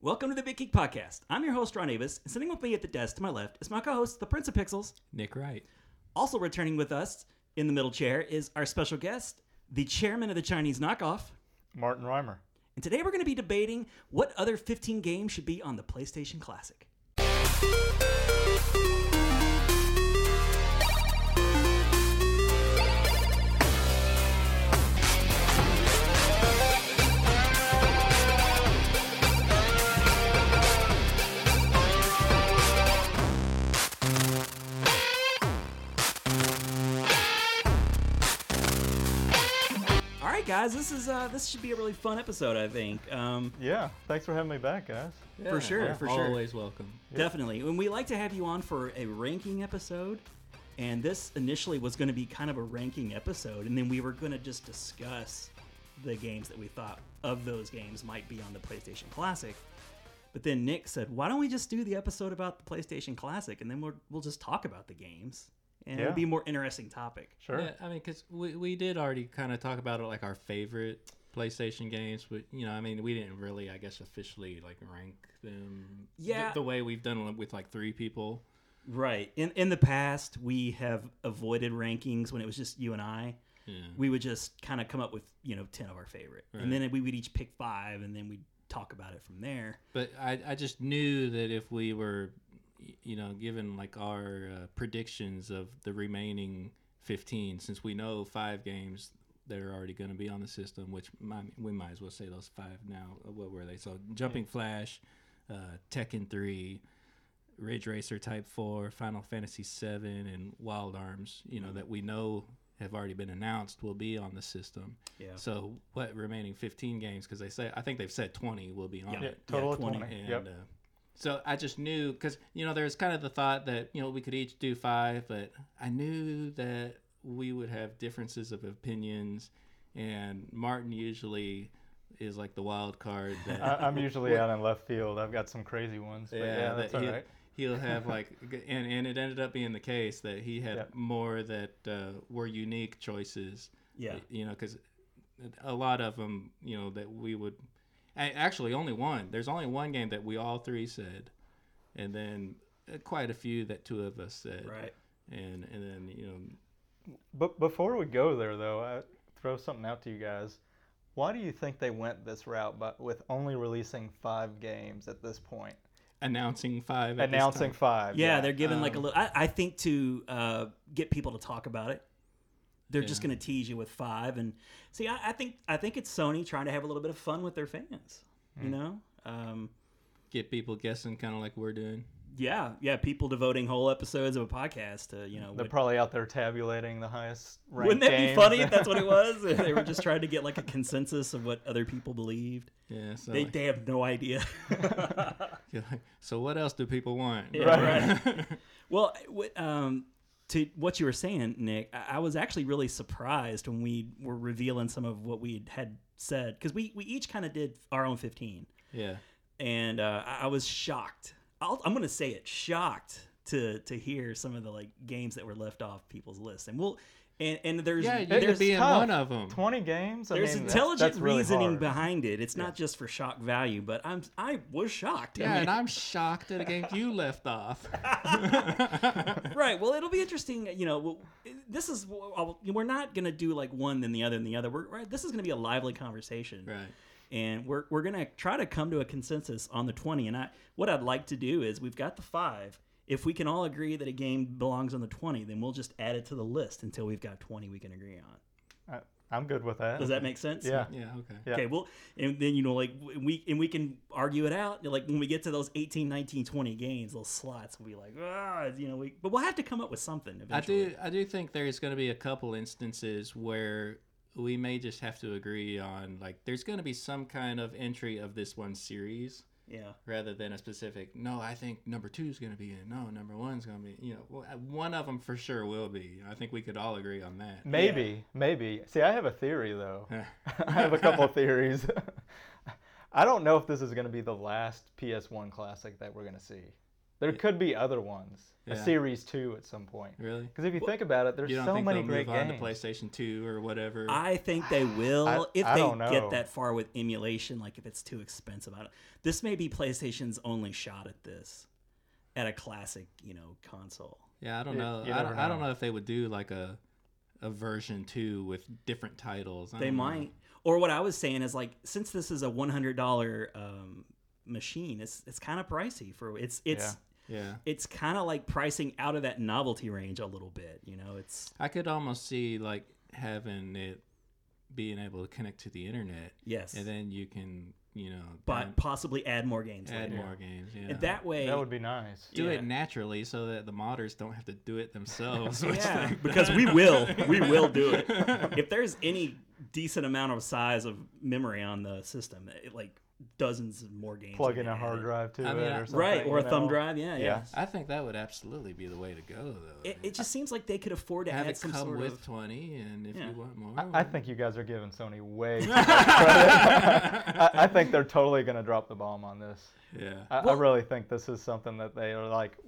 Welcome to the Big Geek Podcast. I'm your host, Ron Avis, and sitting with me at the desk to my left is my co host, the Prince of Pixels. Nick Wright. Also returning with us in the middle chair is our special guest, the chairman of the Chinese knockoff. Martin Reimer. And today we're going to be debating what other 15 games should be on the PlayStation Classic. All right, guys, this is uh, this should be a really fun episode, I think. Um, Yeah, thanks for having me back, guys. For sure, for sure. Always welcome. Definitely. And we like to have you on for a ranking episode. And this initially was going to be kind of a ranking episode. And then we were going to just discuss the games that we thought of those games might be on the PlayStation Classic. But then Nick said, why don't we just do the episode about the PlayStation Classic? And then we'll, we'll just talk about the games. And it'll Yeah. be a more interesting topic. Sure. Yeah, I mean, because we, we did already kind of talk about it, like our favorite PlayStation games. But you know, I mean, we didn't really, I guess, officially like rank them. th- Yeah. the way we've done it with like three people. Right. In, in the past, we have avoided rankings when it was just you and I. Yeah. we would just kind of come up with you know 10 of our favorite and then we would each pick five and then we'd talk about it from there But I, I just knew that if we were, y- you know, given like our uh, predictions of the remaining 15, since we know five games that are already going to be on the system, which might, we might as well say those five now. Uh, What were they? So Jumping Flash, uh, Tekken 3, Ridge Racer Type 4, Final Fantasy 7, and Wild Arms, you Mm-hmm. know, that we know have already been announced will be on the system. yeah So what remaining 15 games? Because they say, I think they've said 20 will be on Yeah. Yeah, it total of 20, 20. and Yep. uh, so I just knew because you know there's kind of the thought that you know we could each do five, but I knew that we would have differences of opinions, and Martin usually is like the wild card. uh, That, I, I'm usually out in left field. I've got some crazy ones, Uh, but yeah, that's that all he'll, right. he'll have like, g- and and it ended up being the case that he had Yeah. more that uh, were unique choices yeah you know because a lot of them you know that we would a- actually only one there's only one game that we all three said and then uh, quite a few that two of us said right and and then you know But before we go there, though, I throw something out to you guys. Why do you think they went this route but with only releasing five games at this point? announcing five at this Announcing time. five. yeah they're giving like a Um, little I, I think to uh, get people to talk about it they're just Yeah. going to tease you with five and see I, I think i think it's sony trying to have a little bit of fun with their fans you know um, get people guessing kind of like we're doing yeah yeah people devoting whole episodes of a podcast to you know They're what- probably out there tabulating the highest ranked wouldn't that be games. funny if that's what it was they were just trying to get like a consensus of what other people believed yeah so They, like- they have no idea. you're like, so what else do people want Yeah, Right. well, what, um, to what you were saying, Nick, I, I was actually really surprised when we were revealing some of what we had said because we, we each kind of did our own 15. yeah And uh, I, I was shocked. I'll, I'm going to say it shocked to, to hear some of the like games that were left off people's list. And we'll, and, and there's, yeah you could there's, be in tough. one of them Twenty games. I there's mean, that's- intelligent that's really reasoning hard. behind it. It's not just for shock value, but I'm, I was shocked. I yeah mean- and i'm shocked at a game you left off right. Well, it'll be interesting. You know, well, this is I'll- we're not gonna do like one then the other and the other. We're, we're this is gonna be a lively conversation, right and we're we're gonna try to come to a consensus on the twenty. And I what I'd like to do is we've got the five. If we can all agree that a game belongs on the twenty, then we'll just add it to the list until we've got twenty we can agree on. I, I'm good with that. Does that make sense? Yeah. yeah okay Yeah. Okay, well, and then you know, like w- we and we can argue it out. You know, Like when we get to those 18, 19, 20 games, those slots, we'll be like, ah, you know, we, but we'll have to come up with something. I Eventually. do I do think there's going to be a couple instances where we may just have to agree on like there's going to be some kind of entry of this one series Yeah. rather than a specific no I think number 2 is going to be in no number 1 is going to be you know well, uh, one of them for sure will be I think we could all agree on that Maybe, maybe. See, I have a theory though. I have a couple of theories. I don't know if this is going to be the last PS1 classic that we're going to see. There could be other ones, a Yeah. series two at some point. Really? Because if you think about it, there's You don't so think many they'll great move on games. to PlayStation Two or whatever? I think they will I- if I they don't know. get that far with emulation. Like if it's too expensive, I don't, this may be PlayStation's only shot at this, at a classic, you know, console. yeah, I don't You- know. you I, never don't, I don't know. know if they would do like a a version two with different titles. I They don't know. might. Or what I was saying is like, since this is a one hundred dollar um, machine, it's it's kind of pricey for it's it's Yeah. it's kind of like pricing out of that novelty range a little bit. You know, it's I could almost see like having it being able to connect to the internet, yes, and then you can, you know, but down- possibly add more games add later. more games. Yeah. And that way, That would be nice. do yeah. it naturally so that the modders don't have to do it themselves. which Yeah, they've because done. we will. We will do it. if there's any decent amount of size of memory on the system, it, like dozens of more games. Plug will in get a hard added. drive to I mean, it I- or something. right? Or a you thumb know? drive, yeah, yeah. Yeah. I think that would absolutely be the way to go, though. It, it just seems like they could afford to have add it some come sort with of. twenty, and if Yeah. you want more, I think you guys are giving Sony way too much credit. I, I think they're totally going to drop the bomb on this. yeah, I, Well- I really think this is something that they are like,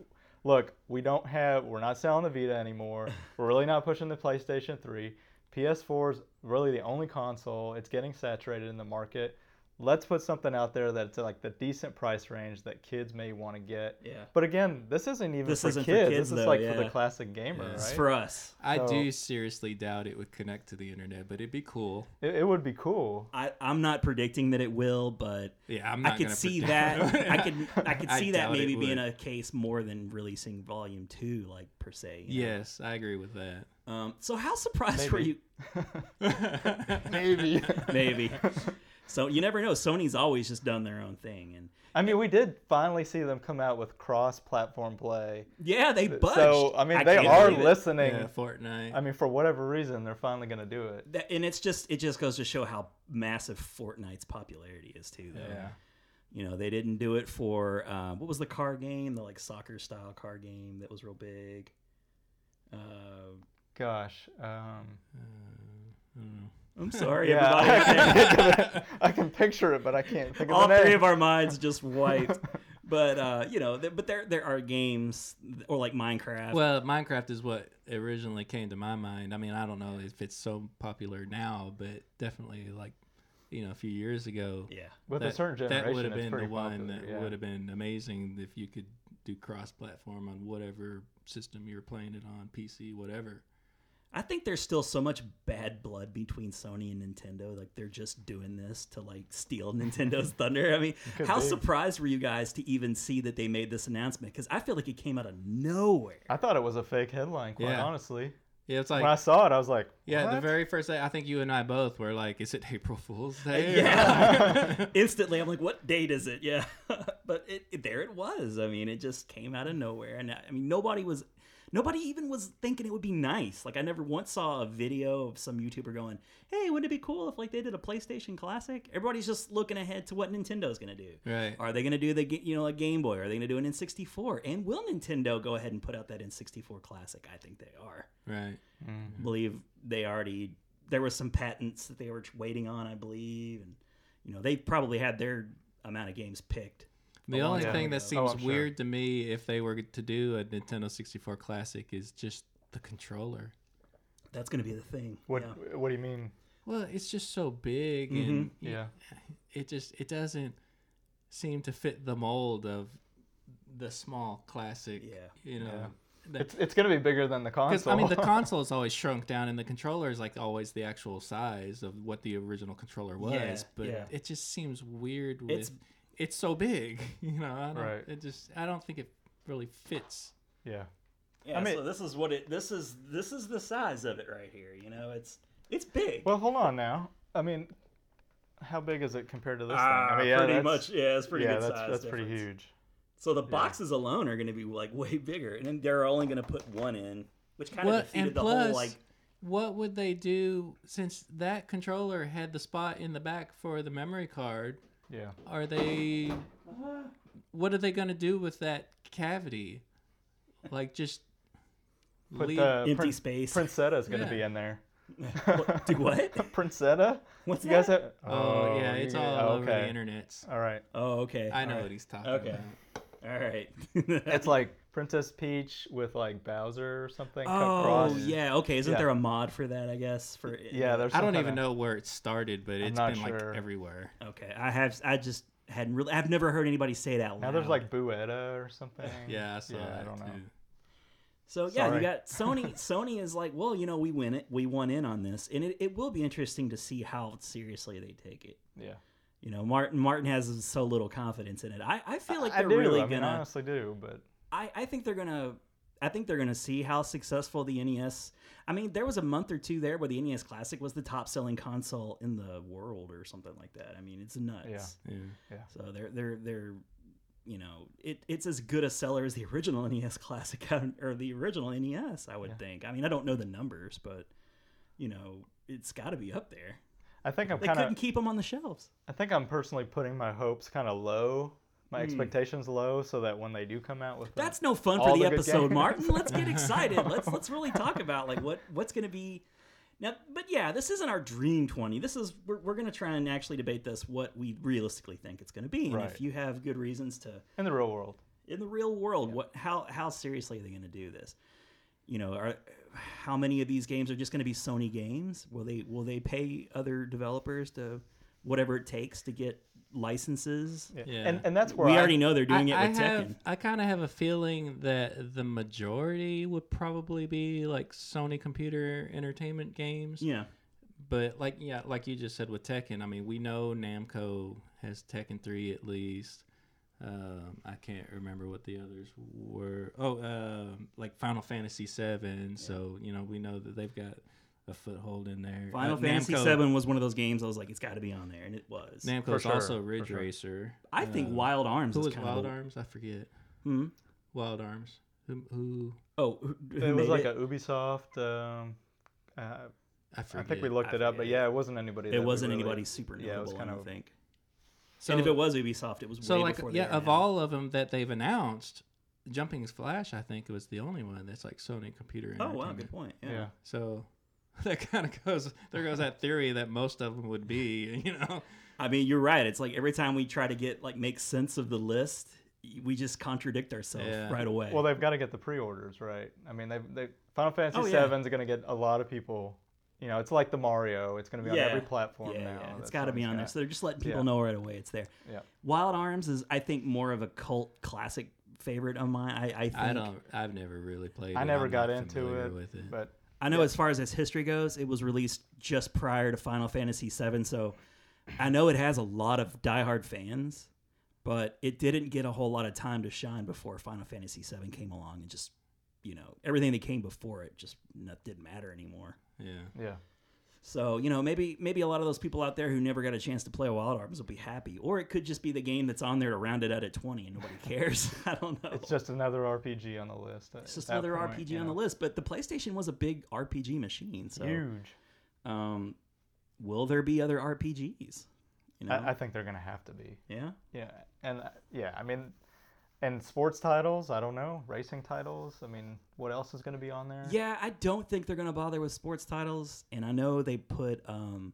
look, we don't have, we're not selling the Vita anymore. We're really not pushing the PlayStation 3. PS4 is really the only console. It's getting saturated in the market. Let's put something out there that's like the decent price range that kids may want to get. Yeah. But again, this isn't even This for, isn't for kids. kids, This though, is like for yeah. the classic gamer, Yeah. It's right? for us. I So- do seriously doubt it would connect to the internet, but it'd be cool. it, it would be cool. I, I'm not predicting that it will, but Yeah, I'm not I could gonna see pretend- that. I could I could I see that doubt it maybe being would. a case more than releasing Volume Two, like per se. you know? Yes, I agree with that. Um, so how surprised were you? Maybe. Maybe. Maybe. so you never know. Sony's always just done their own thing, and I mean, we did finally see them come out with cross-platform play. yeah, they budged. So I mean, they can't are believe it. listening. yeah, Fortnite. I mean, for whatever reason, they're finally gonna do it. That- and it's just it just goes to show how massive Fortnite's popularity is too. Though. Yeah. You know, they didn't do it for uh, what was the car game, the like soccer style car game that was real big. Uh, Gosh. Um, Uh, I don't know. I'm sorry, yeah. I can, everybody. think of it. I can picture it, but I can't think of All the name. three of our minds just wiped. But uh, you know, th- but there there are games or like Minecraft. Well, Minecraft is what originally came to my mind. I mean, I don't know if it's so popular now, but definitely like, you know, a few years ago, yeah, With a that- certain generation, that would have it's been the pretty one popular, that yeah. would have been amazing if you could do cross-platform on whatever system you're playing it on, PC, whatever. I think there's still so much bad blood between Sony and Nintendo. Like they're just doing this to like steal Nintendo's thunder. I mean, Could how be. surprised were you guys to even see that they made this announcement? Because I feel like it came out of nowhere. I thought it was a fake headline. Quite Yeah. honestly, Yeah, it's like when I saw it, I was like, yeah, the "What?" very first day. I think you and I both were like, "Is it April Fool's Day?" Yeah. Instantly, I'm like, what date is it? Yeah, but it, it- there it was. I mean, it just came out of nowhere, and I I mean, nobody was, nobody even was thinking it would be nice. Like, I never once saw a video of some YouTuber going, "Hey, wouldn't it be cool if like they did a PlayStation Classic?" Everybody's just looking ahead to what Nintendo's gonna do. right. Are they going to do the ga- you know a Game Boy? Are they going to do an N64? And will Nintendo go ahead and put out that N64 classic? I think they are. Right. Mm. I believe they already there were some patents that they were waiting on, I believe, and you know they probably had their amount of games picked. The a long only time thing ago. that Oh, seems I'm sure. weird to me, if they were to do a Nintendo 64 Classic, is just the controller. That's going to be the thing. What yeah. What do you mean? Well, it's just so big, and y- Mm-hmm. Yeah. it just it doesn't seem to fit the mold of the small classic. Yeah. you know. Yeah. that- It's It's gonna be bigger than the Because console. I mean, the console is always shrunk down, and the controller is like always the actual size of what the original controller was. Yeah, but yeah. it just seems weird. With, It's- it's it's so big, you know. I don't, Right. It just I don't think it really fits. yeah. Yeah, I mean- so this is what it this is this is the size of it right here. You know, it's it's big. Well, hold on now. I mean, how big is it compared to this Ah, thing? I mean, yeah, pretty that's- much. Yeah, it's pretty yeah, good that's size. that's pretty difference. huge. So the boxes alone are going to be like way bigger, and then they're only going to put one in, which kind Well, of defeated and the whole plus- like. What would they do since that controller had the spot in the back for the memory card? Yeah. Are they? What are they gonna do with that cavity? Like just Put leave? the empty prin- space. Princetta's gonna Yeah. be in there. What- do what? Princetta? What's you guys that? have? oh, yeah, you it's get- all oh, over okay. the internets. All right. Oh, okay. I know Alright. what he's talking Okay. about. All right. It's like Princess Peach with like Bowser or something. cut oh cross. yeah. Okay. Isn't Yeah. there a mod for that? I guess for Yeah, there's. I some don't kinda- even know where it started, but it's not been sure. like everywhere. Okay. I have. I just hadn't really. I've never heard anybody say it out loud. Now there's like Buetta or something. Yeah, I saw that I don't too. know. So yeah, Sorry. you got Sony. Sony is like, well, you know, we win it. We won in on this, and it, it will be interesting to see how seriously they take it. Yeah, You know, Martin Martin has so little confidence in it. I, I feel like they're I do. really I mean, gonna. I honestly do, but I, I think they're gonna. I think they're gonna see how successful the NES. I mean, there was a month or two there where the NES Classic was the top selling console in the world or something like that. I mean, it's nuts. Yeah. Yeah. So they're they're they're you know it, it's as good a seller as the original NES Classic or the original NES. I would Yeah. think. I mean, I don't know the numbers, but you know, it's got to be up there. I think I'm They kind of. couldn't keep them on the shelves. I think I'm personally putting my hopes kind of low, my Hmm. expectations low, so that when they do come out with That's no fun for All the, the good episode, games. Martin. Let's get excited. let's let's really talk about like what what's going to be now. But yeah, this isn't our dream twenty. This is we're, we're going to try and actually debate this what we realistically think it's going to be. And if Right. you have good reasons to in the real world, in the real world, what how how seriously are they going to do this? You know, are how many of these games are just going to be Sony games? Will they will they pay other developers to whatever it takes to get licenses? yeah. Yeah. And and that's where We I, already know they're doing I, it with I Tekken. have, I kind of have a feeling that the majority would probably be like Sony Computer Entertainment games. Yeah. But like yeah, like you just said with Tekken, I mean, we know Namco has Tekken 3 at least. Um, I can't remember what the others were. Oh, um like Final Fantasy 7, so you know, we know that they've got a foothold in there. Final Uh, Fantasy Namco- Seven was one of those games I was like, it's got to be on there, and it was. Namco's sure, also Ridge for sure. Racer. I think Uh, Wild Arms Who is was kind Wild of. Arms? I forget. Hmm? Wild Arms. Who? who Oh, who, who it was made like it? a Ubisoft. Um, uh, I I forget. think we looked I it up, but forget. yeah, it wasn't anybody. that it we wasn't really- anybody super notable. yeah, it was I kinda- don't think. So, and if it was Ubisoft, it was so way like before they yeah, were of announced. all of them that they've announced, Jumping Flash I think was the only one that's like Sony Computer Oh Entertainment. wow, good point. Yeah. yeah. So that kind of goes there goes that theory that most of them would be, you know. I mean, you're right. It's like every time we try to get like make sense of the list, we just contradict ourselves Yeah. right away. Well, they've got to get the pre-orders right. I mean, they they Final Fantasy Oh, VII's yeah. going to get a lot of people. You know, it's like the Mario. It's going to be Yeah. on every platform yeah, now. yeah. that it's got to be Sony's on there. got. So they're just letting people Yeah. know right away it's there. Yeah. Wild Arms is, I think, more of a cult classic favorite of mine. I, I think I don't I've never really played I it. never I'm got not into familiar it, with it. but I know as far as its history goes, it was released just prior to Final Fantasy VII, so I know it has a lot of diehard fans, but it didn't get a whole lot of time to shine before Final Fantasy VII came along and just, you know, everything that came before it just not, didn't matter anymore. yeah. yeah, So you know, maybe maybe a lot of those people out there who never got a chance to play Wild Arms will be happy, or it could just be the game that's on there to round it out at twenty and nobody cares. I don't know. it's just another RPG on the list. It's just another RPG on the list, but the PlayStation was a big RPG machine. So Huge. um, will there be other RPGs? You know, I, I think they're going to have to be. yeah. Yeah, and uh, yeah, I mean, and sports titles. I don't know, racing titles. I mean, what else is going to be on there? Yeah, I don't think they're gonna bother with sports titles, and I know they put um,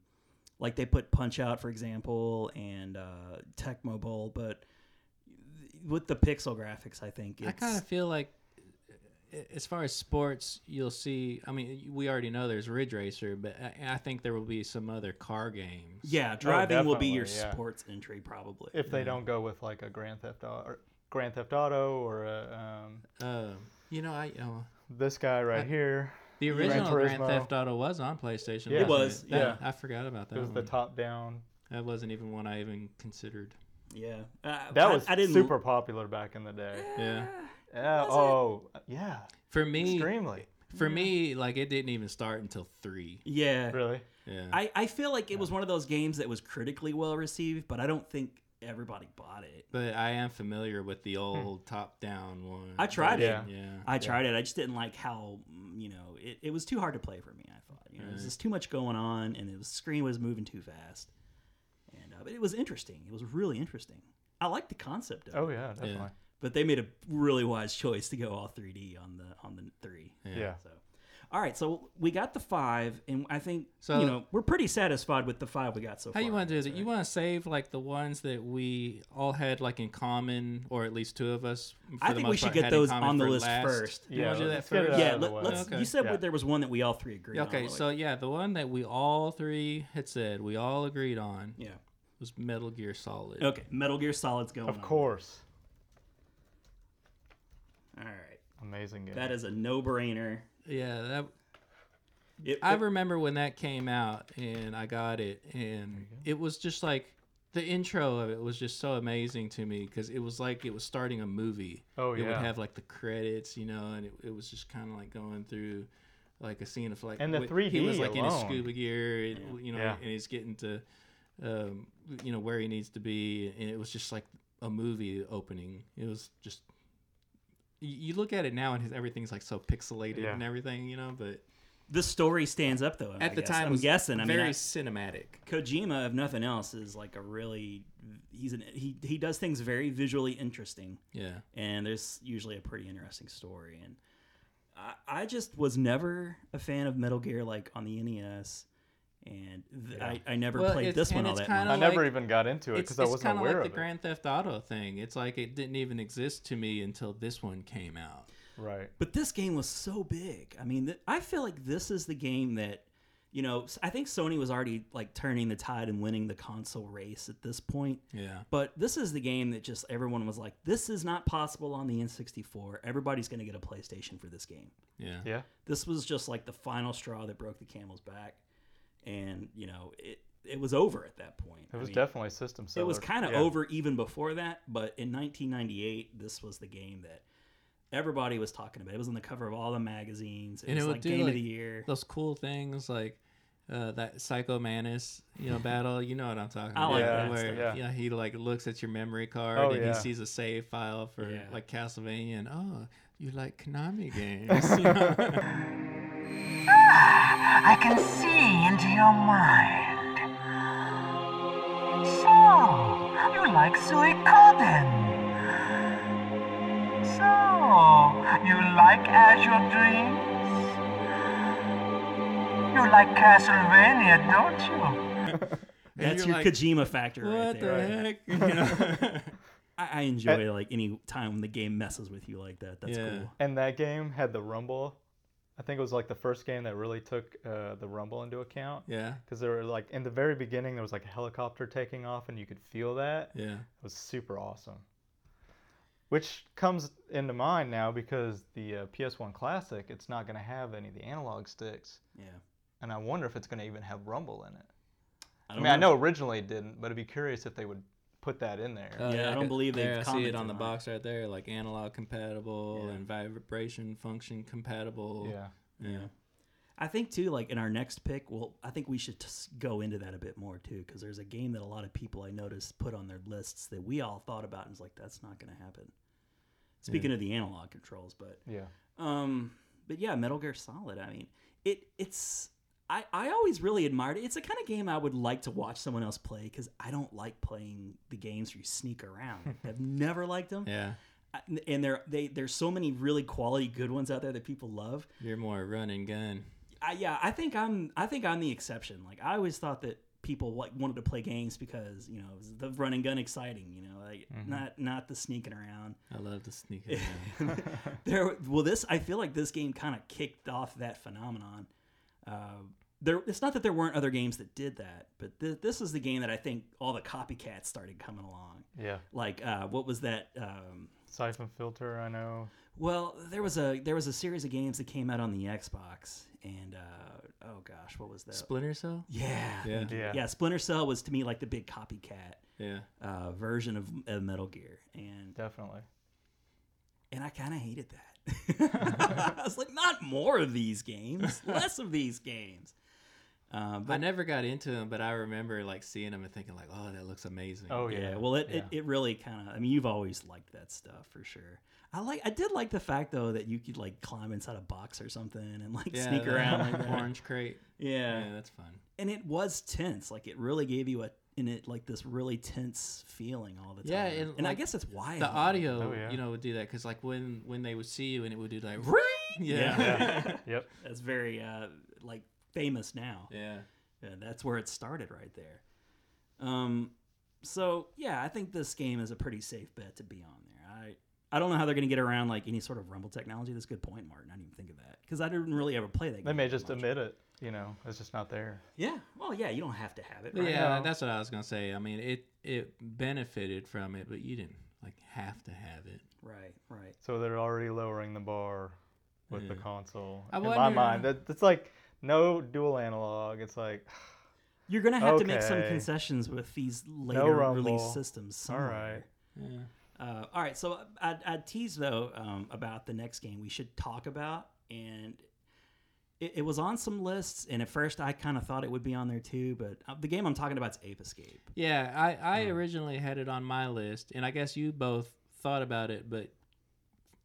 like they put Punch Out, for example, and uh, Tecmo Bowl, but with the pixel graphics, I think it's I kind of feel like, a- as far as sports, you'll see. I mean, we already know there's Ridge Racer, but I, I think there will be some other car games. yeah, driving will be your Oh, definitely, yeah. sports entry probably. If they don't go with like a Grand Theft Auto, or Grand Theft Auto, or a, um, Um, you know, I uh, this guy right here the Gran original Grand Turismo. Theft Auto was on PlayStation. Yeah. It was, wasn't That- yeah. I forgot about that. it was the one. top-down. that wasn't even one I even considered. yeah, uh, That I- was I didn't super popular back in the day. Ah. Yeah, Yeah. Was it? Oh, yeah. for me, Extremely. for me, like it didn't even start until three. Yeah, Really. Yeah, I, I feel like it was one of those games that was critically well received, but I don't think everybody bought it. but I am familiar with the old top-down one. I tried it. Yeah. Yeah. I tried it. I just didn't like how mm, you know it, it was too hard to play for me. I thought you know there's Right. just too much going on, and the screen was moving too fast. And uh, but it was interesting. It was really interesting. I liked the concept of it, Oh yeah, definitely. but they made a really wise choice to go all 3D on the on the three. Yeah. So, All right, so we got the five, and I think So- you know we're pretty satisfied with the five we got so How far. you want to do that? You want to save like the ones that we all had like in common, or at least two of us. For I the think we most should part, get had in those common on the for list last. first. You want to do Yeah, that let's get it first? out Yeah, of the let, way. us Okay. You said Yeah. there was one that we all three agreed. on. Okay, like- so yeah, the one that we all three had said we all agreed on yeah, was Metal Gear Solid. okay, Metal Gear Solid's going. Of on. course. All right, Amazing game. that is a no-brainer. Yeah, that It- I it- remember when that came out and I got it, and it was just like the intro of it was just so amazing to me because it was like it was starting a movie. Oh, it would yeah. have like the credits, you know, and it, it was just kind of like going through like a scene of like And the wh- 3D He was like in his alone. scuba gear, and, you know, Yeah. and he's getting to, um, you know, where he needs to be, and it was just like a movie opening. It was just. You you look at it now, and his, everything's like so pixelated Yeah. and everything, you know. But the story stands up though. I at the guess. time I'm was guessing. I mean, very I- cinematic. Kojima, if nothing else, is like a really he's an he he does things very visually interesting, Yeah, and there's usually a pretty interesting story. And I, I just was never a fan of Metal Gear like on the NES, and th- I I never Well, played it's- this one and all it's that kinda I much. never like- even got into it it's, because I it's wasn't kind of aware like the of Grand Theft Auto thing. It's like it didn't even exist to me until this one came out. it. Right. But this game was so big. I mean, th- I feel like this is the game that, you know, s- I think Sony was already like turning the tide and winning the console race at this point. Yeah, But this is the game that just everyone was like, this is not possible on the N64. Everybody's going to get a PlayStation for this game. yeah, Yeah. This was just like the final straw that broke the camel's back. And, you know, it, it was over at that point. It I was mean, definitely system it seller. was kind of Yeah. over even before that, but in 1998, this was the game that everybody was talking about. It was on the cover of all the magazines. It And it was would like do, game like- of the year. Those cool things like uh, that Psycho Manus, you know, battle. You know what I'm talking I about? like that where stuff. Yeah. yeah, he like looks at your memory card Oh, and yeah. he sees a save file for Yeah. like Castlevania, and oh, you like Konami games. you know? I can see into your mind. So, you like Suikoden. So, you like Azure Dreams. You like Castlevania, don't you? And That's you're your like, Kojima factor right What there. the heck? You know? I, I enjoy like any time when the game messes with you like that. That's Yeah. cool. And that game had the Rumble. I think it was like the first game that really took uh, the Rumble into account. yeah, Because there were like in the very beginning, there was like a helicopter taking off, and you could feel that. yeah. It was super awesome. Which comes into mind now because the uh, PS1 Classic, it's not going to have any of the analog sticks, Yeah. and I wonder if it's going to even have Rumble in it. I, don't mean, I know originally it didn't, but I'd be curious if they would put that in there. Oh, Yeah, I don't could- believe they've there, I see commented it on the on it. box right there, like analog compatible Yeah. and vibration function compatible. yeah. Yeah. I think too, like in our next pick, well, I think we should just go into that a bit more too, because there's a game that a lot of people I noticed put on their lists that we all thought about and was like, that's not going to happen. Speaking of the analog controls, but Yeah. um, but yeah, Metal Gear Solid. I mean, it it's I I always really admired it. It's the kind of game I would like to watch someone else play because I don't like playing the games where you sneak around. I've never liked them, Yeah. I- and there they there's so many really quality good ones out there that people love. You're more run and gun. I, yeah, I think I'm. I think I'm the exception. Like I always thought that people like wanted to play games because you know it was the run and gun exciting. You know, like not not the sneaking around. I love to sneak it around. There, well, this I feel like this game kind of kicked off that phenomenon. Uh, there, it's not that there weren't other games that did that, but th- this is the game that I think all the copycats started coming along. Yeah. Like, uh, what was that? Um, Siphon filter, I know. well, there was a there was a series of games that came out on the Xbox, and uh, oh gosh, what was that? Splinter Cell? Yeah, Yeah. thank you. Yeah. yeah. Splinter Cell was to me like the big copycat Yeah. uh, version of, of Metal Gear, and Definitely. and I kind of hated that. I was like, not more of these games, less of these games. Um, I but never got into them, but I remember like seeing them and thinking like, oh, that looks amazing. Oh, yeah, yeah. well, it, it, yeah. it really kind of. I mean, you've always liked that stuff for sure. I like. I did like the fact though that you could like climb inside a box or something and like Yeah, sneak the around like that. orange crate. Yeah. Yeah, that's fun. and it was tense. Like it really gave you a in it like this really tense feeling all the time. Yeah, and, and, I like, guess that's why I the love it. audio, Oh, yeah. you know, would do that because like when when they would see you and it would do like Ring! yeah Yeah. Yep. that's very uh, like famous now. yeah Yeah, that's where it started right there. Um, so yeah, I think this game is a pretty safe bet to be on there. I I don't know how they're gonna get around like any sort of rumble technology. That's a good point, Martin. I didn't even think of that because I didn't really ever play that. game. They may that just much. omit it. You know, it's just not there. Yeah. Well, yeah. You don't have to have it. But Right? yeah. now. That's what I was gonna say. I mean, it it benefited from it, but you didn't like have to have it. Right. Right. So they're already lowering the bar with the Yeah. console. I In my wonder- mind, that it's like no dual analog. It's like You're gonna have to make some Okay. concessions with these later rumble. release systems. All Somewhere. right. Yeah. Uh, all right, so I, I teased though um, about the next game we should talk about, and it, it was on some lists. And at first, I kind of thought it would be on there too, but uh, the game I'm talking about is Ape Escape. Yeah, I, I originally had it on my list, and I guess you both thought about it, but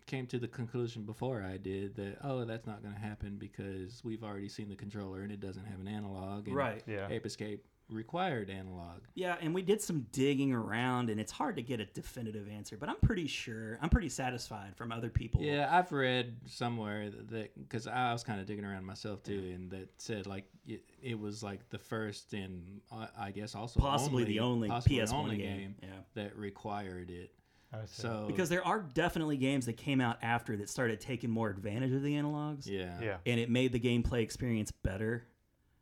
came to the conclusion before I did that oh, that's not going to happen because we've already seen the controller and it doesn't have an analog. And yeah. Ape Escape required analog. Yeah, and we did some digging around, and it's hard to get a definitive answer, but I'm pretty sure, I'm pretty satisfied from other people. Yeah, I've read somewhere that because I was kind of digging around myself too, and that said like it, it was like the first and uh, I guess also possibly the only possibly PS1 only game. game Yeah. that required it. I see. So Because there are definitely games that came out after that started taking more advantage of the analogs. yeah yeah, and it made the gameplay experience better.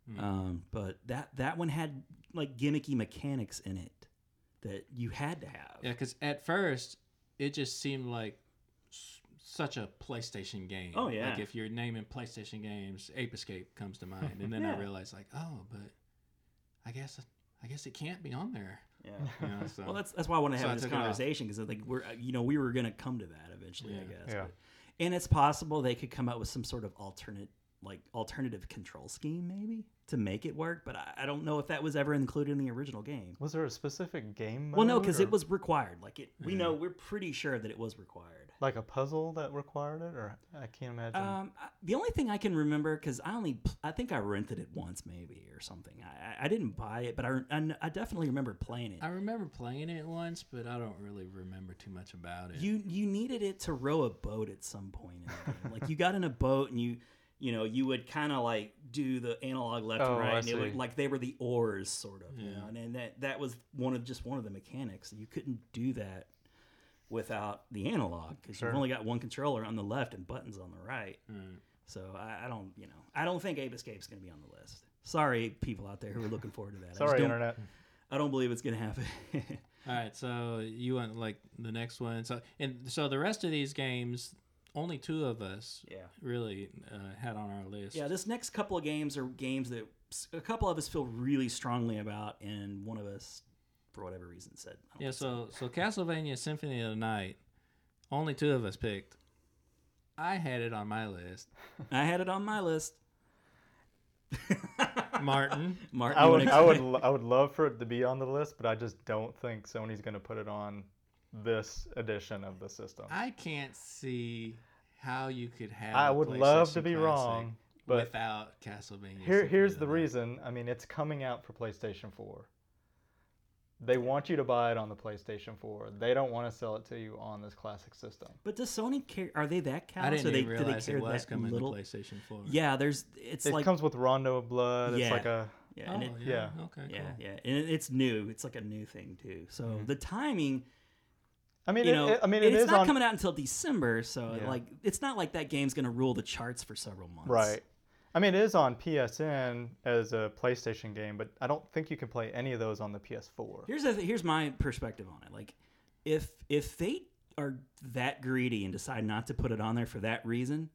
Mm. Um, but that that one had like gimmicky mechanics in it that you had to have. Yeah, because at first it just seemed like s- such a PlayStation game. Oh, yeah. Like if you're naming PlayStation games, Ape Escape comes to mind, and then Yeah. I realized like, oh, but I guess I guess it can't be on there. You know, so. Well, that's that's why I want to So have I this took it off. conversation because like we're uh, you know we were gonna come to that eventually, I Yeah. guess. Yeah. but- and it's possible they could come up with some sort of alternate like alternative control scheme maybe to make it work, but I, I don't know if that was ever included in the original game. was there a specific game? Well, no, mode because or it was required. Like it, we Yeah. know we're pretty sure that it was required. like a puzzle that required it, or I can't imagine. Um, I- the only thing I can remember because I only pl- I think I rented it once maybe or something. I I- I didn't buy it, but I I, kn- I definitely remember playing it. I remember playing it once, but I don't really remember too much about it. You you needed it to row a boat at some point. In the game. like you got in a boat and you you know you would kind of like do the analog left Oh, and right, I and it would, see. like they were the oars sort of. You Yeah. know? and, and that that was one of just one of the mechanics. You couldn't do that without the analog because Sure. you've only got one controller on the left and buttons on the right. Mm. So I, I don't, you know, I don't think Ape Escape's going to be on the list. Sorry, people out there who are looking forward to that. I, Sorry, just don't, internet. I don't believe it's going to happen. All right, so you want like the next one? So and so the rest of these games, only two of us yeah. really uh, had on our list. Yeah, this next couple of games are games that s- a couple of us feel really strongly about, and one of us, for whatever reason, said. I don't Yeah, think so so Castlevania Symphony of the Night, only two of us picked. I had it on my list. so. I had it on my list. Martin, Martin, I you would, wanna I would, explain? lo- I would love for it to be on the list, but I just don't think Sony's going to put it on this edition of the system. I, I can't see how you could have. a would love to PlayStation be Classic wrong, but without Castlevania. here, Symphony here's of the Night. reason. I mean, it's coming out for PlayStation 4. They want you to buy it on the PlayStation 4. They don't want to sell it to you on this classic system. But does Sony care? Are they that cow? I didn't so they, even do they realize care it was that coming little? to PlayStation Four. Yeah, there's. It's it like comes with Rondo of Blood. It's like a yeah, Oh, and it, yeah. Mm-hmm. yeah. Okay. yeah, cool. yeah, and it- it's new. It's like a new thing too. So the timing. I mean, you it, know, it- I mean, and it it's is not on coming out until December, so Yeah. like it's not like that game's gonna rule the charts for several months. right. I mean, it is on PSN as a PlayStation game, but I don't think you can play any of those on the PS4. Here's the th- here's my perspective on it. Like, if if they are that greedy and decide not to put it on there for that reason,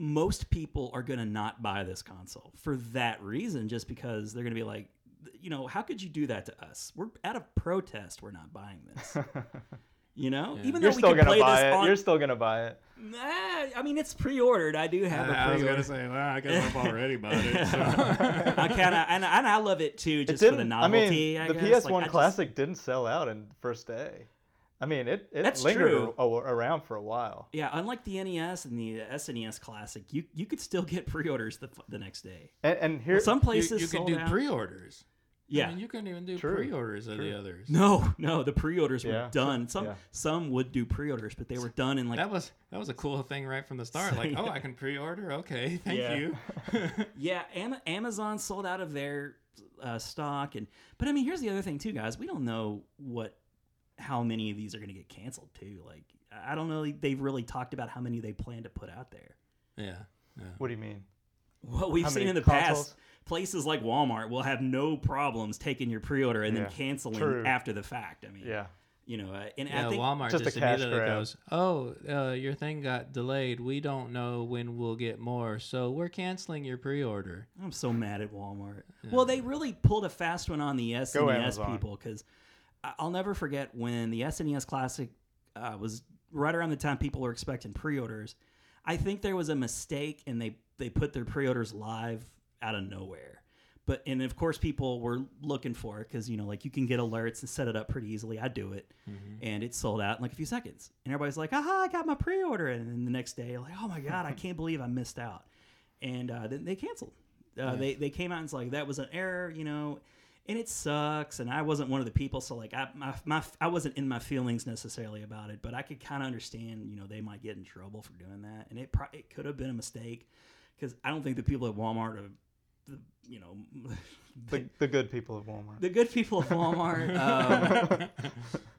most people are gonna not buy this console for that reason, just because they're gonna be like, you know, how could you do that to us? We're out of protest. We're not buying this. You know, Yeah. even You're though we still could gonna play buy this it. on You're still gonna buy it. Nah, I mean it's pre-ordered. I do have I a was pre-order. gonna say, well, I guess I've already bought it. I kind of and, and I love it too, It just for the didn't. I novelty. mean, I the guess. PS1 Like, I just- Classic didn't sell out in the first day. I mean, it it That's lingered true. a- a- around for a while. yeah, unlike the NES and the SNES Classic, you you could still get pre-orders the, f- the next day. And, and here, Some you places you could sold do out. pre-orders. Yeah. I mean, you couldn't even do True. pre-orders of the True. others. no, no, the pre-orders were Yeah. done. Some Yeah. some would do pre-orders, but they were done in like that was that was a cool thing right from the start. So, Like, oh, yeah. I can pre-order. Okay, thank Yeah. you. Yeah, Am- Amazon sold out of their uh, stock, and but I mean, here's the other thing too, guys. We don't know what how many of these are going to get canceled too. Like, I I don't know. They've really talked about how many they plan to put out there. yeah, yeah. What do you mean? What we've How seen many in the consoles? past, places like Walmart will have no problems taking your pre-order and Yeah, then canceling true. after the fact. I mean, Yeah. you know, uh, and Yeah, I think Walmart just just, a cash immediately grab. goes, "Oh, uh, your thing got delayed. We don't know when we'll get more, so we're canceling your pre-order." I'm so mad at Walmart. Well, they really pulled a fast one on the SNES Go people Amazon. people because I'll never forget when the SNES Classic uh, was right around the time people were expecting pre-orders. I think there was a mistake and they they put their pre-orders live out of nowhere. But and of course people were looking for it because you know like you can get alerts and set it up pretty easily. I do it and it sold out in like a few seconds. And everybody's like, aha, I got my pre order. And then the next day, like, oh my God, I can't believe I missed out. And uh, then they canceled. Uh, they, they came out and it's like, that was an error, you know, and it sucks. And I wasn't one of the people. So, like, I, my, my, I wasn't in my feelings necessarily about it, but I could kind of understand, you know, they might get in trouble for doing that. And it, pro- it could have been a mistake because I don't think the people at Walmart are, the, you know, The, the good people of Walmart. the good people at Walmart. Um,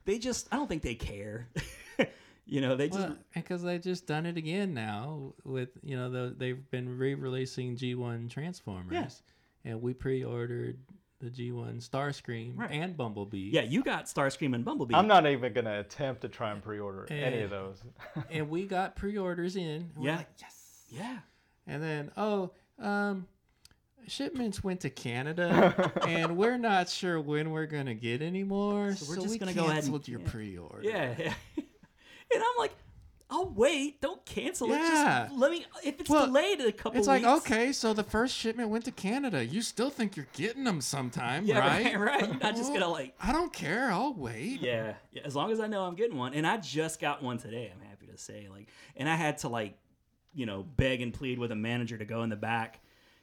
they just, I don't think they care. you know, they just, Well, because they just done it again now with you know the, they've been re-releasing G1 Transformers, and we pre-ordered the G1 Starscream Right. and Bumblebee. yeah, you got Starscream and Bumblebee. I'm not even going to attempt to try and pre order any of Yeah. those. and we got pre-orders in. and we're Yeah. like, yes. yeah. And then oh, um, shipments went to Canada, and we're not sure when we're gonna get any more. So So we're we're just we gonna go ahead and- canceled your yeah. pre-order. Yeah. yeah. and I'm like, I'll wait. Don't cancel it. Yeah. Just let me, if it's Well, delayed a couple It's like weeks. okay, so the first shipment went to Canada. You still think you're getting them sometime, Yeah, right? right, right. You're not just Well, gonna, like- I don't care. I'll wait. Yeah, yeah. As long as I know I'm getting one, and I just got one today. I'm happy to say, like, and I had to like, you know, beg and plead with a manager to go in the back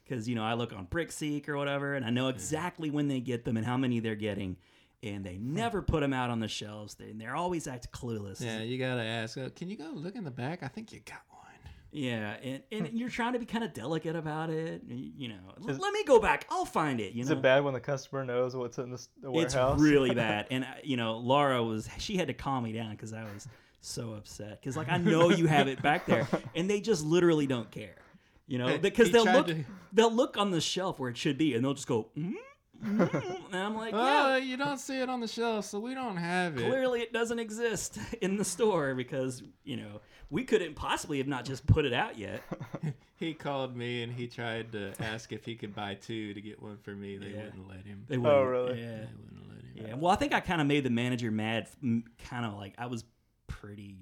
because you know I look on Brickseek or whatever, and I know exactly when they get them and how many they're getting, and they never put them out on the shelves. They, and they're always act clueless. Yeah, you gotta ask. Uh, can you go look in the back? I think you got one. Yeah, and, and you're trying to be kind of delicate about it. y- You know, L- let me go back. I'll find it. You Is know, it bad when the customer knows what's in the, s- the it's warehouse? really bad. And I- you know, Laura was she had to calm me down because I was so upset because like I know you have it back there, and they just literally don't care. You know, Hey, because he they'll tried look to- they'll look on the shelf where it should be, and they'll just go, mm, mm, and I'm like, Oh, yeah, you don't see it on the shelf, so we don't have it. clearly it doesn't exist in the store because you know we couldn't possibly have not just put it out yet. He called me and he tried to ask if he could buy two to get one for me. They Yeah. wouldn't let him. They They wouldn't- really? Yeah. wouldn't let him. Yeah. Well, I think I kind of made the manager mad. Kind of like I was pretty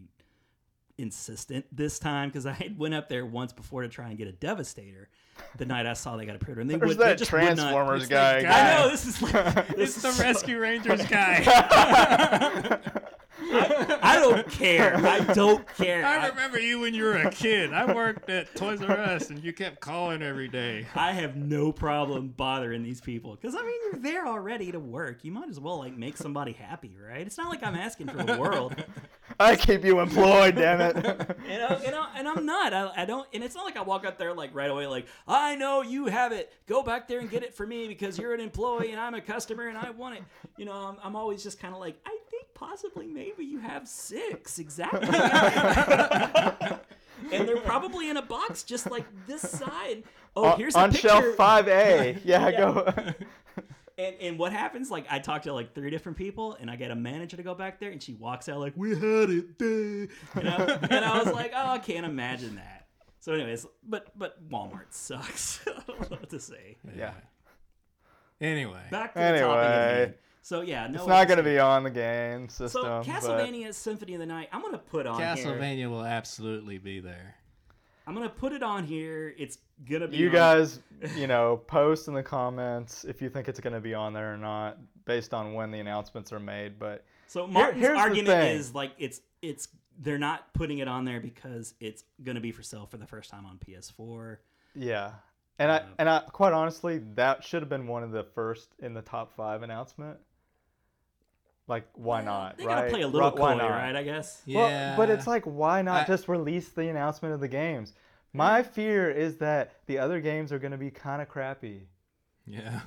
insistent this time because I had went up there once before to try and get a Devastator. The night I saw they got a printer, and they There's would they that just would not. Transformers it's guy. that guy. I guy. know this is like this It's is the so- Rescue Rangers guy. I don't care. I don't care. I I, remember you when you were a kid. I worked at Toys R Us and you kept calling every day. I have no problem bothering these people because I mean you're there already to work. You might as well like make somebody happy, right? It's not like I'm asking for the world. I keep you employed, damn it. You know, and, I, and I'm not. I, I don't. And it's not like I walk up there like right away, like I know you have it. Go back there and get it for me because you're an employee and I'm a customer and I want it. You know, I'm, I'm always just kind of like I think possibly maybe you have six exactly, and they're probably in a box just like this side. Oh, On- here's a on picture. shelf 5A. Yeah, Yeah. go. And and what happens? Like I talked to like three different people, and I get a manager to go back there, and she walks out like we had it, duh." and I, and I was like, oh, I can't imagine that. So, anyways, but but Walmart sucks. I don't know what to say. yeah. Anyway. Back to the topic. at Anyway. hand. So yeah, no. It's not going to be on the game So system. Castlevania Symphony of the Night. I'm gonna put on Here. Castlevania will absolutely be there. I'm gonna put it on here. It's gonna But be. you on- guys, you know, post in the comments if you think it's going to be on there or not based on when the announcements are made. But So Martin's here's the argument thing. is like it's it's they're not putting it on there because it's gonna be for sale for the first time on PS4. yeah. And I Uh, and I quite honestly, that should have been one of the first in the top five announcement. Like, why not? They right? gotta play a little Ri- why coy, not? right? I guess. Yeah, Well, but it's like, why not I- just release the announcement of the games? My fear is that the other games are going to be kind of crappy. yeah.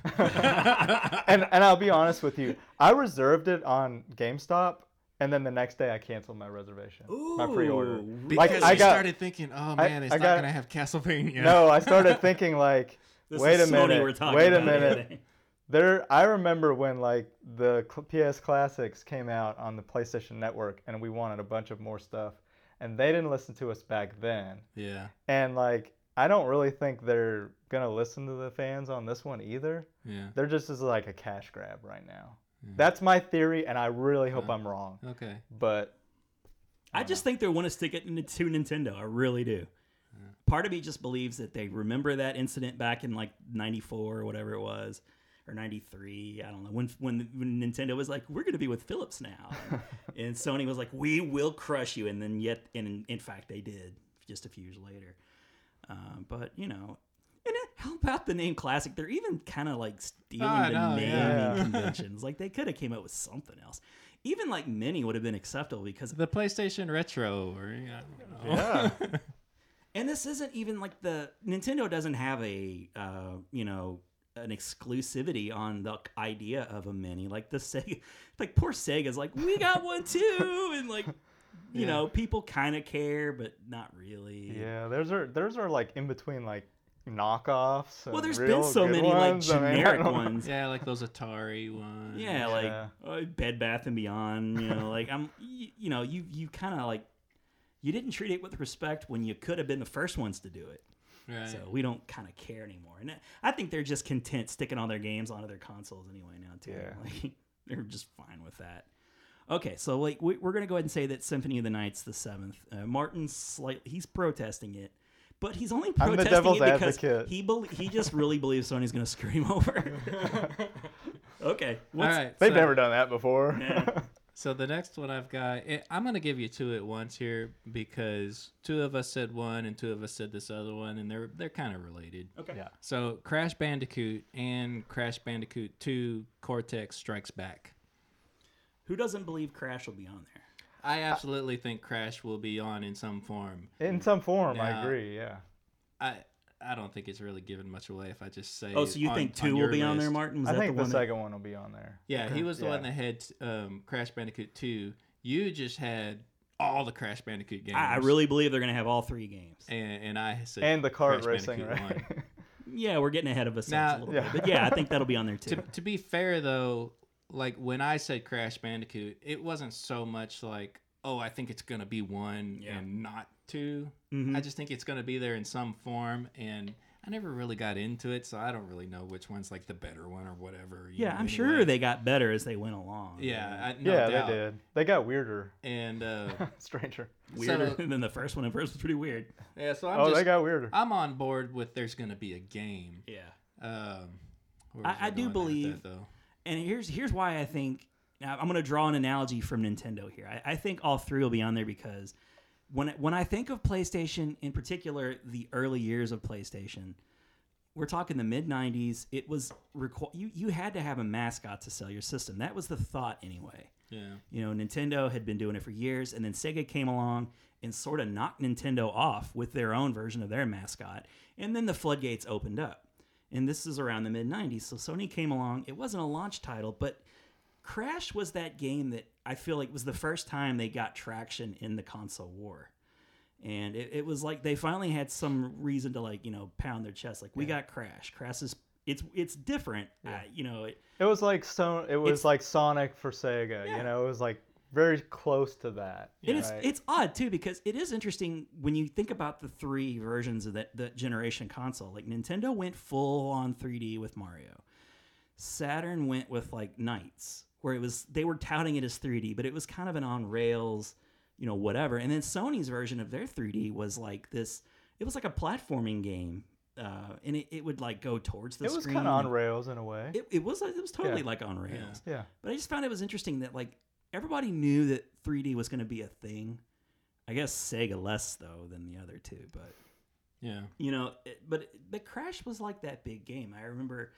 And and I'll be honest with you, I reserved it on GameStop, and then the next day I canceled my reservation, my pre-order. Ooh, because I I got- started thinking, oh man, it's I not got- gonna have Castlevania. No, I started thinking like, this wait a is Sony minute, we're talking wait a about minute. today. There, I remember when like the cl- PS Classics came out on the PlayStation Network, and we wanted a bunch of more stuff, and they didn't listen to us back then. Yeah, And like, I don't really think they're gonna listen to the fans on this one either. yeah. They're just as like a cash grab right now. Yeah. That's my theory, and I really hope I'm wrong. Okay. But I just think they want to stick it into to Nintendo. I really do. Part of me just believes that they remember that incident back in like '94 or whatever it was, or '93. I don't know when when when Nintendo was like, "We're going to be with Philips now," and Sony was like, "We will crush you," and then yet, and in, in fact, they did just a few years later. Um, but you know, and it, how about the name Classic? They're even kind of like stealing I the know, naming yeah. conventions. like they could have came up with something else. Even like Mini would have been acceptable because The PlayStation Retro, or you know, I don't know. yeah, And this isn't even like the Nintendo doesn't have a uh, you know an exclusivity on the idea of a mini like the Sega like poor Sega's like we got one too and like you Yeah. know people kind of care but not really. yeah. There's are there's are like in between like knockoffs. Well, there's there's been so many like generic ones. yeah, like those Atari ones. Yeah, Yeah. like uh, Bed Bath and Beyond. You know, like I'm, you, you know, you you kind of like you didn't treat it with respect when you could have been the first ones to do it. Right. So we don't kind of care anymore. And I think they're just content sticking all their games onto their consoles anyway now too. Yeah. Like, they're just fine with that. Okay, so like we, we're gonna go ahead and say that Symphony of the Night's the seventh. Uh, Martin's slightly he's protesting it, but he's only the protesting devil's it because advocate. he bel he just really believes Sony's gonna scream over. okay, All what's, right. They've so, never done that before. Yeah. So the next one I've got, it, I'm gonna give you two at once here because two of us said one and two of us said this other one, and they're they're kind of related. okay. Yeah. So Crash Bandicoot and Crash Bandicoot Two: Cortex Strikes Back. Who doesn't believe Crash will be on there? I absolutely think Crash will be on in some form. In some form, I Yeah. agree. Yeah. I I don't think it's really giving much away if I just say. Oh, so you on- think two on will your be on there, list. Martin? Was I that think the the, one? that- second one will be on there. Yeah, he was the Yeah. one that had um, Crash Bandicoot Two. You just had all the Crash Bandicoot games. I, I really believe they're gonna have all three games. and, and I said And the kart Crash racing, Bandicoot right? one. Yeah, we're getting ahead of ourselves Now- a little Yeah. bit. But yeah, I think that'll be on there to too. to be fair though, like when I said Crash Bandicoot, it wasn't so much like oh I think it's gonna be one Yeah. and not 2 Mhm. I just think it's gonna be there in some form and. I never really got into it, so I don't really know which one's like the better one or whatever. you Yeah, know, I'm anyway. sure they got better as they went along. Yeah, I, no yeah, doubt. they did. They got weirder, And uh, stranger. weirder So- than the first one. The first was pretty weird. yeah, so I'm oh, just they got weirder. I'm on board with there's going to be a game. Yeah, Um, where I- was I do going at believe- that, though. and here's here's why I think now I'm going to draw an analogy from Nintendo here. I, I think all three will be on there because when when I think of PlayStation, in particular, the early years of PlayStation, we're talking the mid '90s. It was requ- you you had to have a mascot to sell your system. That was the thought anyway. Yeah. You know, Nintendo had been doing it for years, and then Sega came along and sort of knocked Nintendo off with their own version of their mascot. And then the floodgates opened up. And this is around the mid 90s. So Sony came along. It wasn't a launch title, but Crash was that game that I feel like was the first time they got traction in the console war. And it, it was like they finally had some reason to like, you know, pound their chest. Like, we got Crash. Crash is. It's, it's different, uh, you know. It, It was like so. It was It's- like Sonic for Sega. Yeah. You know, it was like very close to that. And right? it's it's odd too because it is interesting when you think about the three versions of that that generation console. Like Nintendo went full on 3D with Mario. Saturn went with like Knights, where it was they were touting it as 3D, but it was kind of an on rails, you know, whatever. And then Sony's version of their 3D was like this. It was like a platforming game, uh, and it, it would like go towards the it was screen. kind of on rails in a way. It, it was it was totally Yeah. like on rails. Yeah. yeah. But I just found it was interesting that like everybody knew that 3D was going to be a thing. I guess Sega less though than the other two, but Yeah. you know it, but but crash was like that big game i remember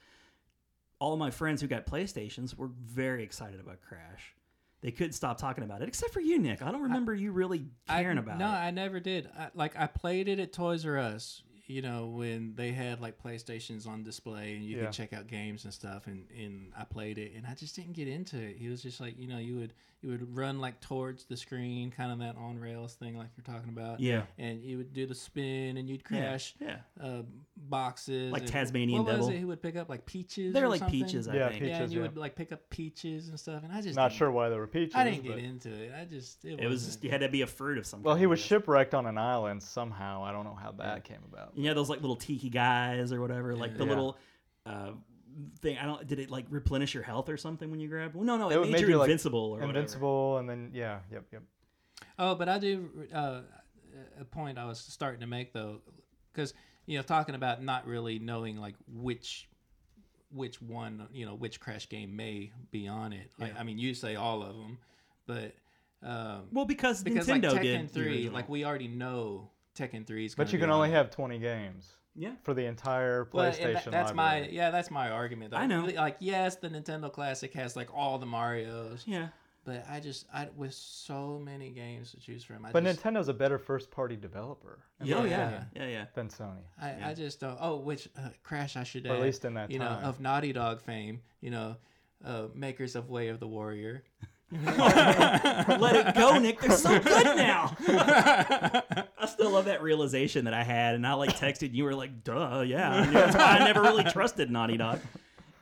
all my friends who got playstations were very excited about crash they couldn't stop talking about it except for you nick i don't remember you really caring I, about no, it I never did. I, like I played it at Toys R Us, you know, when they had like PlayStations on display and you Yeah. could check out games and stuff and, and I played it and I just didn't get into it. It was just like, you know, you would you would run like towards the screen, kind of that on rails thing like you're talking about. yeah And you would do the spin and you'd Yeah, crash yeah uh, boxes. Like and- Tasmanian what devil. was it? Who would pick up like peaches? they're or like something? peaches i Yeah, think peach- yeah, and Peaches, you yeah. would like pick up peaches and stuff, and I just Not didn't- sure why they were peaches. I didn't but- get into it. I just it, it was wasn't- just you had to be a fruit of some Well, kind, he I was guess. shipwrecked on an island somehow. I don't know how that came about. you know those like little tiki guys or whatever like the Yeah. little uh thing i don't did it like replenish your health or something when you grabbed well, no no It it, would made, make you you, like, invincible or whatever Invincible, and then yeah, yep, yep. Oh, but I do uh, a point I was starting to make though, because you know talking about not really knowing like which which one you know which crash game may be on it. Like I mean, you say all of them, but um, well because, because like nintendo Tekken did the three, original. like we already know Tekken three is. But gonna you be can only on it. have 20 games yeah for the entire PlayStation. Well, and that- that's my library. yeah, that's my argument. Though. I know. Like yes, the Nintendo Classic has like all the Mario's, yeah but I just I with so many games to choose from. I But just, Nintendo's a better first-party developer Yeah, Oh, yeah, yeah, yeah. yeah, yeah. than Sony. I, I just don't. Oh, which uh, Crash I should Or add. at least in that you time. know of Naughty Dog fame. You know, uh, makers of Way of the Warrior. Let it go, Nick. They're so good now. I still love that realization that I had, and I like texted and you were like, "Duh, yeah." And That's why I never really trusted Naughty Dog.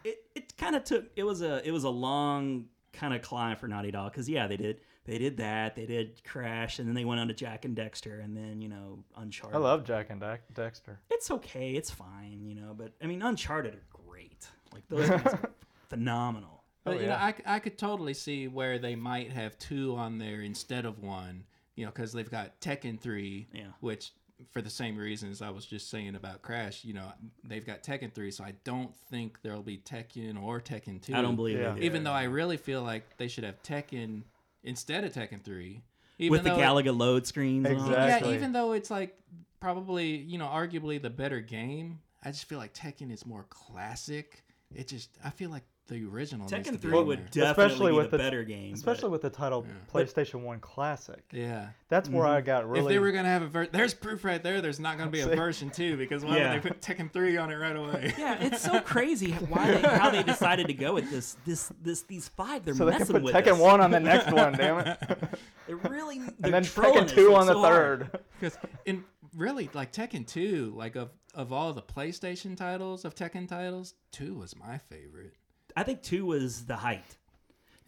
It it kind of took. It was a it was a long kind of climb for Naughty Dog because yeah, they did they did that, they did Crash, and then they went on to Jack and Dexter, and then you know Uncharted. I love Jack and Dax- Dexter. It's okay, it's fine, you know. But I mean, Uncharted are great. Like those games are phenomenal. But Oh, you know, yeah. I, c- I could totally see where they might have two on there instead of one. You know, because they've got Tekken three, Yeah. which for the same reasons I was just saying about Crash. You know, they've got Tekken three, so I don't think there'll be Tekken or Tekken two. I don't believe Yeah. they did. Even though I really feel like they should have Tekken instead of Tekken three. Even with the though it- Galaga load screens, and all that. Exactly. Yeah, even though it's like probably, you know, arguably the better game, I just feel like Tekken is more classic. It just, I feel like the original. needs Tekken to be 3 on would there. definitely Especially be with the, the- better game. but- Especially with the title PlayStation 1 Classic. Yeah. That's where Mm-hmm. I got really If they were going to have a version, there's proof right there. There's not going to be a version two because why Yeah. would they put Tekken 3 on it right away? yeah, it's so crazy why they, how they decided to go with this this this these five. They're so they messing can put with Tekken us. 1 on the next one, damn it. They're really they're and then trolling Tekken us, 2 like, on the so hard. third. Because in really, like Tekken 2, like of, of all the PlayStation titles, of Tekken titles, 2 was my favorite. I think two was the height.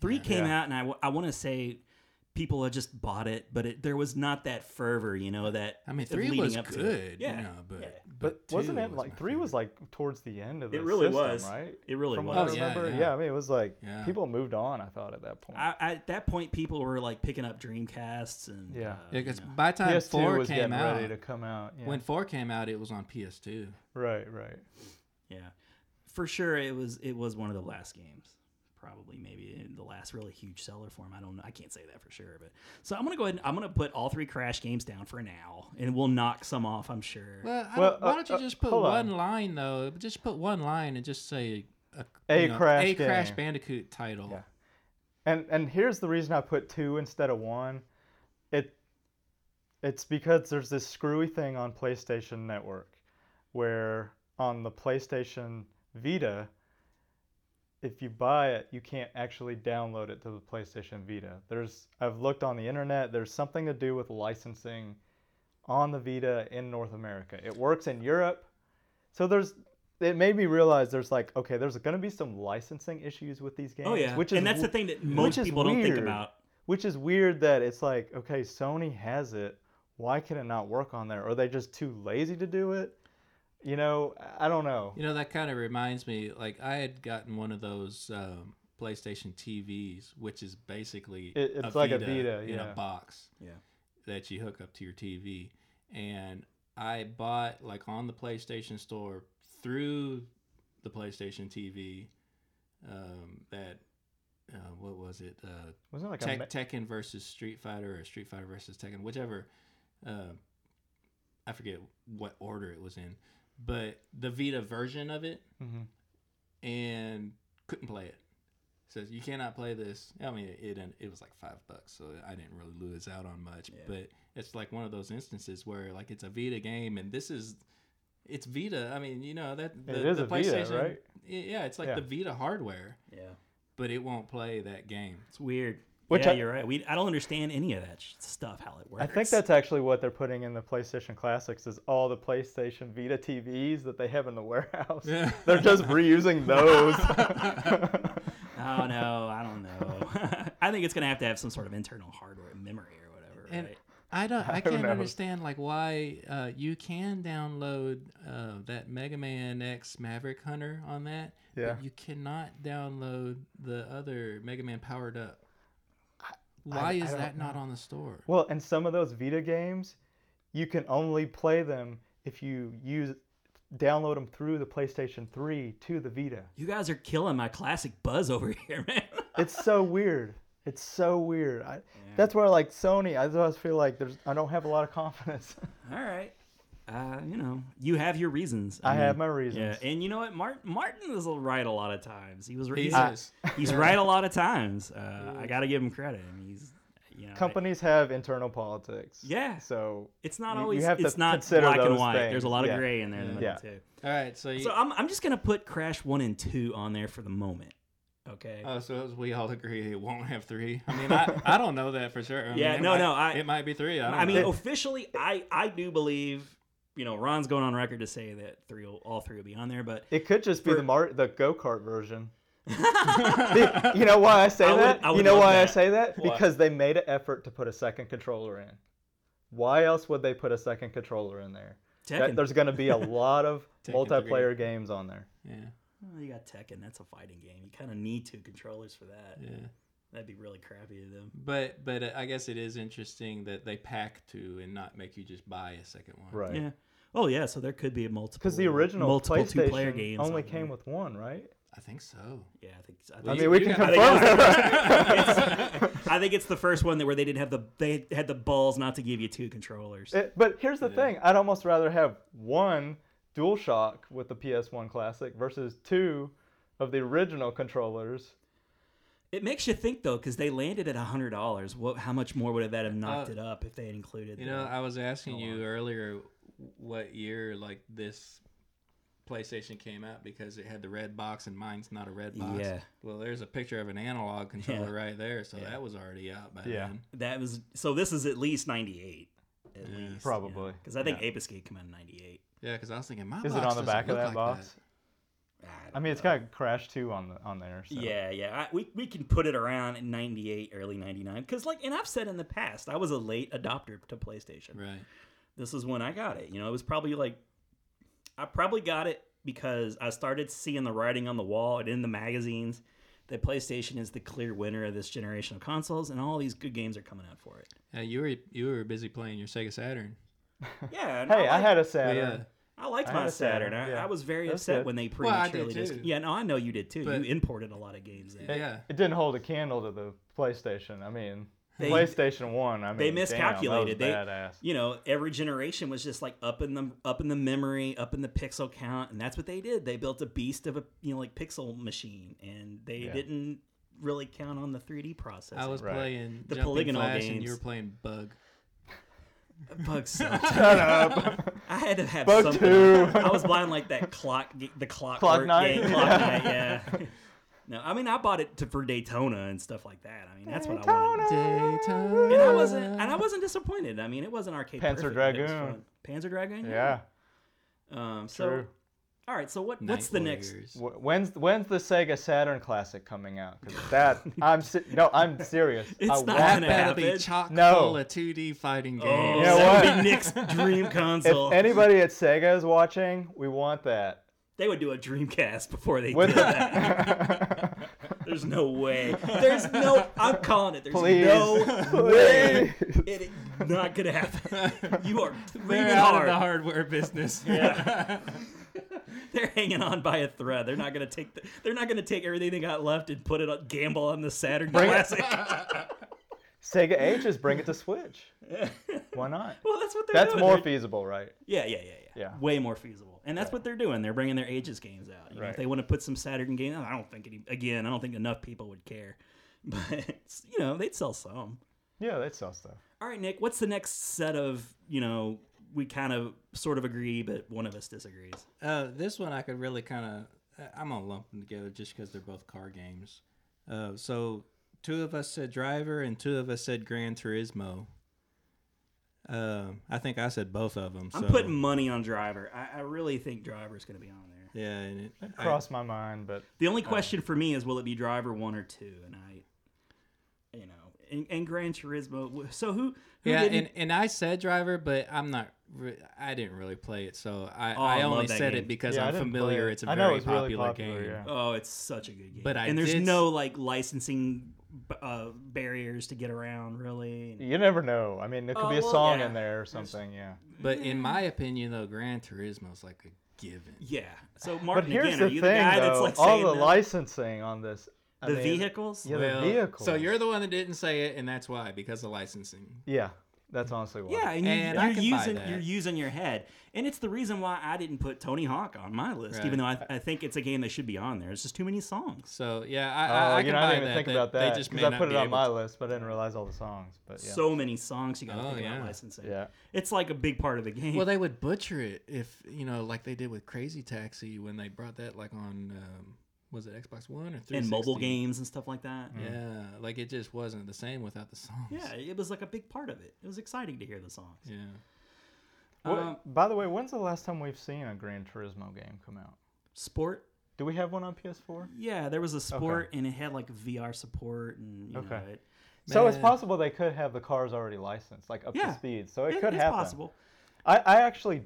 Three came Yeah. out, and I, w- I want to say people had just bought it, but it, there was not that fervor, you know. That I mean, of 3 leading was up to good. it. Yeah, You know, but, yeah. But wasn't 2 it was like my 3 was like towards the end of the It really system, was. right? It really From was. what I Oh, yeah, remember, yeah, yeah. I mean, it was like Yeah. people moved on. I thought at that point. I, I, at that point, people were like picking up Dreamcasts and Yeah. uh, Yeah, you because know. by the time PS2 four was came getting out, ready to come out. Yeah. when four came out, it was on PS2. right, right. Yeah, for sure. It was it was one of the last games, probably maybe the last really huge seller for him. I don't know. I can't say that for sure, but so I'm gonna go ahead. and I'm gonna put all three Crash games down for now, and we'll knock some off. I'm sure. Well, I Well, don't- why uh, don't you uh, just put hold on. one line though? Just put one line and just say a, A you know, Crash a Crash game. Bandicoot title. Yeah. And and here's the reason I put two instead of one. It it's because there's this screwy thing on PlayStation Network where on the PlayStation Vita, if you buy it, you can't actually download it to the PlayStation Vita. There's I've looked on the internet, there's something to do with licensing on the Vita in North America. It works in Europe. So there's it made me realize there's like okay, there's going to be some licensing issues with these games, oh yeah, which is and that's the w- thing that most is people don't think weird. about. which is weird that it's like, okay, Sony has it. Why can it not work on there? Are they just too lazy to do it? You know, I- I don't know. You know that kind of reminds me. Like I had gotten one of those um, PlayStation TVs, which is basically It- it's like a Vita, in yeah. a box. Yeah. That you hook up to your TV, and I bought like on the PlayStation Store through the PlayStation TV. Um, that uh, what was it? Uh, Wasn't it like a Tek- ma- Tekken versus Street Fighter or Street Fighter versus Tekken, whichever. Uh, I forget what order it was in, but the Vita version of it, Mhm. and couldn't play it. Says you cannot play this. I mean, it it, it was like five bucks, so I didn't really lose out on much. Yeah. But it's like one of those instances where like it's a Vita game, and this is it's Vita. I mean, you know that the, is the a Vita, right? Yeah, it's like Yeah. the Vita hardware, Yeah, but it won't play that game. it's weird. Which yeah, I- you're right. We I don't understand any of that sh- stuff how it works. I think that's actually what they're putting in the PlayStation Classics is all the PlayStation Vita TVs that they have in the warehouse. Yeah. They're just reusing those. Oh no, I don't know. I think it's gonna have to have some sort of internal hardware, memory or whatever. And right? I don't. I Who can't knows? understand like why uh, you can download uh, that Mega Man X Maverick Hunter on that. but Yeah. you cannot download the other Mega Man Powered Up. Why I is don't that not on the store? well, and some of those Vita games, you can only play them if you use download them through the PlayStation 3 to the Vita. You guys are killing my classic buzz over here, man. It's so weird. It's so weird. I, That's where like Sony, I always feel like there's I don't have a lot of confidence. All right. Uh, you know, you have your reasons. I have mean, my reasons. Yeah, and you know what? Martin Martin is right a lot of times. He was He he's, says, he's right a lot of times. Uh, I gotta give him credit. I mean, he's you know, Companies have internal politics. Yeah. So It's not You- you always. have to it's not consider black and those white. There's a lot of things, yeah. gray in there. in the middle, Yeah. too. All right, so you. So I'm I'm just gonna put Crash one and two on there for the moment. Okay. Oh, so as we all agree it won't have three. I mean, I, I don't know that for sure. I mean, Yeah, it no, might- no, I- it might be three. I, don't I mean, know. officially, I I do believe. You know, Ron's going on record to say that three will, all three will be on there, but It could just be For- the Mar- the go kart version. The- you know why I say I would- that? I would you know love why I that. say that? Why? Because they made an effort to put a second controller in. Why else would they put a second controller in there? That, Tekken. there's going to be a lot of Tekken three. multiplayer games on there. yeah, Oh, you got Tekken. That's a fighting game. You kind of need two controllers for that. yeah. That'd be really crappy of them. But but uh, I guess it is interesting that they pack two and not make you just buy a second one. Right. Yeah. Oh yeah. So there could be a multiple. Because the original multiple PlayStation two-player games only on came there. with one, right? I think so. Yeah, I think. I Well, think, I you- mean, we you can got- I think confirm. I think it's the first one that where they didn't have the they had the balls not to give you two controllers. It- but here's the thing: I'd almost rather have one DualShock with the PS1 Classic versus two of the original controllers. It makes you think though, because they landed at hundred dollars. What? How much more would that have knocked Uh, it up if they had included? You the- know, I was asking Go you earlier what year like this PlayStation came out because it had the red box and mine's not a red box. Yeah. Well, there's a picture of an analog controller Yeah. right there, so Yeah. that was already out by Yeah. then. that was so. This is at least ninety eight. At Yeah. least Probably, because I think yeah. Ape Escape came out in ninety eight. Yeah, because I was thinking my Is box it on the doesn't back of look that like box? I mean, it's kind of. got Crash 2 on the, on there. So. Yeah, yeah. I, we, we can put it around in 98, early 99. Because, like, and I've said in the past, I was a late adopter to PlayStation. Right. This is when I got it. You know, it was probably like, I probably got it because I started seeing the writing on the wall and in the magazines that PlayStation is the clear winner of this generation of consoles, and all these good games are coming out for it. Yeah, you were you were busy playing your Sega Saturn. Yeah. and Hey, I liked- had a But Saturn. yeah, I liked I my had a Saturn. Saturn, I, yeah. I was very That's upset good. when they Well, I did prematurely just. too. Yeah, no, I know you did too. But- you imported a lot of games. Then. yeah. It didn't hold a candle to the PlayStation. I mean, They- PlayStation 1, I mean, they damn, that was miscalculated. They- badass. you know every generation was just like up in the up in the memory up in the pixel count and that's what they did they built a beast of a you know like pixel machine and they Yeah. didn't really count on the 3d process I was Right. playing The Jumping polygonal Flash and games. you were playing Bug. bug Shut up. i had to have Bug something two. i was buying like that clock ga- the clock Clock work night? game, clock Yeah. night yeah no i mean i bought it to, for daytona and stuff like that i mean that's what i wanted Daytona. Daytona. and I wasn't, and I wasn't disappointed. I mean, it wasn't arcade. Panzer perfect, but it was Dragoon. fun. Panzer Dragoon. yeah, Um. So, true. all right. So what? Night What's the next? Warriors. Wh- When's when's the Sega Saturn Classic coming out? 'Cause that I'm se- no, I'm serious. It's I not want That gonna that. better be happen. chock No. full of 2D fighting games. Oh, know that would what? be Nick's dream console. If anybody at Sega is watching, we want that. they would do a Dreamcast before they With did that. There's no way. There's no. I'm calling it. There's Please. no way. Please. It, it- not gonna happen. You are They're dreaming out hard. of the hardware business. Yeah. They're hanging on by a thread. They're not gonna take. The, they're not gonna take everything they got left and put it on gamble on the Saturn Bring it. Classic. Sega H is bring it to Switch. Why not? Well, that's what they're That's doing. more They're- feasible, right? Yeah, yeah, yeah, yeah. Yeah. Way more feasible. And that's what they're doing. They're bringing their ages games out. You know, if Right. they want to put some Saturn games, I don't think any. Again, I don't think enough people would care, but you know, they'd sell some. Yeah, they sell stuff. All right, Nick. What's the next set of you know? We kind of sort of agree, but one of us disagrees. Uh, this one I could really kind of I'm gonna lump them together just because they're both car games. Uh, so two of us said Driver and two of us said Gran Turismo. Uh, I think I said both of them. I'm so, putting money on Driver. I, I really think Driver's going to be on there. yeah. And it, It I- crossed my mind, but The only question for me is, will it be Driver one or two? And I, you know, and, and Gran Turismo. So who? who yeah, didn't- and, and I said Driver, but I'm not. Re- I didn't really play it, so I, Oh, I I love only that said game. it because Yeah, I I'm didn't play familiar. it. It's a I very know it was popular, really popular, game. yeah. Oh, it's such a good game. But I and there's did- no like licensing b- uh, barriers to get around, really. And- you never know. I mean, there could Oh, be a well, song yeah. in there or something. Yeah. But in my opinion, though, Gran Turismo is like a given. yeah. So But Martin, here's again, the are thing, you the guy though, that's like all saying the that- licensing on this. I the mean, vehicles? Yeah, Well, the vehicle. So you're the one that didn't say it, and that's why because of licensing. Yeah, that's honestly why. Yeah, and, you, And I you're can buy using that. you're using your head, and it's the reason why I didn't put Tony Hawk on my list, even though I, I think it's a game that should be on there. It's just too many songs. So yeah, I, Oh, I, I you can know, buy I didn't that. even think They- about They that just may because I not put it be on able my to- list, but I didn't realize all the songs. But yeah, So many songs you got to Oh, think yeah. about licensing. yeah, It's like a big part of the game. Well, they would butcher it if you know, like they did with Crazy Taxi when they brought that like on um, was it Xbox One or three and mobile games and stuff like that. Yeah, like it just wasn't the same without the songs. Yeah, it was like a big part of it. It was exciting to hear the songs. yeah. What- Um, by the way, when's the last time we've seen a Gran Turismo game come out? Sport Do we have one on PS4? Yeah, there was a sport and it had like VR support and you Okay. know it. So it's Man. possible they could have the cars already licensed, like up Yeah. to speed. So it Yeah, could it's happen. possible. I, I actually,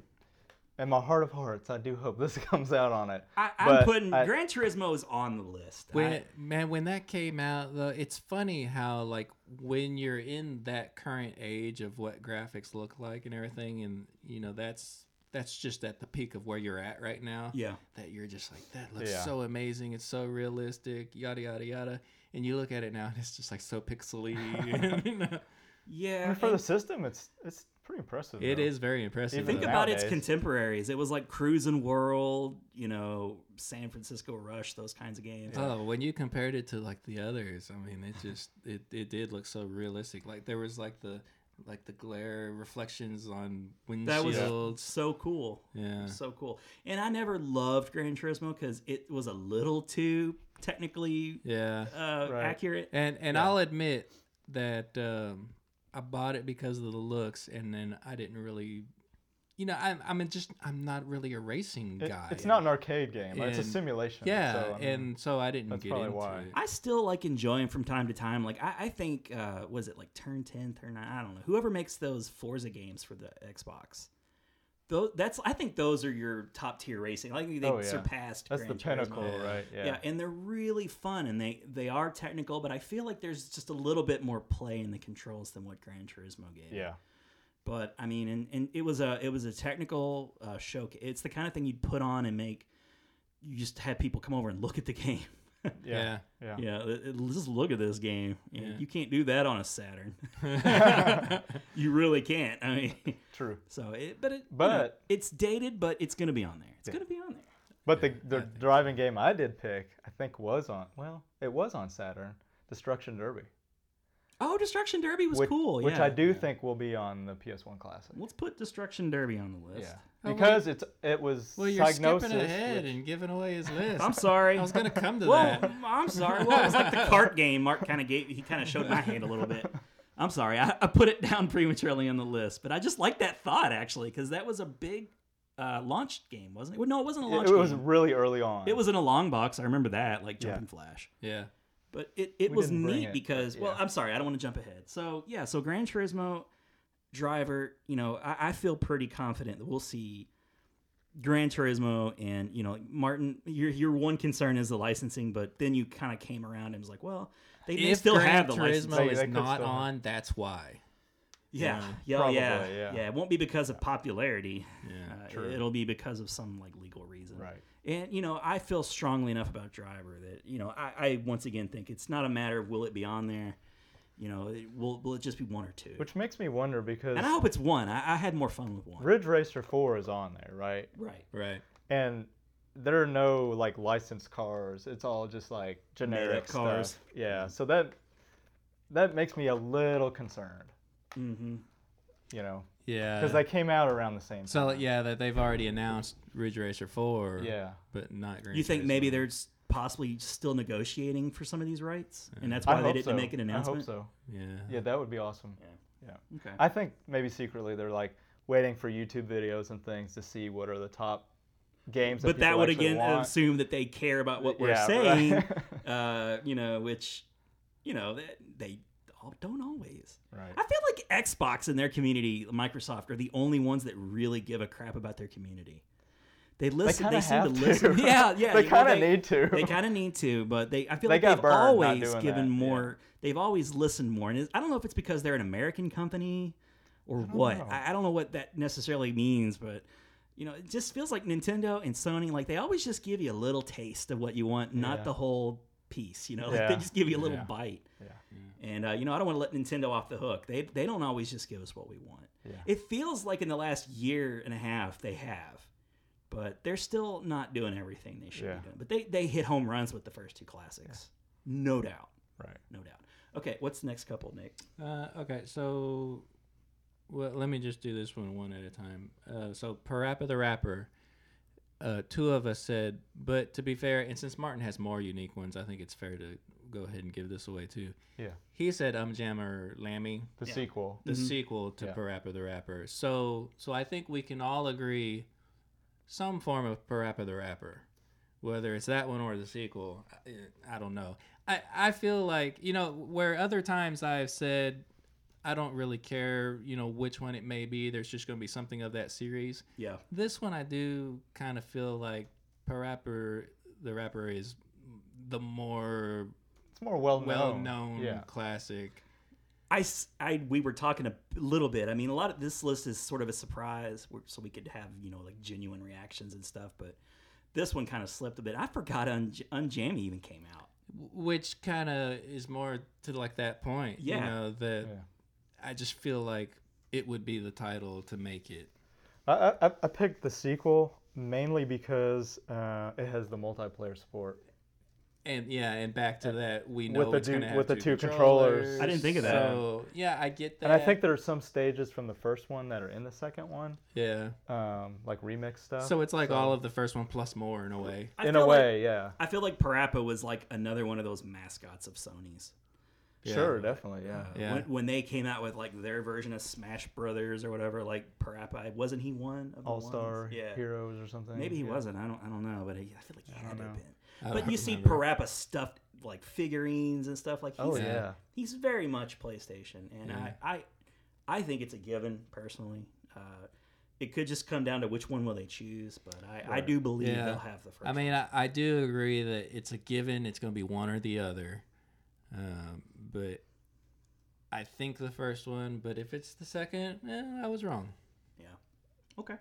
in my heart of hearts, I do hope this comes out on it. I, I'm But putting I- Gran Turismo is on the list. When I- man, when that came out, though, it's funny how like when you're in that current age of what graphics look like and everything, and you know that's that's just at the peak of where you're at right now. yeah, that you're just like that looks Yeah. so amazing it's so realistic yada yada yada and you look at it now and it's just like so pixely I yeah. mean, for the and system, it's it's pretty impressive. it though. is very impressive Think though. about its nowadays. contemporaries. It was like Cruise and World, you know, San Francisco Rush, those kinds of games. oh when you compared it to like the others i mean it just it, it did look so realistic like there was like the like the glare reflections on that was windshields so cool. yeah So cool. And I never loved Gran Turismo because it was a little too technically yeah uh, Right. accurate. and and i'll admit that um i bought it because of the looks and then i didn't really you know, I'm, I'm just, I'm not really a racing It- guy. it's not an arcade game. it's a And- simulation. Yeah, so, I mean, and so I didn't that's get probably into why. it. I still like enjoy them from time to time. Like I, I think uh was it like turn ten, turn nine? I don't know. Whoever makes those Forza games for the Xbox. Those, that's I think those are your top tier racing. Like they Oh, yeah. surpassed. that's the Gran Turismo. pinnacle, right? Yeah. Yeah. and they're really fun and they they are technical, but I feel like there's just a little bit more play in the controls than what Gran Turismo gave. yeah. But I mean, and, and it was a it was a technical uh, showcase. It's the kind of thing you'd put on and make. You just have people come over and look at the game. Yeah. Yeah. Yeah, it- it- just look at this game. You, know, you can't do that on a Saturn. Yeah. you really can't. I mean, True. so it, but it, you know, But- it's dated, but it's gonna be on there. It's gonna be on there. But the, the driving game I did pick, I think was on well, it was on Saturn, Destruction Derby, Oh, Destruction Derby was which, cool. which yeah. I do think will be on the PS1 Classic. Let's put Destruction Derby on the list. Yeah, Oh, because it's it was well, you're skipping Psygnosis, ahead which- and giving away his list. I'm sorry. I was gonna come to Well, that. I'm sorry. Well, it was like the cart game. Mark kind of gave. He kind of showed my hand a little bit. I'm sorry. I, I put it down prematurely on the list, but I just like that thought actually because that was a big uh, launch game, wasn't it? Well, no, it wasn't a launch. it, it was game. really early on. It was in a long box. I remember that, like Jumping Flash. Yeah. But it, it We was didn't bring neat it, because, but well, yeah. I'm sorry, I don't want to jump ahead. So, yeah, so Gran Turismo driver, you know, I, I feel pretty confident that we'll see Gran Turismo and, you know, like Martin, your, your one concern is the licensing, but then you kind of came around and was like, well, they may if still Gran have the Turismo licensing. They- is they could not still have- on, that's why. Yeah. Yeah, oh, Yeah, yeah, probably, yeah. yeah. It won't be because of popularity. Yeah. Uh, True. It'll be because of some like legal reason. Right. And you know, I feel strongly enough about Driver that you know, I, I once again think it's not a matter of will it be on there. You know, it, will will it just be one or two? Which makes me wonder because and I hope it's one. I, I had more fun with one. Ridge Racer 4 is on there, right? Right. Right. And there are no like licensed cars. It's all just like generic cars. Stuff. Yeah. So that that makes me a little concerned, Mm-hmm. you know, Uh, Yeah. because they came out around the same. so time. yeah, that they've already announced Ridge Racer Four. Yeah. But not Gran You think Turismo. maybe they're s- possibly still negotiating for some of these rights, and that's I why they hope didn't so. make an announcement. I hope so. Yeah. Yeah, that would be awesome. Okay. I think maybe secretly they're like waiting for YouTube videos and things to see what are the top games. but that people would actually again want. assume that they care about what we're Yeah, saying, right. uh, you know, which, you know, they, they all don't always. I right. feel like Xbox and their community, Microsoft, are the only ones that really give a crap about their community. They listen. kinda They seem to, have to. listen. Yeah, yeah. they you know, kind of need to. They kind of need to, but they. I feel They like got they've burned not always doing given that, more. They've always listened more, and it's- I don't know if it's because they're an American company or what. know. I, I don't know what that necessarily means, but you know, it just feels like Nintendo and Sony. Like they always just give you a little taste of what you want, not Yeah. the whole piece. You know, like they Yeah. just give you a little Yeah. bite. Yeah. And uh, you know, I don't want to let Nintendo off the hook. They they don't always just give us what we want. Yeah. It feels like in the last year and a half they have, but they're still not doing everything they should Yeah. be doing. But they they hit home runs with the first two classics, no doubt, Right. no doubt. Okay, what's the next couple, Nick? Uh, okay, so well, let me just do this one one at a time. Uh, so Parappa the Rapper, uh, two of us said, but to be fair, and since Martin has more unique ones, I think it's fair to go ahead and give this away too. Yeah. He said Um Jammer Lammy, The sequel. the sequel to Mm-hmm. Yeah. Parappa the Rapper. So so I think we can all agree some form of Parappa the Rapper, whether it's that one or the sequel. I, I don't know. I, I feel like, you know, where other times I've said I don't really care, you know, which one it may be, there's just going to be something of that series. Yeah, This one I do kind of feel like Parappa the Rapper is the more It's more well known. well known Yeah. classic. I, s- I- we were talking a little bit. I mean, a lot of this list is sort of a surprise, we're- so we could have you know like genuine reactions and stuff. But this one kind of slipped a bit. I forgot Unj- Unjammy even came out. which kind of is more to like that point you Yeah. know that Yeah. i just feel like it would be the title to make it I, I, I picked the sequel mainly because uh, it has the multiplayer support. and yeah and back to that we know With the it's gonna two- have with the two controllers. controllers. Uh, I didn't think of that. so yeah i get that And I think there are some stages from the first one that are in the second one, yeah um, like remix stuff. so it's like all of the first one plus more in a way I in feel a like- way, yeah. I feel like Parappa was like another one of those mascots of Sony's. Uh, Yeah. Mm-hmm. Sure, definitely, yeah. Yeah. When, when they came out with like their version of Smash Brothers or whatever, like Parappa, wasn't he one of the All ones? Star Yeah, Heroes or something. maybe he yeah. wasn't. I don't. I don't know, but he, I feel like he had to don't have know. been. I But don't you see remember. Parappa stuffed like figurines and stuff like. He's, Oh Yeah. yeah. He's very much PlayStation, and Yeah. I, I, I think it's a given personally. Uh, it could just come down to which one will they choose, but I, I Right. do believe Yeah. they'll have the first. i mean I, I do agree that it's a given it's gonna be one or the other um, but i think the first one but if it's the second eh, i was wrong Yeah. Okay.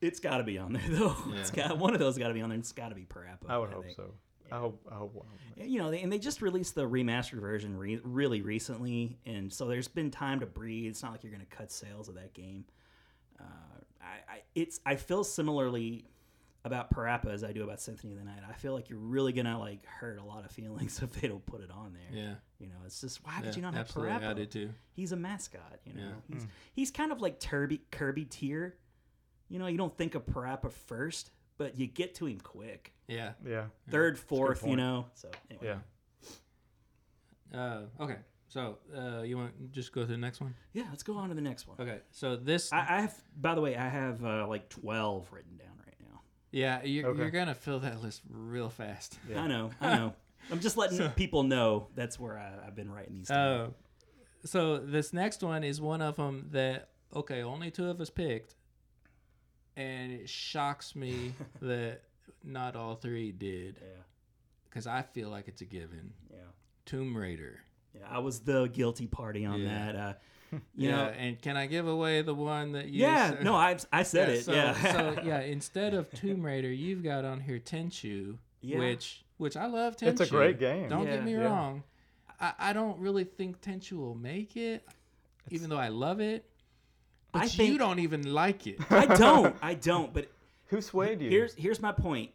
It's got to be on there though. It's got one of those got to be on there. It's got to be Parappa. I would hope think. so. I hope. I hope. one of them- You know, they, and they just released the remastered version re- really recently, and so there's been time to breathe. It's not like you're going to cut sales of that game. Uh, I, I it's I feel similarly about Parappa as I do about Symphony of the Night. I feel like you're really going to like hurt a lot of feelings if they don't put it on there. yeah You know, it's just why Yeah, did you not have absolutely. Parappa? I did too. he's a mascot. You know, Yeah. he's he's kind of like Kirby Kirby tier. You know, you don't think of Parappa first, but you get to him quick. Yeah. Yeah. Third, fourth, you point. know. So anyway. Yeah. Uh, okay. So uh, you want just go to the next one? yeah, let's go on to the next one. Okay. So this, I, I have, by the way, I have uh, like twelve written down right now. yeah, you're, Okay. you're gonna fill that list real fast. Yeah. I know, I know. I'm just letting people know that's where I, I've been writing these. down. Uh, so this next one is one of them that okay, only two of us picked, and it shocks me that not all three did yeah, because I feel like it's a given. yeah, Tomb Raider. yeah. I was the guilty party on Yeah. that. Uh, you know, and can I give away the one that you? yeah. said- No, I, I said it. so, yeah, so yeah, instead of Tomb Raider, you've got on here Tenchu, Yeah. which which I love Tenchu. It's a great game. Don't Yeah. get me Yeah. wrong. I, I don't really think Tenchu will make it, even though I love it. But I you think- don't even like it. I don't. I don't. But Who swayed you? here's here's my point.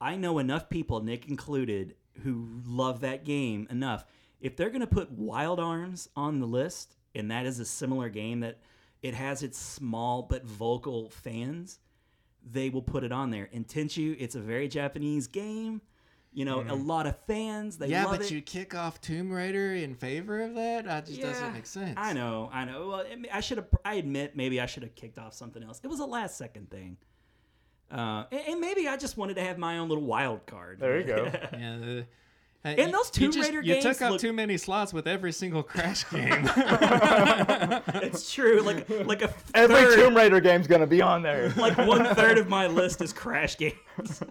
I know enough people, Nick included, who love that game enough. If they're gonna put Wild Arms on the list, and that is a similar game that it has its small but vocal fans, they will put it on there. And Tenchu, it's a very Japanese game. You know, Mm. a lot of fans. They yeah, love but it. you kick off Tomb Raider in favor of that? That just Yeah, doesn't make sense. I know, I know. Well, I mean, I should have. I admit, maybe I should have kicked off something else. It was a last second thing, uh, and, and maybe I just wanted to have my own little wild card. There you go. Yeah, the- And those you Tomb just- Raider you games took up look- too many slots with every single Crash game. it's true. Like like a Every third, Tomb Raider game's gonna be on there. like one third of my list is Crash games.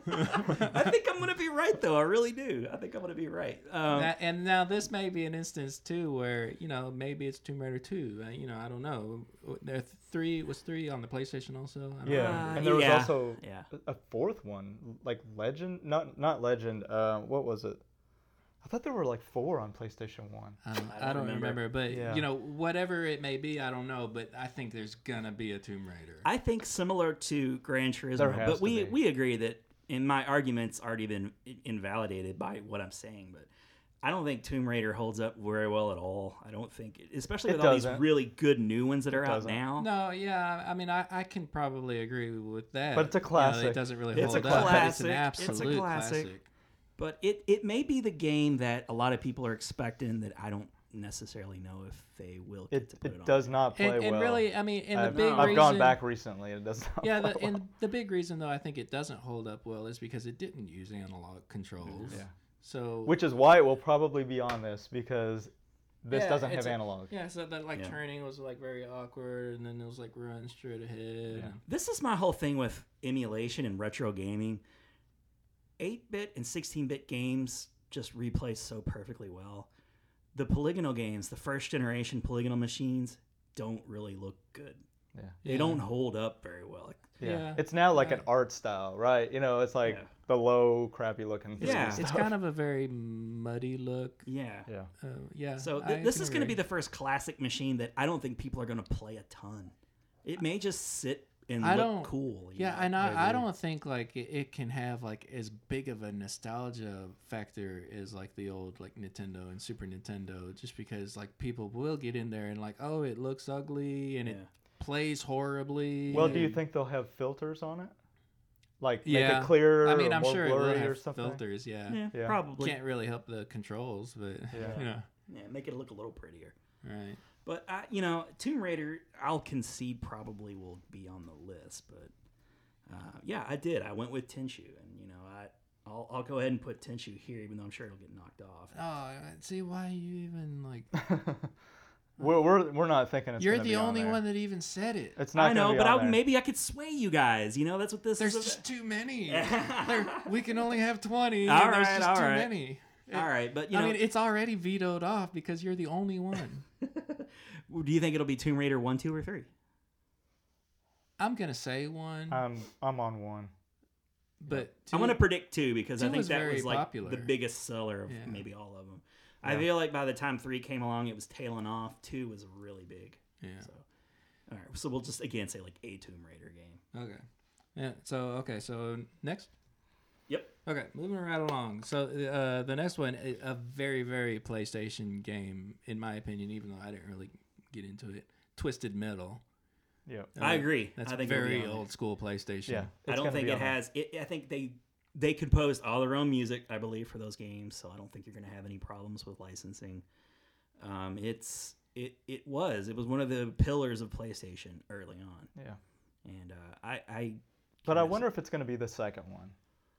I think I'm gonna be right though. I really do. I think I'm gonna be right. Um, Now- and now this may be an instance too where you know maybe it's Tomb Raider two. Uh, you know I don't know. There are three was three on the PlayStation also. I don't Um, Yeah, Uh, and there was yeah, also yeah. a a fourth one, like Legend. Not not Legend. Uh, what was it? I thought there were like four on PlayStation One. I don't, I don't remember. but Yeah. you know, whatever it may be, I don't know. But I think there's gonna be a Tomb Raider. I think similar to Gran Turismo, There has but to we be. we agree that and my argument's already been i- invalidated by what I'm saying, but I don't think Tomb Raider holds up very well at all. I don't think, it, especially It with all these doesn't. really good new ones that are out doesn't. now. no, yeah, I mean, I, I can probably agree with that. But it's a You know, classic. it doesn't really It's a hold up. but It's an classic. It's a absolute classic. classic. But it, it may be the game that a lot of people are expecting that I don't necessarily know if they will get It to put it, it on. does not play And, and well. really, I mean, and the I've, big I've reason, gone back recently. and It does not. Yeah, play the, well. and the big reason though I think it doesn't hold up well is because it didn't use analog controls. Yeah. So which is why it will probably be on this because this Yeah, doesn't it's have a- analog. Yeah, so that like Yeah. turning was like very awkward, and then it was like run straight ahead. Yeah. This is my whole thing with emulation and retro gaming. 8 bit and 16 bit games just replay so perfectly well. The polygonal games, the first generation polygonal machines, don't really look good. Yeah. They don't hold up very well. Like, Yeah. Yeah. It's now like an Right. art style, right? You know, it's like Yeah. the low, crappy looking. 3D Yeah. It's stuff. kind of a very muddy look. yeah. yeah. Uh, yeah. So I th- this can is going to agree. be the first classic machine that I don't think people are going to play a ton. It may just sit and I look don't- cool. you Yeah, know? and I, I agree. don't think like it, it can have like as big of a nostalgia factor as like the old like Nintendo and Super Nintendo, just because like people will get in there and like, oh, it looks ugly and it Yeah. plays horribly. Well, do you and- think they'll have filters on it? Like Yeah. make it clearer I mean, or I'm more sure it will blurry or have something? filters. Yeah. Yeah, Yeah. probably. Can't really help the controls, but Yeah. you know, Yeah, make it look a little prettier. right. But I, you know, Tomb Raider, I'll concede probably will be on the list. But uh, yeah, I did. I went with Tenshu, and you know, I I'll, I'll go ahead and put Tenshu here, even though I'm sure it'll get knocked off. Oh, see why you even like. We're, we're, we're not thinking it's You're gonna be the on only there. one that even said it. It's not. I gonna know, be but on I, there. maybe I could sway you guys. You know, that's what this There's is. just too many. There- we can only have twenty. All and there's right, just all too right. many. All right, but you I know, mean, it's already vetoed off because you're the only one. do you think it'll be Tomb Raider one, two, or three? I'm gonna say one, I'm I'm on one. but I'm gonna two- predict two because I two think was that very was like popular. the biggest seller of Yeah. maybe all of them. I feel like by the time three came along, it was tailing off. Two was really big. Yeah. So, all right. So we'll just again say like a Tomb Raider game. Okay. Yeah. So okay. So next. Yep. Okay, moving right along. So uh, the next one, i- a very very PlayStation game in my opinion, even though I didn't really get into it. Twisted Metal. Yeah. I agree. Uh, That's I think it'll be very on there. old school PlayStation. Yeah. I it's don't gonna think be it on there. has. It, I think they they composed all their own music, I believe, for those games. So I don't think you're gonna have any problems with licensing. Um, it's it it was it was one of the pillars of PlayStation early on, Yeah. and uh, I I But I Yes. wonder if it's gonna be the second one.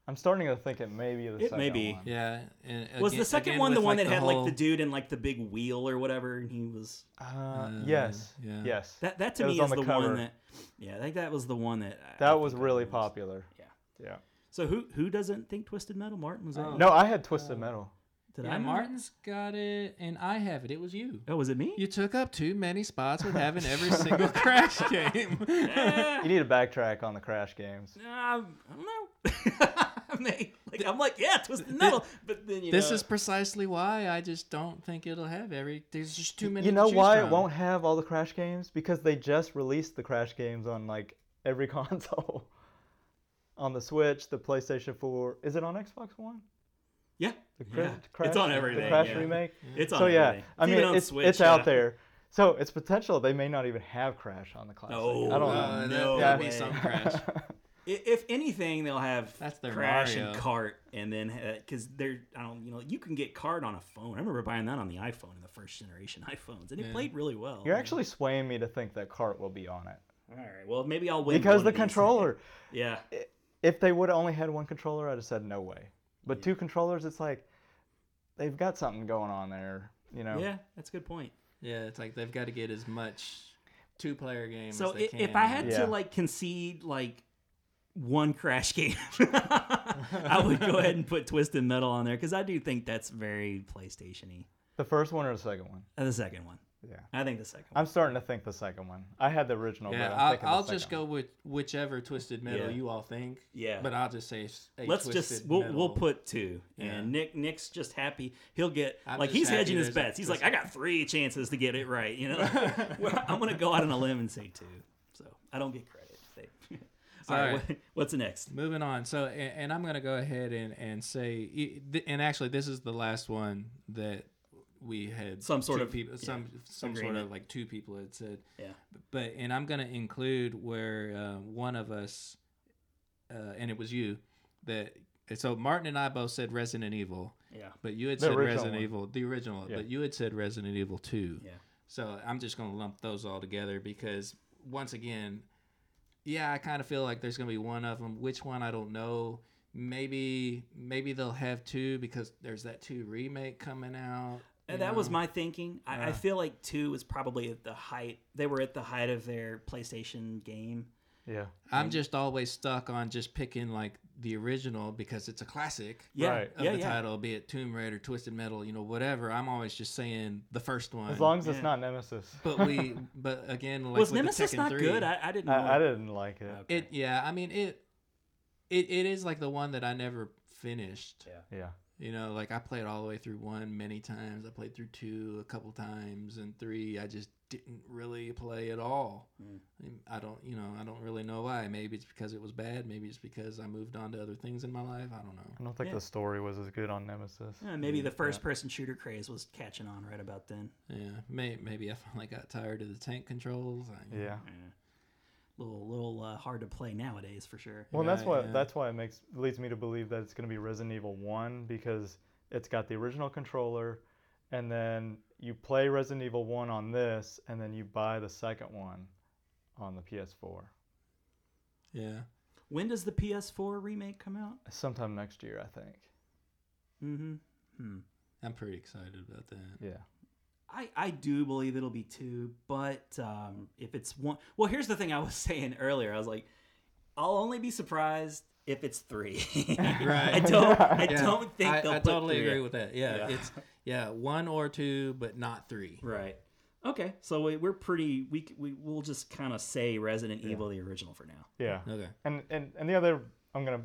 I'm starting to think it may be the It second may be. one. Yeah. And was again- the second again one the with, one that the had whole- like the dude in like the big wheel or whatever, and he was Uh, Uh, yes. yeah. Yes. that that to It was me on is the the, cover. one that yeah I think that was the one that I- I That was think I really was. popular. Yeah. Yeah. So who who doesn't think Twisted Metal? Martin was that? you? No, I had Oh. Twisted Metal. did Yeah, I? know? Martin's got it, and I have it. It was you. Oh, was it me? You took up too many spots with having every single Crash game. You need to backtrack on the Crash games. Um, I don't know. anime. Like I'm like, yeah, twisted metal. But then you This know, is precisely why I just don't think it'll have every. There's just too many. You to know choose why from. it won't have all the Crash games? Because they just released the Crash games on like every console. on the Switch, the PlayStation 4. Is it on Xbox One? yeah, The Cra- yeah. Crash, it's on the everything. Crash yeah. remake. It's on. so yeah, everything. I It's mean, even on it's, Switch, it's out yeah. there. So it's potential they may not even have Crash on the classic. No, I don't uh, know. Uh, No that would way. be some crash. I- If anything, they'll have That's their crash and Mario. cart, and then because they're I don't you know you can get cart on a phone. I remember buying that on the iPhone in the first generation iPhones, and it Yeah. played really well. You're actually swaying me to think that Cart will be on it all right. Well, maybe I'll win because one the of these days. controller. Yeah, if they would have only had one controller, I'd have said no way. But two controllers, it's like they've got something going on there, you know. yeah, that's a good point. yeah, it's like they've got to get as much two-player game. So as they i- can. if I had Yeah. to like concede like one crash game, I would go ahead and put Twisted Metal on there because I do think that's very PlayStation-y. The first one or the second one? Uh, the second one, Yeah. I think the second one. I'm starting to think the second one. I had the original. yeah, but Oh, I'm I'll, thinking the I'll just second go with whichever twisted metal Yeah. you all think. Yeah. but I'll just say s- a Let's Twisted just we'll we'll Metal. put two, Yeah. and Nick Nick's just happy. He'll get I'm like just he's happy hedging his there's a bets. He's like, I Twisted- got three chances to get it right. You know, Well, I'm gonna go out on a limb and say two, so I don't get credit. They- All right, Alright. what- what's next? Moving on. So, and, and I'm going to go ahead and, and say, i- th- and actually, this is the last one that we had Some sort two of- people, yeah, some some sort agreement. of like two people had said, Yeah. but and I'm going to include where uh, one of us, uh, and it was you, that and so Martin and I both said Resident Evil, Yeah, but you had The said original Resident one. Evil, the original, Yeah. but you had said Resident Evil Two. yeah. So I'm just going to lump those all together because once again, yeah, I kind of feel like there's going to be one of them. Which one I don't know. Maybe maybe they'll have two because there's that two remake coming out. And you that was know. my thinking. I, I Yeah. feel like two was probably at the height. They were at the height of their PlayStation game. one. Yeah. I'm just always stuck on just picking like the original because it's a classic Yeah, Right. of yeah, the yeah. title, be it Tomb Raider, Twisted Metal, you know, whatever. I'm always just saying the first one. As long as Yeah. it's not Nemesis. but we, but again, like was with the Nemesis Tekken not 3, good? I, I didn't. Know uh, I, I didn't like it. Okay. It yeah, I mean it it it is like the one that I never finished. Yeah. Yeah. You know, like I played all the way through one many times. I played through two a couple times and three I just didn't really play at all. Mm. I don't you know, I don't really know why. Maybe it's because it was bad, maybe it's because I moved on to other things in my life. I don't know. I don't think Yeah. the story was as good on Nemesis. Yeah, maybe the first-person shooter craze was catching on right about then. Yeah. May, maybe I finally got tired of the tank controls. I, Yeah. little little uh, hard to play nowadays for sure. Well, that's Right, why yeah. that's why it makes leads me to believe that it's going to be Resident Evil One because it's got the original controller, and then you play Resident Evil One on this, and then you buy the second one on the PS4 Yeah. When does the PS4 remake come out? sometime next year, I think. Mm-hmm. Hmm. I'm pretty excited about that. Yeah, I, I do believe it'll be two, but um, if it's one, well, here's the thing I was saying earlier. I was like, I'll only be surprised if it's three. I don't. I Yeah. don't think I, they'll I put totally three. agree with that. Yeah, Yeah. it's yeah one or two, but not three. Right. Okay. So we, we're pretty. We c- we will just kind of say Resident Evil the original for now. yeah. Okay. And and and the other, I'm gonna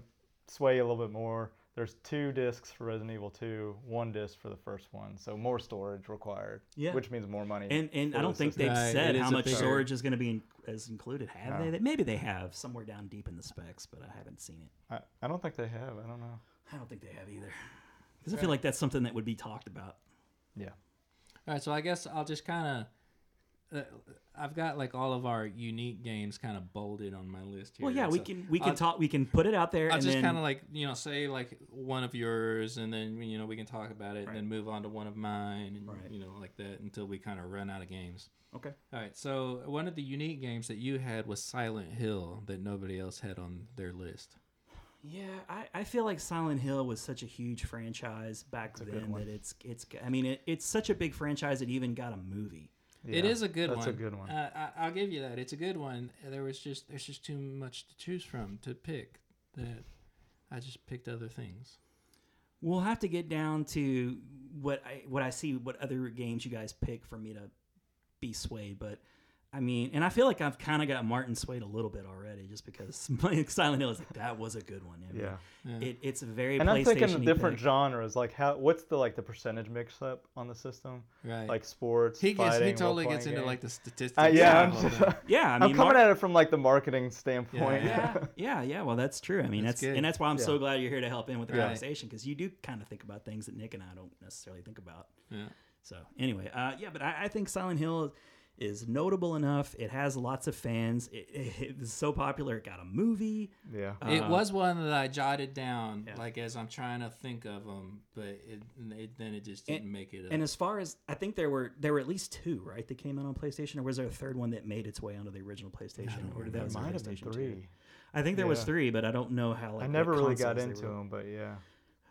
sway a little bit more. There's two discs for Resident Evil Two, one disc for the first one, so more storage required. Yeah. which means more money. And and I for don't the think system. they've Right, said it is how a much bigger- storage is going to be in, is included. Have No. they? Maybe they have somewhere down deep in the specs, but I haven't seen it. I, I don't think they have. I don't know. I don't think they have either. Because I feel like that's something that would be talked about. Yeah. All right. So I guess I'll just kind of. Uh, I've got like all of our unique games kind of bolded on my list here. Well, yeah, we so can we can I'll- talk. We can put it out there. I'll and just then, kind of like you know say like one of yours, and then you know we can talk about it, Right. and then move on to one of mine, and Right. you know like that until we kind of run out of games. okay. All right. So one of the unique games that you had was Silent Hill that nobody else had on their list. Yeah, I, I feel like Silent Hill was such a huge franchise back good then one. that it's it's. I mean, it, it's such a big franchise it even got a movie. It Yeah, is a good that's one. a good one. Uh, I, I'll give you that. It's a good one. There was just there's just too much to choose from to pick that I just picked other things. We'll have to get down to what I what I see what other games you guys pick for me to be swayed, but I I mean, and I feel like I've kind of got Martin swayed a little bit already, just because Silent Hill is like that was a good one. I mean, Yeah. Yeah. it, it's a very And I'm thinking PlayStation-y the different pick. genres, like how what's the like the percentage mix up on the system? Right. Like sports, he gets fighting, he totally gets role-playing into like games. the statistics. Uh, yeah, and I'm, all just, that. Yeah, I I mean, am coming Mar- at it from like the marketing standpoint. yeah, yeah, yeah. Well, that's true. I mean, That's that's, good. and that's why I'm so Yeah. glad you're here to help in with the Right. conversation because you do kind of think about things that Nick and I don't necessarily think about. Yeah. So anyway, uh, yeah, but I, I think Silent Hill is notable enough. It has lots of fans. It, it, it is so popular. It got a movie. yeah. It Uh, was one that I jotted down, Yeah. like as I'm trying to think of them, but it, it then it just And- didn't make it. Up. And as far as I think there were there were at least two right that came out on PlayStation, or was there a third one that made its way onto the original PlayStation? Or that There was on might have been PlayStation 2? three. I think there was Yeah. three, but I don't know how. Like, I what never really consoles got they into were. them, but yeah.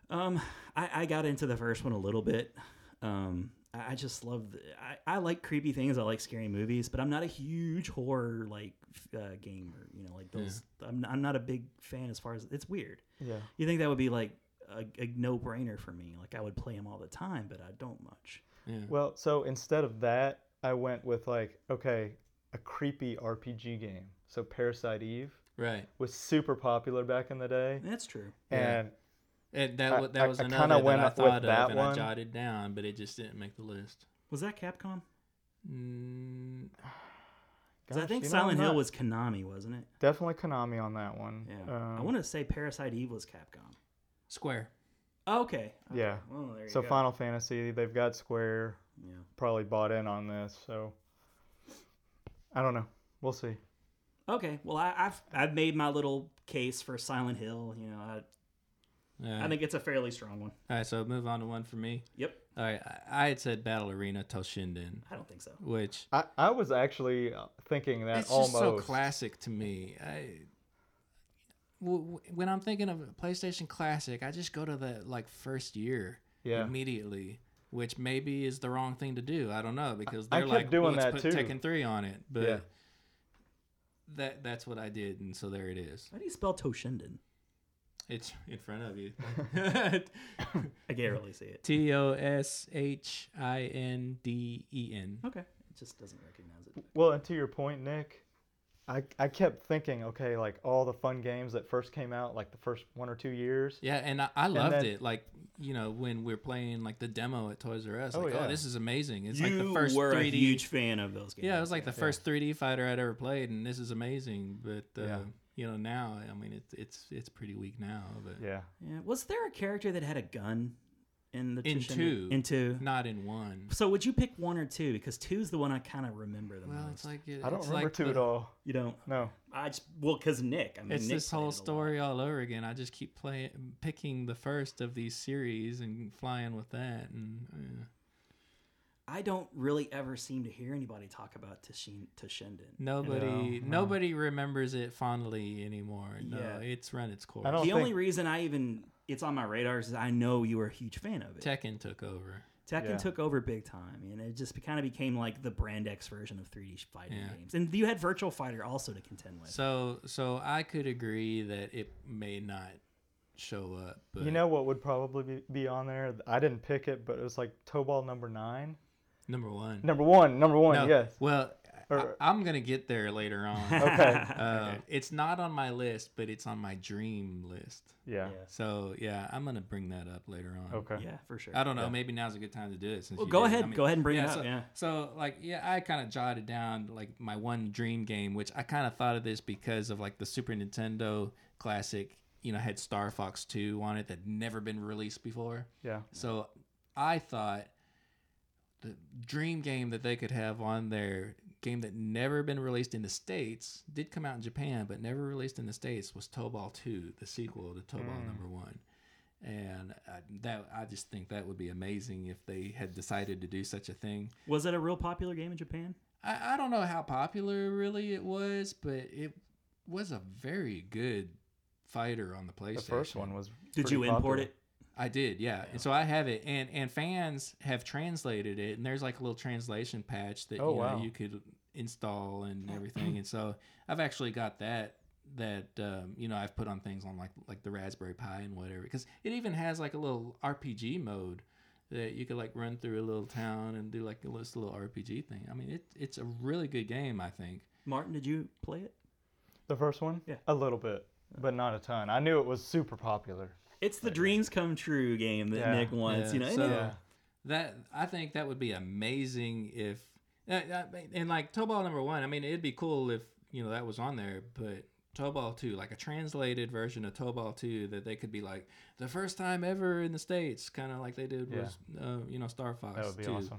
Um, I, I got into the first one a little bit. Um, I, I just love. The, I I like creepy things. I like scary movies, but I'm not a huge horror like f- uh, gamer. You know, like those. I'm I'm not a big fan as far as it's weird. Yeah. You think that would be like a, a no brainer for me? Like I would play them all the time, but I don't much. yeah. Well, so instead of that, I went with like, okay, a creepy RPG game. So Parasite Eve right, was super popular back in the day. That's true. Yeah. And and that I- wa- that I- was I kinda another that went I with thought that of and I one. jotted down, but it just didn't make the list. Was that Capcom? Mm, 'Cause I gosh, think you know, I'm Silent Hill not- was Konami, wasn't it? definitely Konami on that one. Yeah. I Um, want to say Parasite Eve was Capcom. Square. Okay. okay. Yeah. Well, there you so go. Final Fantasy, they've got Square Yeah. probably bought in on this, so I don't know. We'll see. Okay, well, I, I've I've made my little case for Silent Hill. You know, I, Yeah. I think it's a fairly strong one. All right, so move on to one for me. Yep, All right, I, I had said Battle Arena Toshinden, I don't think so. which I, I was actually uh, thinking that it's almost just so classic to me. I w- w- when I'm thinking of a PlayStation Classic, I just go to the like first year Yeah. immediately, which maybe is the wrong thing to do. I don't know because I they're kept like doing well, let's that put too. Tekken three on it, but Yeah. that that's what I did, and so there it is. How do you spell Toshinden? It's in front of you. I can't really see it. T O S H I N D E N. Okay, it just doesn't recognize it. Well, and to your point, Nick, I, I kept thinking, okay, like all the fun games that first came out, like the first one or two years. Yeah, and I, I loved then- it. Like you know, when we're playing like the demo at Toys R Us, Oh, like oh, yeah. this is amazing. It's like the first 3D. fan of those games. yeah, it was like the first 3D fighter I'd ever played, and this is amazing. But uh, Yeah. you know, now I mean, it's it's it's pretty weak now, but Yeah. Yeah. Was there a character that had a gun in the In Toshinden? two. In two. not in one. So would you pick one or two? Because two is the one I kind of remember the Well, most. it's like it, I don't it's remember like two the- at all. you don't. No. I just well, because Nick. I mean, It's Nick this played it a whole lot. story all over again. I just keep playing, picking the first of these series and flying with that, and uh, I don't really ever seem to hear anybody talk about Toshin Toshinden. nobody no. nobody remembers it fondly anymore. No, Yeah. it's run its course. I don't the only think- reason I even it's on my radar is I know you were a huge fan of it. Tekken took over. Tekken Yeah. took over big time, and it just kind of became like the brand X version of 3D fighting Yeah. games. And you had Virtual Fighter also to contend with. So so I could agree that it may not show up. But You know what would probably be, be on there? I didn't pick it, but it was like Toe Ball number nine. number one. Number one. Number one. Mm-hmm. No, Yes. Well, Or- I, am gonna get there later on. Okay. Uh, It's not on my list, but it's on my dream list. Yeah. Yeah. So yeah, I'm gonna bring that up later on. Okay. yeah, for sure. I don't know. Maybe now's a good time to do it. Since Well, you go did. ahead- I mean, go ahead and bring it So, up, yeah. So, like, yeah, I kind of jotted down like my one dream game, which I kind of thought of this because of like the Super Nintendo classic. You know, had Star Fox Two on it that had never been released before. Yeah. So I thought the dream game that they could have on their game that never been released in the states did come out in Japan, but never released in the states was Tobal Two, the sequel to Tobal Mm. Number One. And I, that I just think that would be amazing if they had decided to do such a thing. Was it a real popular game in Japan? I, I don't know how popular really it was, but it was a very good fighter on the PlayStation. The first one was. Did pretty you import popular. it? I did, yeah. And so I have it, and and fans have translated it, and there's like a little translation patch that Oh, you, know, wow. you could install and everything. and so I've actually got that that um, you know I've put on things on like like the Raspberry Pi and whatever, because it even has like a little RPG mode that you could like run through a little town and do like a little, little RPG thing. I mean, it, it's a really good game, I think. Martin, did you play it? The first one? Yeah. A little bit, but not a ton. I knew it was super popular. It's the dreams come true game that Yeah. Nick wants. Yeah, You know, and so it- that I think that would be amazing if uh, I mean, and like Toe Ball number one. I mean, it'd be cool if you know that was on there, but Toe Ball two, like a translated version of Toe Ball two, that they could be like the first time ever in the states, kind of like they did Yeah. was uh, you know Star Fox. That would be 2. awesome.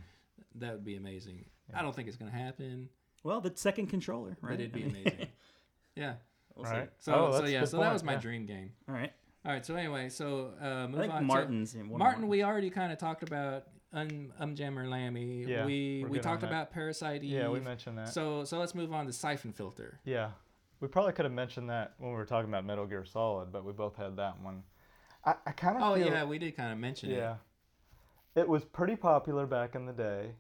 That would be amazing. I don't think it's gonna happen, well, the second controller, right? but it'd I be mean, amazing. yeah. we'll All see. right. So, Oh, so that's a yeah, good so that point, was my yeah. dream game. All right. All right. So anyway, so uh, move I think on. to- Martin's in one Martin, more. we already kind of talked about um, um Jammer Lammy. Yeah, we we're we good on talked that. about Parasite Eve. Yeah, we mentioned that. So so let's move on to Siphon Filter. Yeah. We probably could have mentioned that when we were talking about Metal Gear Solid, but we both had that one. I, I kind of Oh feel yeah, we did kind of mention yeah. It was pretty popular back in the day.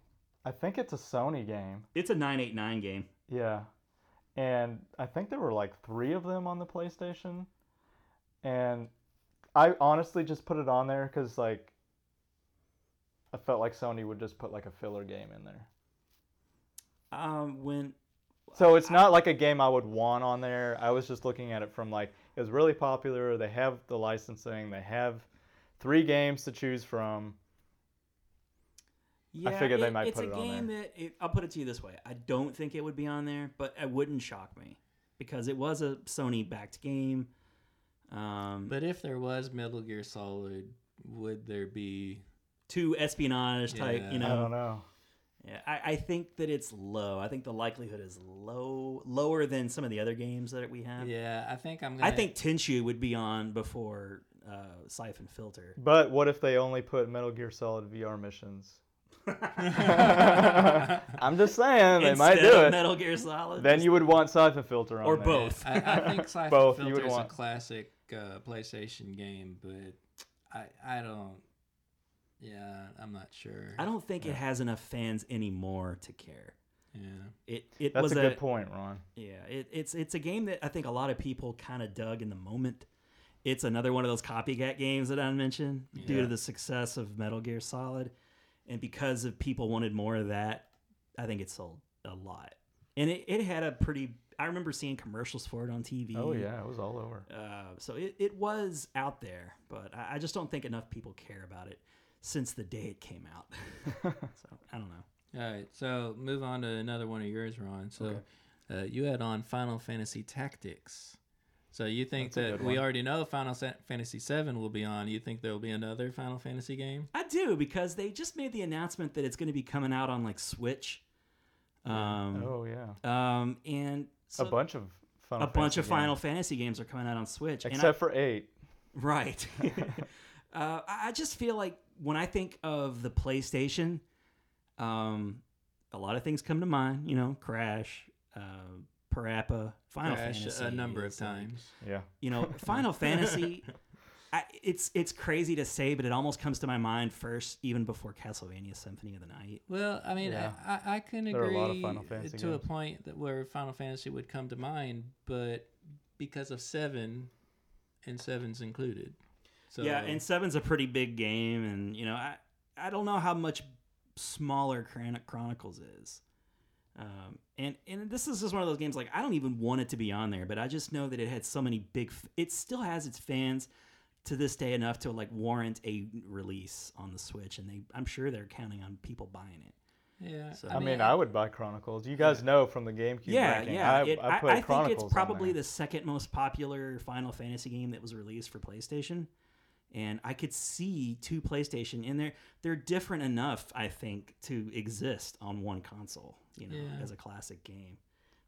I think it's a Sony game. It's a 989 game. Yeah. And I think there were like three of them on the PlayStation. And I honestly just put it on there because, like, I felt like Sony would just put like a filler game in there. Um, when So it's not like a game I would want on there. I was just looking at it from like it was really popular. They have the licensing. They have three games to choose from. yeah, figured they might it's put a it on game that it, I'll put it to you this way: I don't think it would be on there, but it wouldn't shock me because it was a Sony-backed game. Um, it. But if there was Metal Gear Solid, would there be? two espionage type, Yeah. you I don't know. know. Yeah, I, I think that it's low. I think the likelihood is low, lower than some of the other games that we have. Yeah, I think I'm. I Gonna, think Tenshu would be on before uh, Siphon Filter. But what if they only put Metal Gear Solid VR missions? I, I'm just saying they might Instead do of it. Metal Gear Solid. Then just- you would want Siphon Filter on or there. both. I think Siphon Both, you would Filter is a want. classic uh, PlayStation game, but I I don't. Yeah, I'm not sure. I don't think it has enough fans anymore to care. Yeah. It it That's was a good point, Ron. Yeah, it, it's it's a game that I think a lot of people kind of dug in the moment. It's another one of those copycat games that I mentioned due Yeah. to the success of Metal Gear Solid, and because of people wanted more of that, I think it sold a lot. And it, it had a pretty. I remember seeing commercials for it on TV. Oh yeah, it was all over. Uh, so it, it was out there, but I, I just don't think enough people care about it since the day it came out. so I don't know. All right, so move on to another one of yours, Ron. So uh, you had on Final Fantasy Tactics. So you think That's a that good we one. already know Final Sa- Fantasy VII will be on. You think there will be another Final Fantasy game? I do because they just made the announcement that it's going to be coming out on like Switch. Um, Oh yeah, um, and so a bunch of Final a bunch Fantasy of Final games. Fantasy games are coming out on Switch. and I- except for eight. right. uh, I I just feel like when I think of the PlayStation, um, a lot of things come to mind. You know, Crash, uh, Parappa, Final Crash Fantasy, a number of is, like, times. Yeah. you know, Final Fantasy. I, it's it's crazy to say, but it almost comes to my mind first, even before Castlevania Symphony of the Night. Well, I mean, Yeah. I, I, I can There are agree a lot of Final Fantasy to a games. point that where Final Fantasy would come to mind, but because of seven, and seven's included. So Yeah, and Seven's a pretty big game, and you know, I I don't know how much smaller Chron- Chronicles is. Um, and and this is just one of those games like I don't even want it to be on there, but I just know that it had so many big. F- it still has its fans to this day enough to like warrant a release on the Switch, and they I'm sure they're counting on people buying it. yeah, So- I mean, I would buy Chronicles. You guys know from the GameCube. Yeah, ranking, yeah. I, it- I put Chronicles think it's probably the on there. second most popular Final Fantasy game that was released for PlayStation, and I could see two PlayStation in there. They're different enough, I think, to exist on one console. You know, Yeah. as a classic game.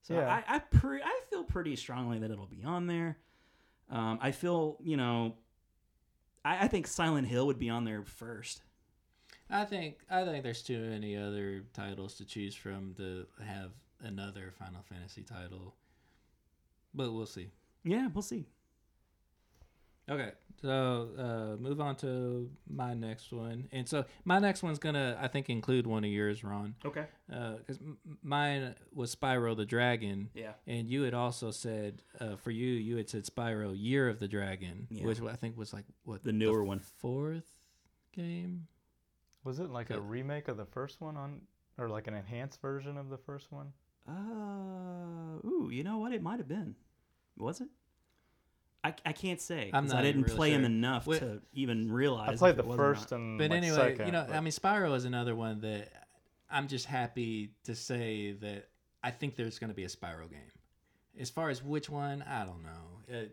So Yeah. I I, pre- I feel pretty strongly that it'll be on there. Um, I feel you know, I, I think Silent Hill would be on there first. I think I think there's too many other titles to choose from to have another Final Fantasy title. But we'll see. Yeah, we'll see. Okay, so uh, move on to my next one, and so my next one's gonna I think include one of yours, Ron, Okay. because m- mine was Spyro the Dragon. Yeah. And you had also said uh, for you, you had said Spyro Year of the Dragon, Yeah. which I think was like what The newer one. fourth game. Was it like a Good. remake of the first one on, or like an enhanced version of the first one? Uh, ooh, you know what? It might have been. Was it? I, I can't say. I'm 'cause I not even didn't really play him sure. enough Wait. to even realize. I if played the it was or first not. and But like, anyway, second, you know, but- I mean, Spyro is another one that I'm just happy to say that I think there's going to be a Spyro game. As far as which one, I don't know. Uh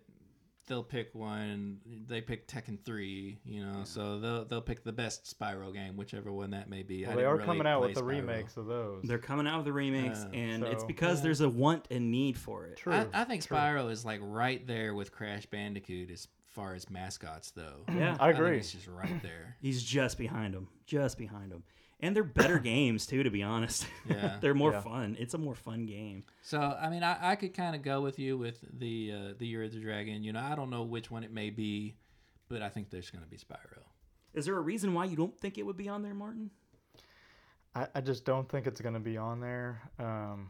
they'll pick one. They pick Tekken Three, you know, so they'll they'll pick the best Spyro game, whichever one that may be. I Well, they didn't are really coming out play with the Spyro. remakes of those. They're coming out with the remakes, Yeah. and it's So- because Uh, Yeah. there's a want and need for it. true. I, I think true. Spyro is like right there with Crash Bandicoot as far as mascots, though. Yeah, I I think agree. it's just right there. he's just behind him, just behind him, and they're better games too. To be honest, Yeah. they're more Yeah. fun. It's a more fun game. So I mean, I, I could kind of go with you with the uh, the Year of the Dragon. You know, I don't know which one it may be, but I think there's going to be Spyro. Is there a reason why you don't think it would be on there, Martin? I, I just don't think it's going to be on there. Um,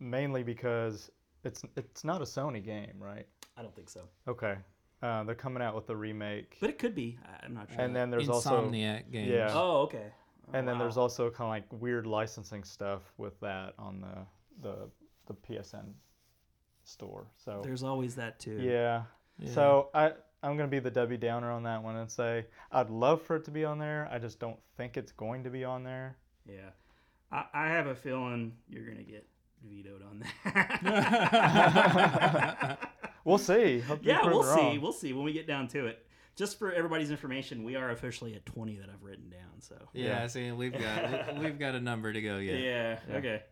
mainly because it's it's not a Sony game, right? I don't think so, Okay. Uh, they're coming out with the remake, but it could be. I- I'm not sure. and then there's also Insomniac games. yeah. oh, okay. Oh, and then wow. there's also kind of like weird licensing stuff with that on the the the PSN store. So there's always that too. yeah. So I I'm gonna be the Debbie Downer on that one and say I'd love for it to be on there. I just don't think it's going to be on there. Yeah. I, I have a feeling you're going to get vetoed on that. We'll see. Hope to be yeah, proven we'll see. wrong. We'll see when we get down to it. Just for everybody's information, we are officially at 20 that I've written down. So, yeah. See, we've got we, have got a number to go yet. yeah. Yeah. Okay.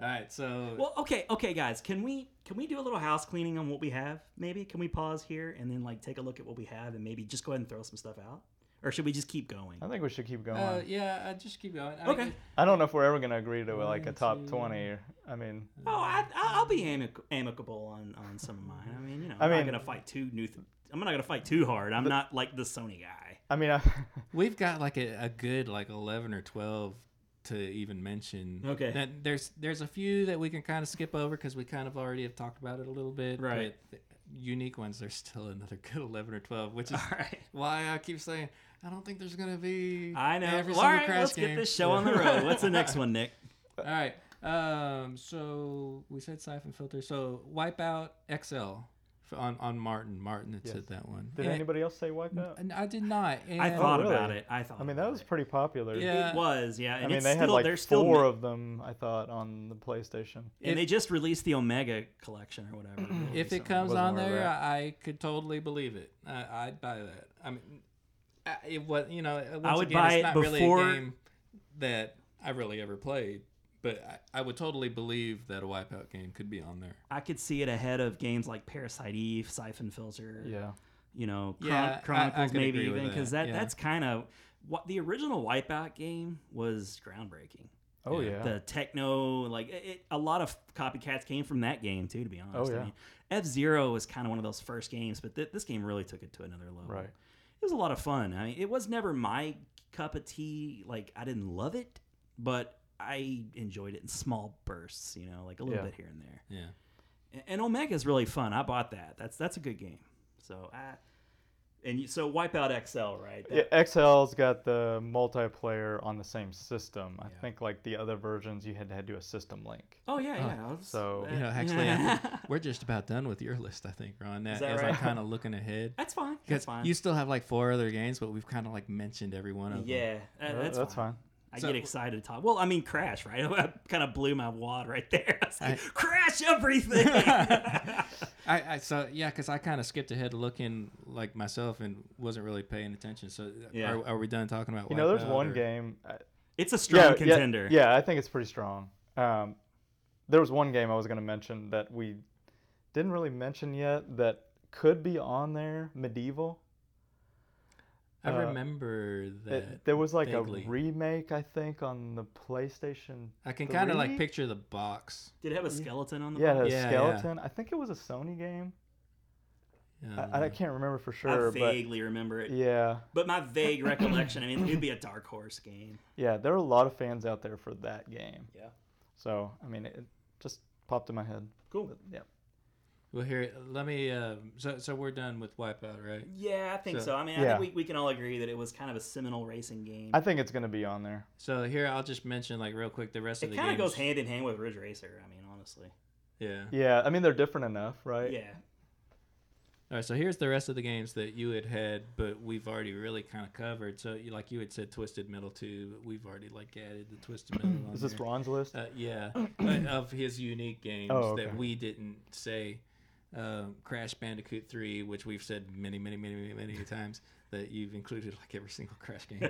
All right. So Well, okay. Okay, guys. Can we can we do a little house cleaning on what we have? Maybe can we pause here and then like take a look at what we have and maybe just go ahead and throw some stuff out? Or should we just keep going? I think we should keep going. uh, yeah, I just keep going. I Okay. mean, I don't know if we're ever gonna agree to like a One, top two. twenty. I mean, Oh, I, I- I'll be amic- amicable on, on some of mine. I mean, you know, I'm not I mean- gonna fight too new. Th- I'm not gonna fight too hard. I'm not like the Sony guy. I mean, I, we've got like a, a good like eleven or twelve to even mention. Okay. That there's there's a few that we can kind of skip over because we kind of already have talked about it a little bit. Right. but th- unique ones. There's still another good eleven or twelve, which is All right. why I keep saying I don't think there's gonna be. I know. Every All single right, Crash let's game. get this show on the road. What's the next one, Nick? All right. Um. So we said siphon filter. So wipeout XL for, on on Martin. Martin had said that one. did And- anybody else say Wipeout? and I did not. And, I thought Oh, about really? it. I thought. I mean, about that was it. pretty popular. Yeah. It was, yeah. And I mean, it's they still, had like they're four still, of them. I thought on the PlayStation. and they just released the Omega collection or whatever. really, Mm-hmm. If so- it comes wasn't on aware of there, that. I, I could totally believe it. I, I'd buy that. I mean, I, it was you know. Once would again, buy it's it not before- really a game that I really ever played, but I, I would totally believe that a wipeout game could be on there. I could see it ahead of games like Parasite Eve, Siphon Filter, Yeah. you know, Chron- Yeah, I- I Chronicles could maybe agree with even because that, that, yeah. that's kind of what the original Wipeout game was groundbreaking. Oh Yeah. yeah. the techno like it, it- a lot of copycats came from that game too to be honest Oh, yeah. I mean, f-zero was kind of one of those first games but th- this game really took it to another level Right. it was a lot of fun i mean it was never my cup of tea like i didn't love it but i enjoyed it in small bursts you know like a little Yeah. bit here and there Yeah. and, and omega's really fun i bought that that's that's a good game so i and you, so wipeout xl right That- Yeah, XL's got the multiplayer on the same system. I Yeah. think like the other versions, you had to do a system link. oh yeah yeah I was- so- that- You know, actually, uh, I think we're just about done with your list. I think, Ron. That, Is that as right? I'm kind of looking ahead. that's fine that's Because fine you still have like four other games, but we've kind of like mentioned every one of them. yeah that- Uh, that's, fine. I So- get excited to talk. Well, I mean, Crash, right? I kind of blew my wad right there. I was like, Crash everything. I, I so yeah, because I kind of skipped ahead looking like myself and wasn't really paying attention. So Yeah. are, are we done talking about? You know, there's Wipeout, one or- game. uh, it's a strong yeah, contender. Yeah, yeah, I think it's pretty strong. Um, there was one game I was going to mention that we didn't really mention yet that could be on there. Medieval. I uh, remember that. It, there was like vaguely. a remake, I think, on the PlayStation. I can kind of like three? picture the box. Did it have a skeleton on the Yeah, it had box? a Yeah, yeah. skeleton. I think it was a Sony game. Um, I, I can't remember for sure, Uh-huh. I vaguely remember but it. yeah, But my vague recollection, I mean, it'd be a dark horse game. yeah, there are a lot of fans out there for that game. Yeah. So I mean, it, it just popped in my head. Cool. But, yeah. Well, here, let me. Uh, so, so we're done with Wipeout, right? Yeah, I think so. So- I mean, I Yeah. think we, we can all agree that it was kind of a seminal racing game. I think it's gonna be on there. So here, I'll just mention like real quick the rest it of the kind games. of goes hand in hand with Ridge Racer. I mean, honestly. Yeah. Yeah, I mean they're different enough, right? Yeah. All right. So here's the rest of the games that you had had, but we've already really kind of covered. So you like you had said Twisted Metal two, but we've already like added the Twisted Metal. on Is this there. Ron's list? Uh, yeah, but of his unique games Oh, okay. that we didn't say. Um, Crash Bandicoot 3, which we've said many, many, many, many, many times that you've included like every single Crash game.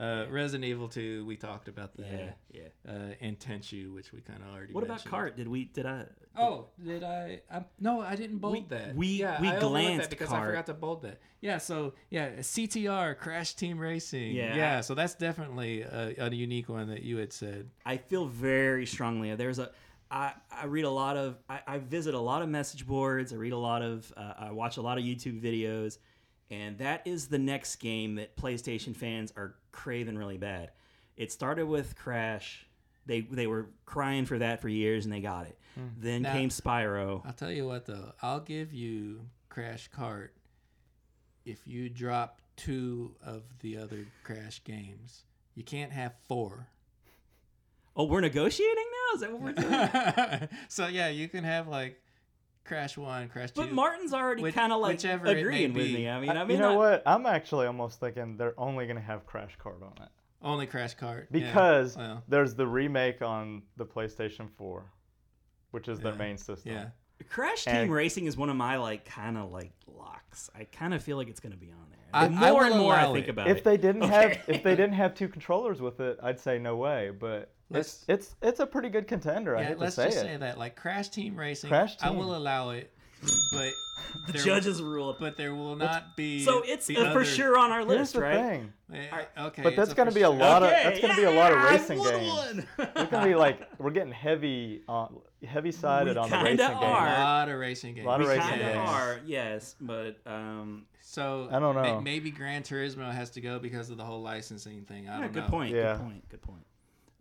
uh, Resident Evil 2, we talked about Yeah. that. Yeah. Uh, and Tenchu, which we kind of already What about mentioned. Cart? Did we? Did I? Oh, did I? I no, I didn't bold that. we- yeah, we I overlooked glanced, that because Cart. I forgot to bold that. Yeah, so yeah, CTR Crash Team Racing. Yeah. yeah. So that's definitely a, a unique one that you had said. I feel very strongly. There's a. I, I read a lot of. I, I visit a lot of message boards. I read a lot of. Uh, I watch a lot of YouTube videos, and that is the next game that PlayStation fans are craving really bad. It started with Crash. They they were crying for that for years, and they got it. Then Hmm. Now- came Spyro. I'll tell you what though, I'll give you Crash Cart if you drop two of the other Crash games. You can't have four. Oh, we're negotiating now. Is that what we're doing? so yeah, you can have like Crash One, Crash Two. but Martin's already Which- kind of like whichever it may agreeing with be. Uh, me. I mean, I, I- mean, you know I- what? I'm actually almost thinking they're only gonna have Crash Card on it only Crash Cart yeah. because Well, there's the remake on the PlayStation 4, which is their Yeah. main system. yeah. Crash Team And- Racing is one of my like kind of like locks. I kind of feel like it's gonna be on there. I- The I more will and more I allow think it. about If it. they didn't Okay. have if they didn't have two controllers with it, I'd say no way. But Let's- it's it's it's a pretty good contender. I yeah, hate to let's say just it. say that like Crash Team Racing, Crash I Team. will allow it, but the there- judges rule, it. but there will not be. so it's the uh, for other- sure on our Here's list, the right? thing. Eh, Okay, But it's that's gonna for be a sure. lot of- Okay, that's gonna be a lot of yeah, I racing won games. one. We're gonna be like we're getting heavy on heavy sided We on the kinda racing are. game. A lot of racing games. Lot of we racing kind of games. are, yes, but um, So I don't may- know. maybe Gran Turismo has to go because of the whole licensing thing. I yeah, don't good know. point. Yeah. Good point. Good point.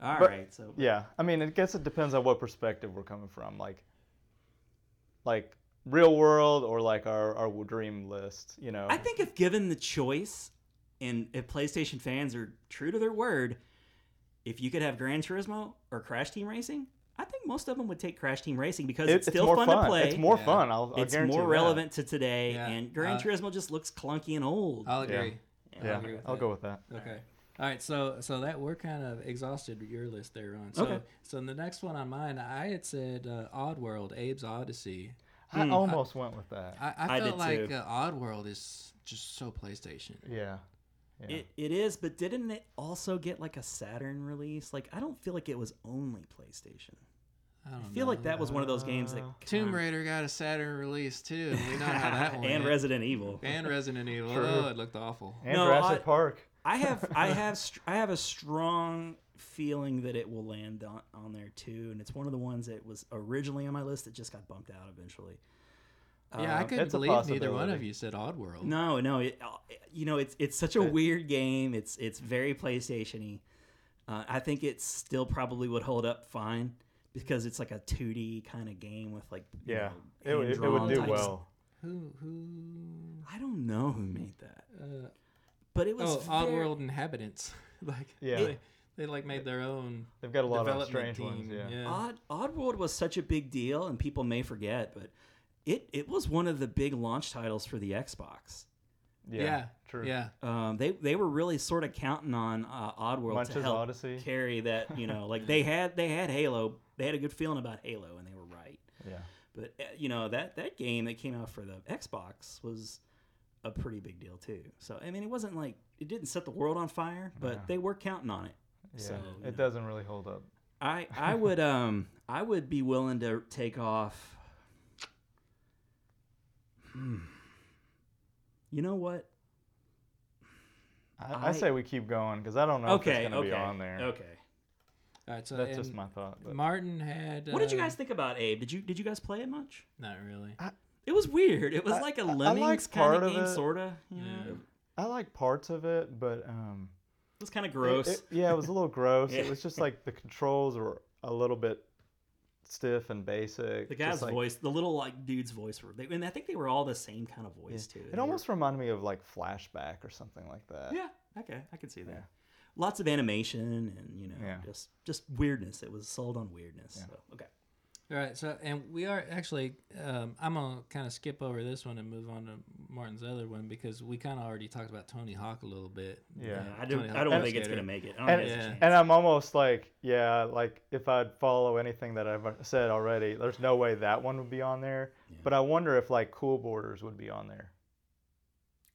All right, But- so Yeah, I mean, I guess it depends on what perspective we're coming from, like, like real world or like our our dream list. You know, I think if given the choice, and if PlayStation fans are true to their word, if you could have Gran Turismo or Crash Team Racing, I think most of them would take Crash Team Racing because It- it's still more fun, to play. It's more Yeah. fun. I'll, I'll It's guarantee more that. relevant to today, Yeah. and Gran Uh, Turismo just looks clunky and old. I'll Yeah. agree. I'll Yeah, agree with I'll that. go with that. Okay. All right, so so that we're kind of exhausted your list there on. So Okay. so the next one on mine, I had said uh, Oddworld, Abe's Odyssey. Hmm. I almost went with that. I, I I felt did like too. uh, Oddworld is just so PlayStation. yeah, yeah. It, it is, but didn't it also get like a Saturn release? Like I don't feel like it was only PlayStation. I don't I feel like that was one of those games that Uh, Tomb kinda- Raider got a Saturn release too. and We know how that one and went. Resident Evil and Resident Evil. True. Oh, it looked awful. and No, Jurassic I- Park. I have I have str- I have a strong feeling that it will land on, on there too, and it's one of the ones that was originally on my list that just got bumped out eventually. yeah, I Um, couldn't it's Uh, a believe neither one of possibility. you said Oddworld. No, no, it, uh, you know it's it's such a Yeah. weird game. It's it's very PlayStation-y. Uh, I think it still probably would hold up fine because it's like a 2D kind of game with like you Yeah, it, know, would- it hand-drawn would do types. well. Who who? I don't know who made that, Uh, but it was oh, very- Oddworld inhabitants. like Yeah. they, they like made their own They've got a lot of development strange team. ones. Yeah. Odd Oddworld was such a big deal, and people may forget, but it it was one of the big launch titles for the Xbox. yeah, True. yeah. Um, they they were really sort of counting on uh, Oddworld to Munch's help Odyssey. carry that. You know, like they had they had Halo. They had a good feeling about Halo, and they were right. Yeah. But uh, you know that that game that came out for the Xbox was a pretty big deal too. So I mean, it wasn't like it didn't set the world on fire, but No. they were counting on it. Yeah. So, you it know. doesn't really hold up. I I would um I would be willing to take off. Hmm. You know what? I, I, I- say we keep going because I don't know if Okay, okay, it's going to be on there. okay. All right, so That's just and my thought. But. Martin had. What did you uh, guys think about Abe? Did you did you guys play it much? Not really. It was weird. It was I- like a I- I Lemmings liked kind part of of game, it. sorta. You know? Yeah. It I like parts of it, but um, was kind of it- gross. it- yeah, it was a little gross. Yeah. It was just like the controls were a little bit stiff and basic. The just, guy's like- voice, the little like dude's voice, were, they, and I think they were all the same kind of voice too. They It were- almost reminded me of like Flashback or something like that. yeah, okay, I can see that. Yeah. Lots of animation and you know Yeah. just just weirdness. It was sold on weirdness. Yeah. So okay, All right, so and we are actually, um, I'm gonna kind of skip over this one and move on to Martin's other one because we kind of already talked about Tony Hawk a little bit. Uh, Yeah. Yeah, I don't Tony I don't Hawk's think it's skater. gonna make it. I don't think And- it's a yeah. chance. And I'm almost like, yeah, like if I'd follow anything that I've uh, said already, there's no way that one would be on there. Yeah. But I wonder if like Cool Borders would be on there.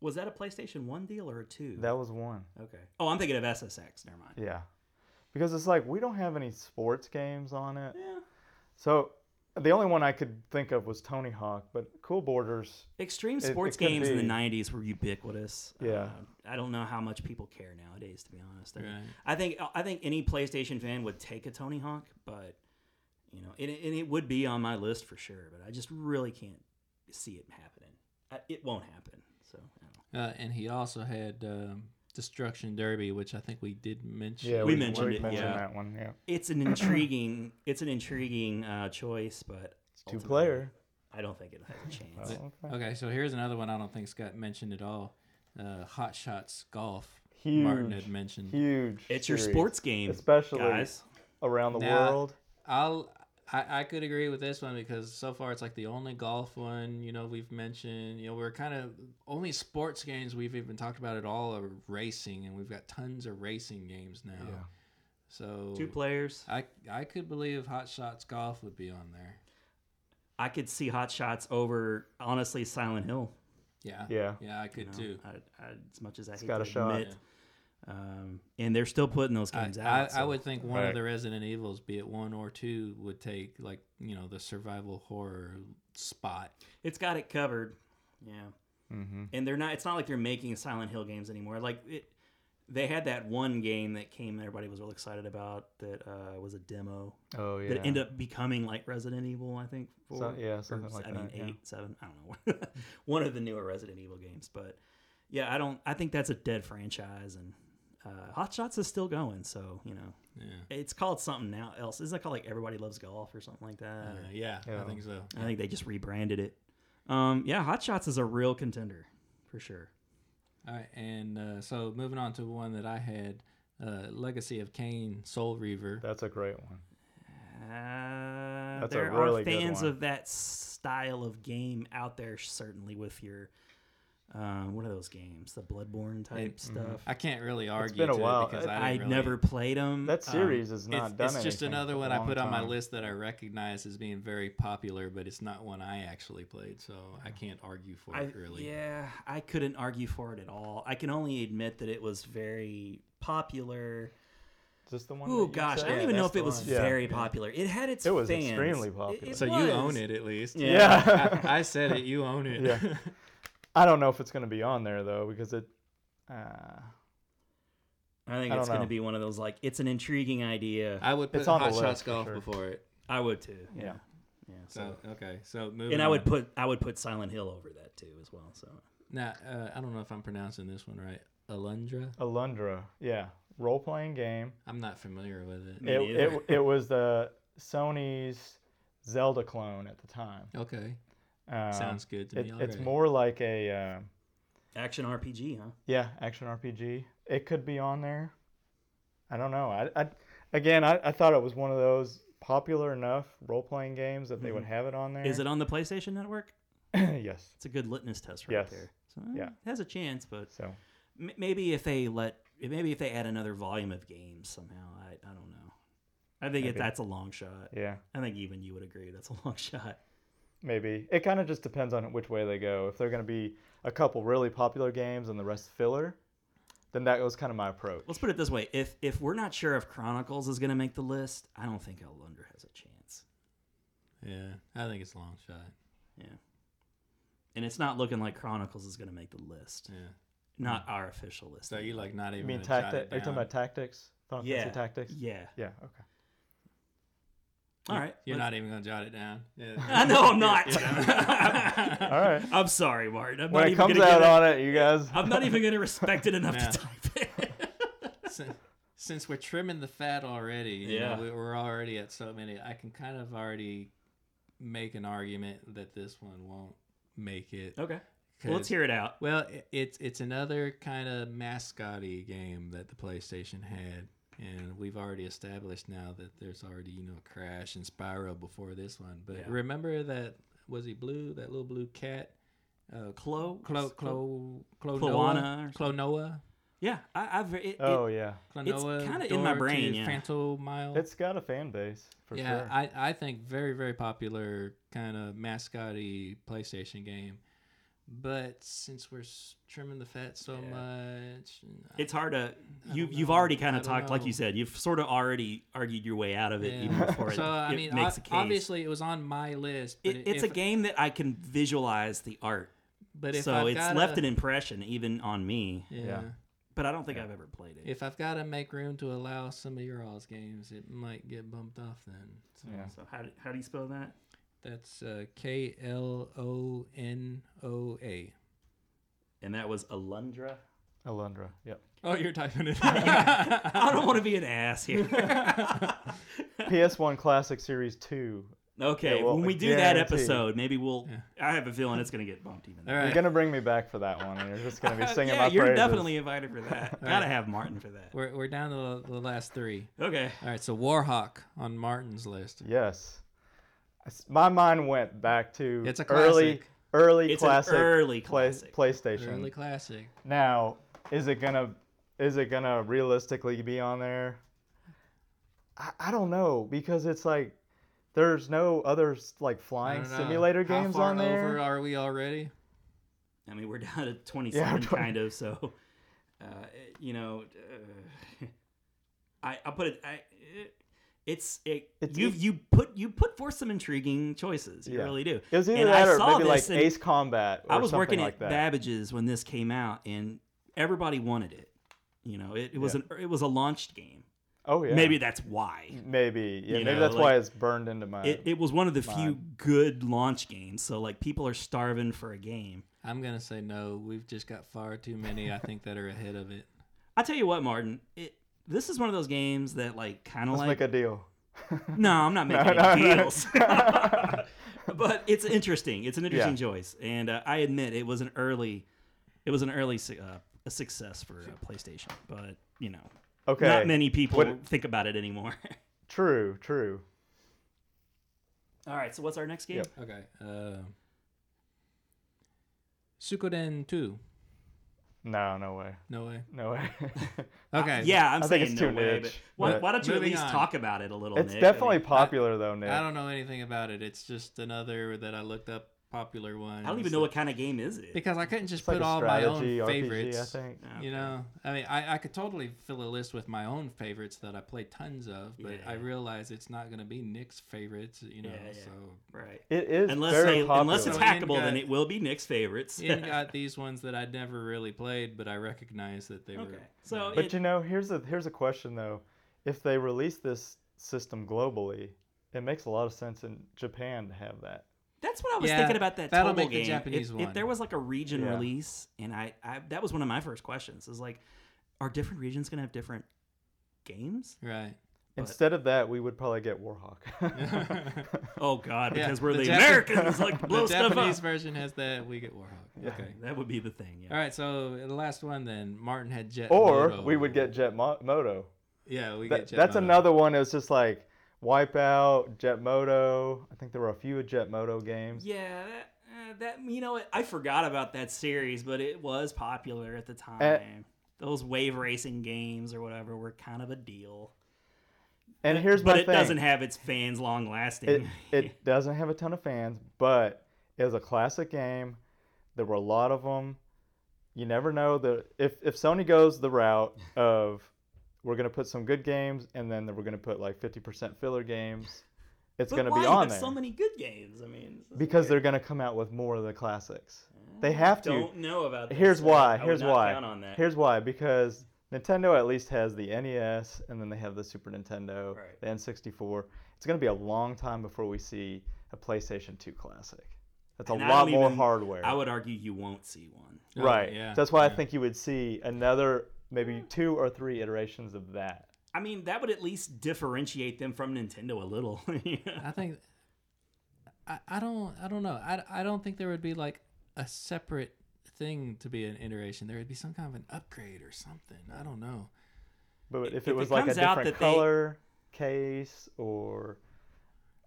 was that a PlayStation One deal or a two? That was one. okay. Oh, I'm thinking of SSX. Never mind. Yeah. Because it's like we don't have any sports games on it. Yeah. So the only one I could think of was Tony Hawk, but Cool Borders, Extreme It- it sports could games in the be. '90s were ubiquitous. Yeah. Uh, I don't know how much people care nowadays, to be honest. I, mean, Right. I think uh, I think any PlayStation fan would take a Tony Hawk, but you know, and it, and it would be on my list for sure. But I just really can't see it happening. I, it won't happen. So I don't know. Uh, and he also had um, Destruction Derby, which I think we did mention. we- we mentioned it, yeah. that one. Yeah, it's an intriguing it's an intriguing uh, choice, but it's two ultimately, player. I don't think it has a chance. Oh, okay. Okay, so here's another one I don't think's got mentioned at all. Uh, Hot Shots Golf. Martin Huge, had mentioned. huge. It's your series, sports game, especially guys. around the Now- world. I'll I, I could agree with this one because so far it's like the only golf one you know we've mentioned. You know we're kind of only sports games we've even talked about at all are racing, and we've got tons of racing games now. Yeah. So Two players. I I could believe Hot Shots Golf would be on there. I could see Hot Shots over honestly Silent Hill. Yeah. Yeah. Yeah, I could you know, too. I, I, as much as I hate got to a shot. admit, um, and they're still putting those I, games I, out. I so- would think one Right. of the Resident Evils, be it one or two, would take like you know the survival horror spot. It's got it covered. Yeah, Mm-hmm. and they're not. It's not like they're making Silent Hill games anymore. Like it, they had that one game that came. Everybody was real excited about that uh, was a demo Oh yeah. that ended up becoming like Resident Evil. I think. Four, So- yeah, or something like seven, that, yeah. eight, seven. I don't know. one of the newer Resident Evil games, but yeah, I don't. I think that's a dead franchise, and uh, Hot Shots is still going. So you know. Yeah. It's called something now else. Isn't it called like Everybody Loves Golf or something like that? Uh, yeah, Yeah. I think so. I think they just rebranded it. Um, yeah, Hot Shots is a real contender for sure. All right, and uh, so moving on to one that I had, uh, Legacy of Kane, Soul Reaver. That's a great one. Uh, That's a there really are good fans one. of that style of game out there, certainly with your um, what are those games? The Bloodborne type stuff. mm-hmm. I can't really argue been a to it while. because I- I, I didn't really- never played Um, them. That series is not It's, done. it's just anything another for a one I long put on my time. list that I recognize as being very popular, but it's not one I actually played, so I can't argue for I, it really. Yeah, I couldn't argue for it at all. I can only admit that it was very popular. Just the one. Oh that you gosh, I said? don't even know that's if it the was one. Yeah. very popular. It had its It was fans. extremely It- popular. it So you was. own it at least. Yeah. Yeah. I, I said it. You own it. Yeah. I don't know if it's going to be on there though because it. Uh, I think I it's don't going to be know. one of those like it's an intriguing idea. I would put It's on the Hot Shots list for Golf sure. before it. I, would too. yeah. Yeah. So. So okay, so moving and I on. would put I would put Silent Hill over that too as well. So now. Uh, I don't know if I'm pronouncing this one right. Alundra. Alundra. Yeah. Role playing game. I'm not familiar with it. Me It, neither. it, it was the Sony's Zelda clone at the time. Okay, Um, sounds good to it- me. It's already. more like a um action RPG, huh? yeah action RPG. It could be on there. I don't know. I, I again I, I thought it was one of those popular enough role playing games that they would Mm-hmm. have it on there. Is it on the PlayStation Network? yes. It's a good litmus test right Yes. there. So eh, Yeah. it has a chance, but So m- maybe if they let maybe if they add another volume of games somehow, I, I don't know. I think it, Maybe. that's a long shot. yeah. I think even you would agree that's a long shot. Maybe. It kind of just depends on which way they go. If they're going to be a couple really popular games and the rest filler, then that was kind of my approach. Let's put it this way: if if we're not sure if Chronicles is going to make the list, I don't think Elunder has a chance. Yeah, I think it's a long shot. Yeah, and it's not looking like Chronicles is going to make the list. Yeah. Not our official list. Hmm. So you like not You even. mean gonna jot tactic? it Are you talking down? about tactics? Final Fantasy Yeah. tactics? Yeah. Yeah, okay. All right. You're let's- not even gonna jot it down. Yeah. I know I'm not. All right. I'm sorry, Martin. I'm when not it even comes gonna out give it- on it, you guys. I'm not even going to respect it enough Yeah. to type it. S- since we're trimming the fat already, you Yeah. know, we, we're already at so many. I can kind of already make an argument that this one won't make it. Okay. Well, let's 'cause- hear it out. Well, i- it's it's another kind of mascotty game that the PlayStation had, and we've already established now that there's already you know Crash and Spyro before this one. But Yeah. remember that was he blue? That little blue cat, uh, Clo, Clo Clo Clo Cloana Noah, or Clonoa, Yeah, I, I've. It, it- Oh yeah, Clonoa. kinda in my brain, yeah. Phantomile. it's got a fan base for yeah, sure. I, I think very, very popular kind of mascotty PlayStation game. But since we're s- trimming the fat so Yeah. much, I- it's hard to. I You don't you've know. already kind I of don't talked, like know. you said, you've sort of already argued your way out of it yeah. even before so it, I it mean, makes ob- a case. obviously it was on my list. But It, it's a if- game that I can visualize the art, But if so I've it's gotta- left an impression even on me. Yeah. Yeah. But I don't think I've ever played it. If I've got to make room to allow some of your all's games, it might get bumped off then. So Yeah. So how do, how do you spell that? that's uh, K L O N O A. And that was Alundra. Alundra. Yep. Oh, you're typing it. I don't want to be an ass here. PS1 Classic Series Two. okay, Yeah, well, when we do that guarantee. episode, maybe we'll. Yeah. I have a feeling it's going to get bumped even. All though. right. You're gonna bring me back for that one, and you're just gonna be singing yeah, my you're praises. definitely invited for that. Gotta right. have Martin for that. We're, we're down to the, the last three. Okay. All right, so Warhawk on Martin's list. Yes. I s- My mind went back to It's a early, classic. early It's an classic, early play- classic. PlayStation. Early classic. now, is it gonna, is it gonna realistically be on there? I, I don't know because it's like, there's no other s- like I flying don't know. simulator How games far on there. Over uh, are we already? I mean, we're down to 27 twen- kind of, so, uh, it- you know, uh, I, I'll put it, I, it it's, it, It's- e you you put, you put forth some intriguing choices. You Yeah. really do. it was either And I that or saw maybe like this and Ace Combat. Or I was something working like at that. Babbage's when this came out and everybody wanted it. You know, it, it was Yeah. an, it was a launched game. Oh yeah. Maybe that's why. Maybe. Yeah. you Maybe know, that's like- why it's burned into my. It, it was one of the few Fine. good launch games. So like people are starving for a game. I'm gonna say no. We've just got far too many. I think that are ahead of it. I tell you what, Martin, it this is one of those games that like kind of Let's like make a deal. no, I'm not making no, any no. deals. but it's interesting. It's an interesting Yeah. choice, and uh, I admit it was an early, it was an early su- uh, a success for uh, PlayStation. But you know, Okay. not many people What- think about it anymore. True. True. All right, so what's our next game? Yep. Okay. Uh, Sukoden two. No. No way. No way. No way. Okay. Uh, Yeah, I'm I saying think it's no too way, niche, but why, but- why don't you at Moving least on. talk about it a little? it's Nick? definitely I mean, popular though, Nick. I don't know anything about it. It's just another that I looked up popular one. I don't even know what kind of game is it. because I couldn't just It's like put a all my own strategy RPG, favorites. I think. You know, I mean, I, I could totally fill a list with my own favorites that I play tons of, but I Yeah. realize it's not going to be Nick's favorites, you know. Yeah, yeah. So right? It is Unless very they, popular. unless it's So Ian hackable, then got- it will be Nick's favorites. Ian got these ones that I'd never really played, but I recognize that they okay, were. so but it, you know, here's a here's a question though. If they release this system globally, it makes a lot of sense in Japan to have that. That's what I was Yeah, thinking about that that'll Total make the game. Japanese if, one. if there was like a region Yeah. release, and I, I that was one of my first questions is like, are different regions gonna have different games? Right. But- Instead of that, we would probably get Warhawk. Oh God, Yeah, because we're the the, Jap- Americans, like blow the stuff Japanese up. version has that. We get Warhawk. Okay. That would be the thing. Yeah. All right. So the last one then, Martin had Jet. or Moto. we would get Jet Mo- Moto. Yeah, we That, get Jet. that's Moto. another one. It was just like Wipeout, Jet Moto. I think there were a few Jet Moto games. Yeah. That, uh, that you know what? I forgot about that series, but it was popular at the time. Eh. Those wave racing games or whatever were kind of a deal, And here's but my it thing. doesn't have its fans long lasting. it, it doesn't have a ton of fans, but it was a classic game. There were a lot of them. You never know the if if Sony goes the route of we're gonna put some good games and then we're gonna put like fifty percent filler games. It's but gonna why? be on There's there so many good games. I mean, it's- because they're gonna come out with more of the classics. They have to. Mm, don't know about this. Here's so why. I would Here's not why. count on that. Here's why because Nintendo at least has the NES and then they have the Super Nintendo, Right. the N64. It's going to be a long time before we see a PlayStation 2 classic. That's a And I lot don't more even- hardware. I would argue you won't see one. Oh, right. yeah, so that's why yeah. I think you would see another maybe two or three iterations of that. I mean, that would at least differentiate them from Nintendo a little. yeah. I think I, I don't I don't know. I, I don't think there would be like a separate thing to be an iteration. There would be some kind of an upgrade or something. I don't know. But if, if it it was like a comes out different that they- color case or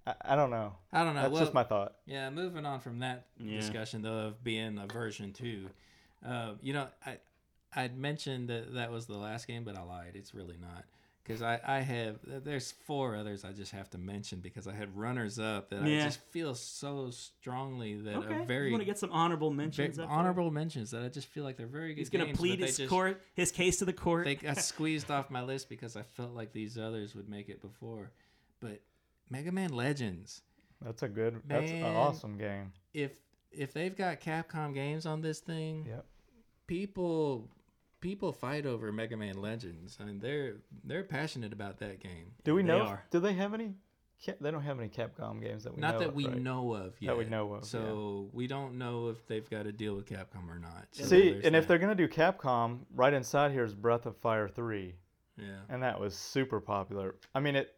I, I don't know. I don't know. That's Uh, well, just my thought. yeah, moving on from that Yeah. discussion though of being a version two. Uh, you know, I I'd mentioned that that was the last game, but I lied. It's really not because I I have there's four others I just have to mention because I had runners up that I Yeah. just feel so strongly that Okay. are very you want to get some honorable Very mentions? up there? honorable mentions that I just feel like they're very good. He's going to games, plead but they his just- court, his case to the court. They got squeezed off my list because I felt like these others would make it before. But Mega Man Legends, That's a good that's an Man. awesome game. if if they've got Capcom games on this thing, Yep. people people fight over Mega Man Legends. I mean, they're they're passionate about that game. Do we They know if- are. do they have any Ca- they don't have any Capcom games that we Not know that of, we right? know of yet. That we know of, So we don't know if they've got a deal with Capcom or not. So See, there's and if they're that. gonna do Capcom, right inside here is Breath of Fire three, yeah. and that was super popular. I mean, it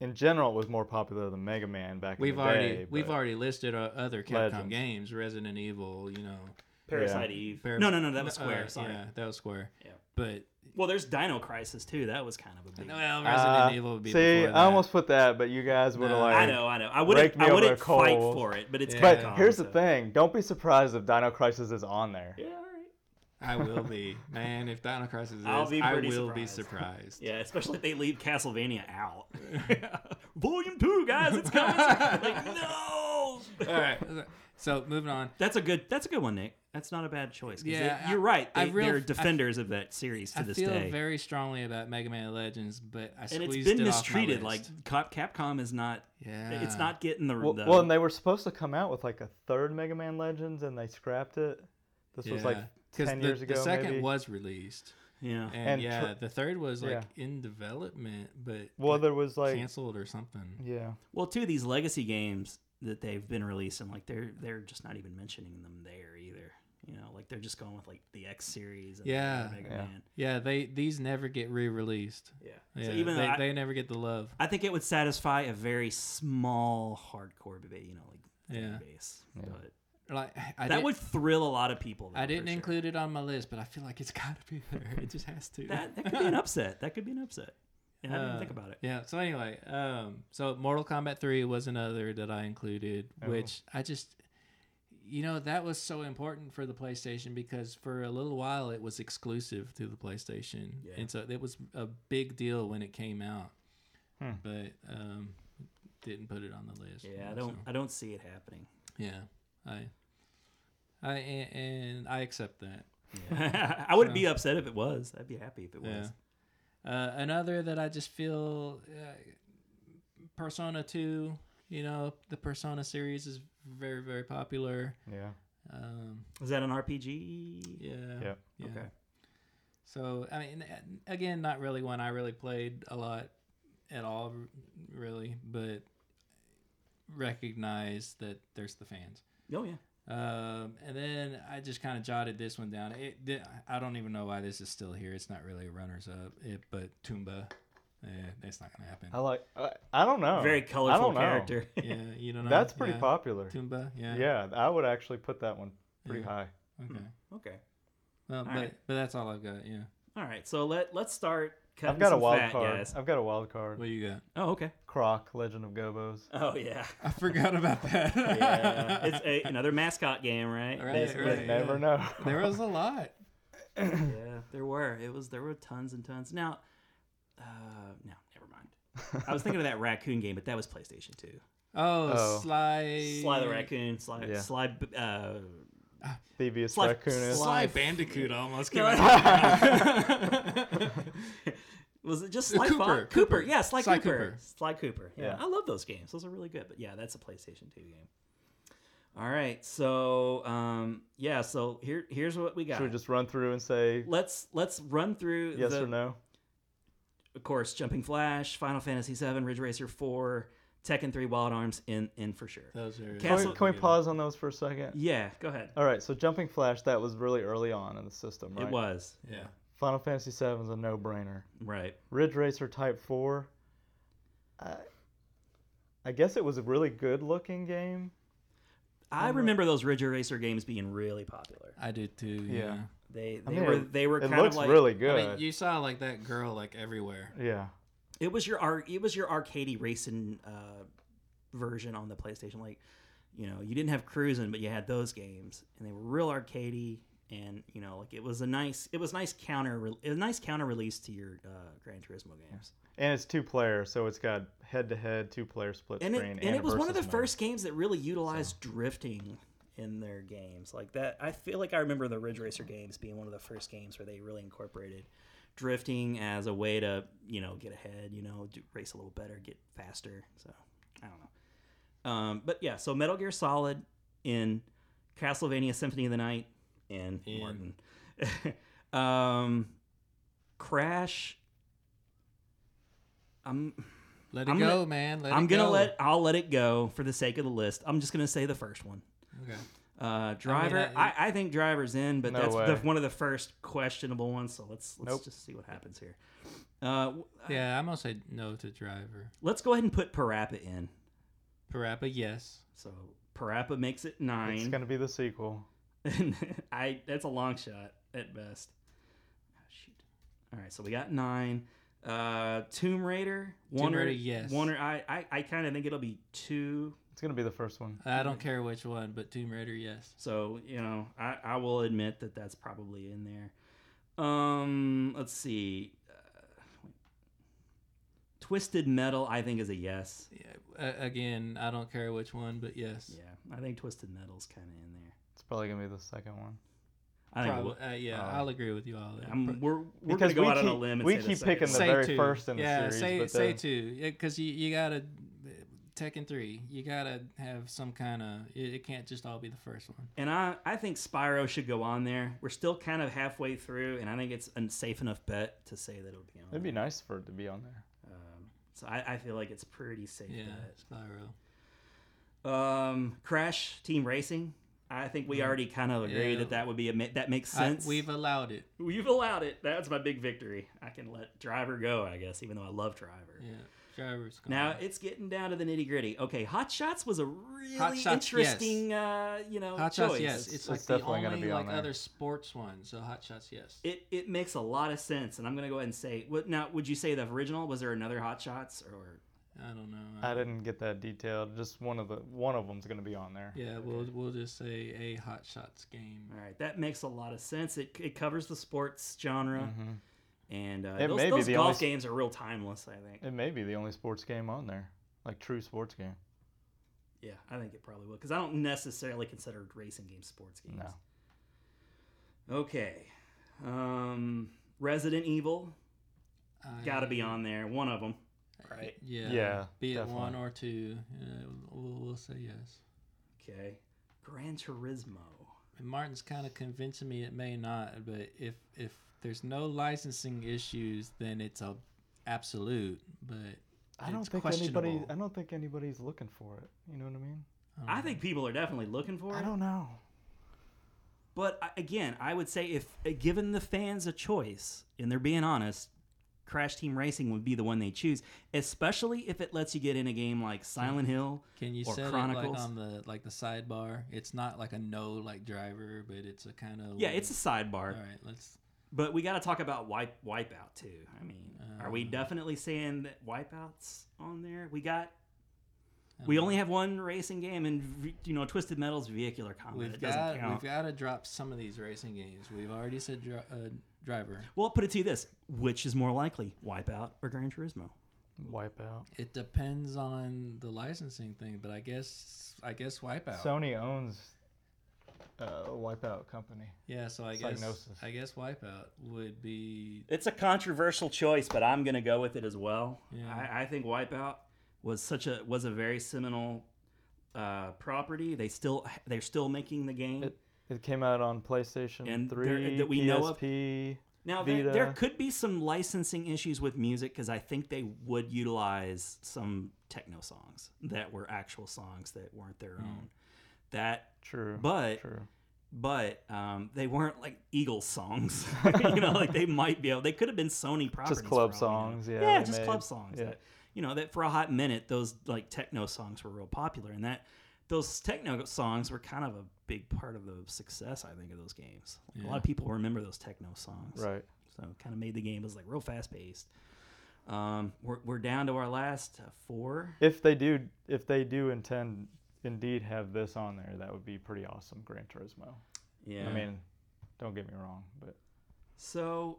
in general it was more popular than Mega Man back We've in the already day. we've but- already listed our other Capcom Legends. games, Resident Evil, you know. Parasite Yeah. Eve. Par- no, no, no, that was uh, Square. sorry. Yeah, that was Square. Yeah. But Well, there's Dino Crisis too. That was kind of a big. well, Resident Uh, Evil would be see, before I that. almost put that, but you guys would have No. like. I know, I know. I Rake wouldn't, me I over wouldn't the fight coals. for it, but it's Yeah. But Capcom, here's so- the thing: don't be surprised if Dino Crisis is on there. Yeah, all right. I will be. Man, if Dino Crisis is, I'll be I pretty will be surprised. surprised. Yeah, especially if they leave Castlevania out. Volume two, guys, it's coming. like no. All right. So moving on. That's a good. That's a good one, Nick. That's not a bad choice. 'cause Yeah, they- you're I- right. They, I real- they're I- defenders of that series to I this feel day, very strongly about Mega Man Legends, but I and squeezed it's been it mistreated. Off my Like list. Uh. Cap- Capcom is not. yeah, It's not getting the. Well, the well, and they were supposed to come out with like a third Mega Man Legends, and they scrapped it. This was like Yeah. 'Cause ten the, years ago, The second maybe. was released, yeah. and, And tr- yeah, the third was like yeah. in development, but well, like, there was like, canceled or something. yeah, Well, two of these legacy games that they've been releasing, like they're they're just not even mentioning them there either. You know, like they're just going with like the X series. And Yeah. Mega Yeah. Man. Yeah, they these never get re-released. Yeah. Yeah, So even they, though I, they never get the love. I think it would satisfy a very small hardcore debate, you know, like fan Yeah. base. Yeah. But Like I that did- would thrill a lot of people. Though, I for didn't sure. include it on my list, but I feel like it's got to be there. It just has to. that. That could be an upset. That could be an upset. And I Uh, didn't even think about it. Yeah. So anyway, um, so Mortal Kombat Three was another that I included, Oh. which I just, you know, that was so important for the PlayStation because for a little while it was exclusive to the PlayStation, Yeah. and so it was a big deal when it came out, Hmm. but um, didn't put it on the list. Yeah, I so, don't. I don't see it happening. yeah, I, I and, and I accept that. I wouldn't So- be upset if it was. I'd be happy if it Yeah. was. Uh, another that I just feel uh, Persona 2, you know, the Persona series is very, very popular. yeah. Um, Is that an RPG? yeah. Yep. yeah. Okay. So, I mean, again, not really one I really played a lot at all, really, but recognize that there's the fans. Oh yeah. Um, and then I just kind of jotted this one down. It, th- I don't even know why this is still here. It's not really a runners up, it, but Toomba, eh, it's not gonna happen. I like. I, I don't know. Very Oh, I colorful don't know. character. yeah, you don't know. That's pretty yeah. popular. Toomba, yeah, Yeah. I would actually put that one pretty Yeah. high. Okay, okay. well, but right. but that's all I've got. Yeah, All right. So let let's start. Cutting I've got a some wild fat, card. Guys. I've got a wild card. what you got? Oh okay. Croc, Legend of Gobos. Oh yeah. I forgot about that. yeah. It's a, another mascot game, right? Right, Basically. right. you yeah. never know. there was a lot. Yeah, there were. It was there were tons and tons. Now, uh, no, never mind. I was thinking of that raccoon game, but that was PlayStation Two. Oh, Oh. Sly, Sly the raccoon, Sly, Yeah. Sly. b- Uh, Thievius Sly- Raccoonus. Sly- Sly Bandicoot almost came No, out. was it just Sly Fo- Cooper, Cooper? Cooper. Yeah, Sly, Sly Cooper. Cooper. Sly Cooper. Yeah. Yeah. I love those games. Those are really good. But yeah, that's a PlayStation Two game. All right, so um, yeah, so here here's what we got. Should we just run through and say let's let's run through yes the, or no? of course, Jumping Flash, Final Fantasy VII, Ridge Racer 4, Tekken 3, Wild Arms, in in for sure. Those are Can Can Castle- we, can we pause on those for a second? Yeah, go ahead. All right, so Jumping Flash, that was really early on in the system, right? It was. Yeah, Final Fantasy VII is a no-brainer. Right. Ridge Racer Type Four. I, I guess it was a really good-looking game. I remember those Ridge Racer games being really popular. I did too. Yeah. Yeah. They I they mean, were they were It kind looks of like really good. I mean, you saw like that girl like everywhere. yeah. it was your ar- it was your arcadey racing uh, version on the PlayStation. Like, you know, you didn't have cruising, but you had those games, and they were real arcadey. And you know, like it was a nice it was nice counter re- a nice counter release to your uh, Gran Turismo games. And it's two-player, so it's got head-to-head two-player split And it screen. and, a it was one of the versus mode. first games that really utilized drifting in their games like that. I feel like I remember the Ridge Racer games being one of the first games where they really incorporated drifting as a way to you know get ahead, you know, do, race a little better, get faster. So I don't know. Um, but yeah, so Metal Gear Solid in Castlevania Symphony of the Night and In. Martin. um, Crash. I'm Let it I'm go, gonna- man. Let I'm it gonna go. let I'll let it go for the sake of the list. I'm just gonna say the first one. Okay. Uh, driver, I, I- I, think driver's in, but No that's way. the, one of the first questionable ones. So let's let's Nope. just see what happens here. Uh, w- Yeah, I'm gonna say no to driver. let's go ahead and put Parappa in. Parappa, yes. So Parappa makes it It's nine. gonna be the sequel. I that's a long shot at best. Oh, shoot. All right, so we got nine. Uh, Tomb Raider, Tomb Wonder, Raider, yes. Wonder. I I, I kind of think it'll be two. It's gonna be the first one. I don't care which one, but Tomb Raider, yes. So you know, I, I will admit that that's probably in there. Um, let's see. Uh, Twisted Metal, I think, is a yes. Yeah. Uh, again, I don't care which one, but yes. Yeah, I think Twisted Metal's kind of in there. It's probably gonna be the second one. I think Prob- uh, yeah, uh, I'll agree with you all. we'll- There. I'm, we're we're gonna Because go we out on a keep- limb. And we say the keep second picking one. the say very two. first in the yeah, series, say but say the- two, because you you gotta Tekken three. You gotta have some kind of. It, it can't just all be the first one. And I, I think Spyro should go on there. We're still kind of halfway through, and I think it's a safe enough bet to say that it'll be on. It'd be nice for it to be on there. Um, so I, I feel like it's pretty safe Yeah, bet. Spyro. Um, Crash Team Racing. I think we already kind of agree Mm. Yeah. that that would be a ma- that makes I- sense. we've allowed it. We've allowed it. That's my big victory. I can let Driver go, I guess, even though I love Driver. Yeah, driver's gone. Now it's getting down to the nitty gritty. Okay, Hot Shots was a really Shots, yes. interesting, uh, you know, Hot choice. Shots, yes. It's, It's like the definitely only gonna be on like there. other sports one. So Hot Shots, yes. it it makes a lot of sense, and I'm gonna go ahead and say. What now? Would you say the original was there another Hot Shots or? I don't know. I didn't get that detailed. Just one of the one of them's gonna be on there. Yeah, we'll we'll just say a Hot Shots game. All right, that makes a lot of sense. It it covers the sports genre, Mm-hmm. Mhm. and uh, It those, may be those the golf only s- games are real timeless. I think. It may be the only sports game on there, like true sports game. Yeah, I think it probably will because I don't necessarily consider racing games sports games. No. Okay. Um, Resident Evil I- got to be on there. One of them. Right. Yeah. Yeah, Be it definitely. one or two, uh, we'll, we'll say yes. Okay. Gran Turismo. Oh, And Martin's kind of convincing me it may not, but if if there's no licensing issues, then it's a absolute. But I don't It's think anybody. questionable. I don't think anybody's looking for it. You know what I mean? don't I know. think people are definitely looking for it. I don't know. But I- again, I would say if uh, given the fans a choice and they're being honest, Crash Team Racing would be the one they choose, especially if it lets you get in a game like Mm. Silent Hill. Can you or set it Chronicles. like on the like the sidebar? It's not like a no like driver, but it's a kind of Yeah, it's a sidebar. all right. Let's But we got to talk about wipe wipeout too. I mean, are we Uh. definitely saying that wipeouts on there? We got I we don't only have one racing game, and v- you know, Twisted Metal's vehicular combat We've it doesn't got count. we've got to drop some of these racing games. We've already said dri- uh, driver. Well, put it to you this: which is more likely, Wipeout or Gran Turismo? Wipeout. It depends on the licensing thing, but I guess I guess Wipeout. Sony owns uh, Wipeout company. yeah, so I guess Psygnosis. I guess Wipeout would be It's a controversial choice, but I'm going to go with it as well. Yeah. I, I think Wipeout was such a was a very seminal uh, property. They still they're still making the game. It, it came out on PlayStation And there- 3, that we PSP. know of- Now there, Vita. there could be some licensing issues with music because I think they would utilize some techno songs that were actual songs that weren't their own. That, Hmm. True. but true. but um, they weren't like Eagles songs. you know, like they might be able. They could have been Sony properties. Just for club all we know. songs. Yeah. Yeah, they just made. club songs. Yeah. That, you know, that for a hot minute, those like techno songs were real popular, and that those techno songs were kind of a big part of the success, I think, of those games. A lot Yeah. of people remember those techno songs, Right. So, kind of made the game was like real fast paced. Um, we're we're down to our last uh, four. If they do, if they do intend, indeed have this on there, that would be pretty awesome. Gran Turismo. Yeah, I mean, don't get me wrong, but So,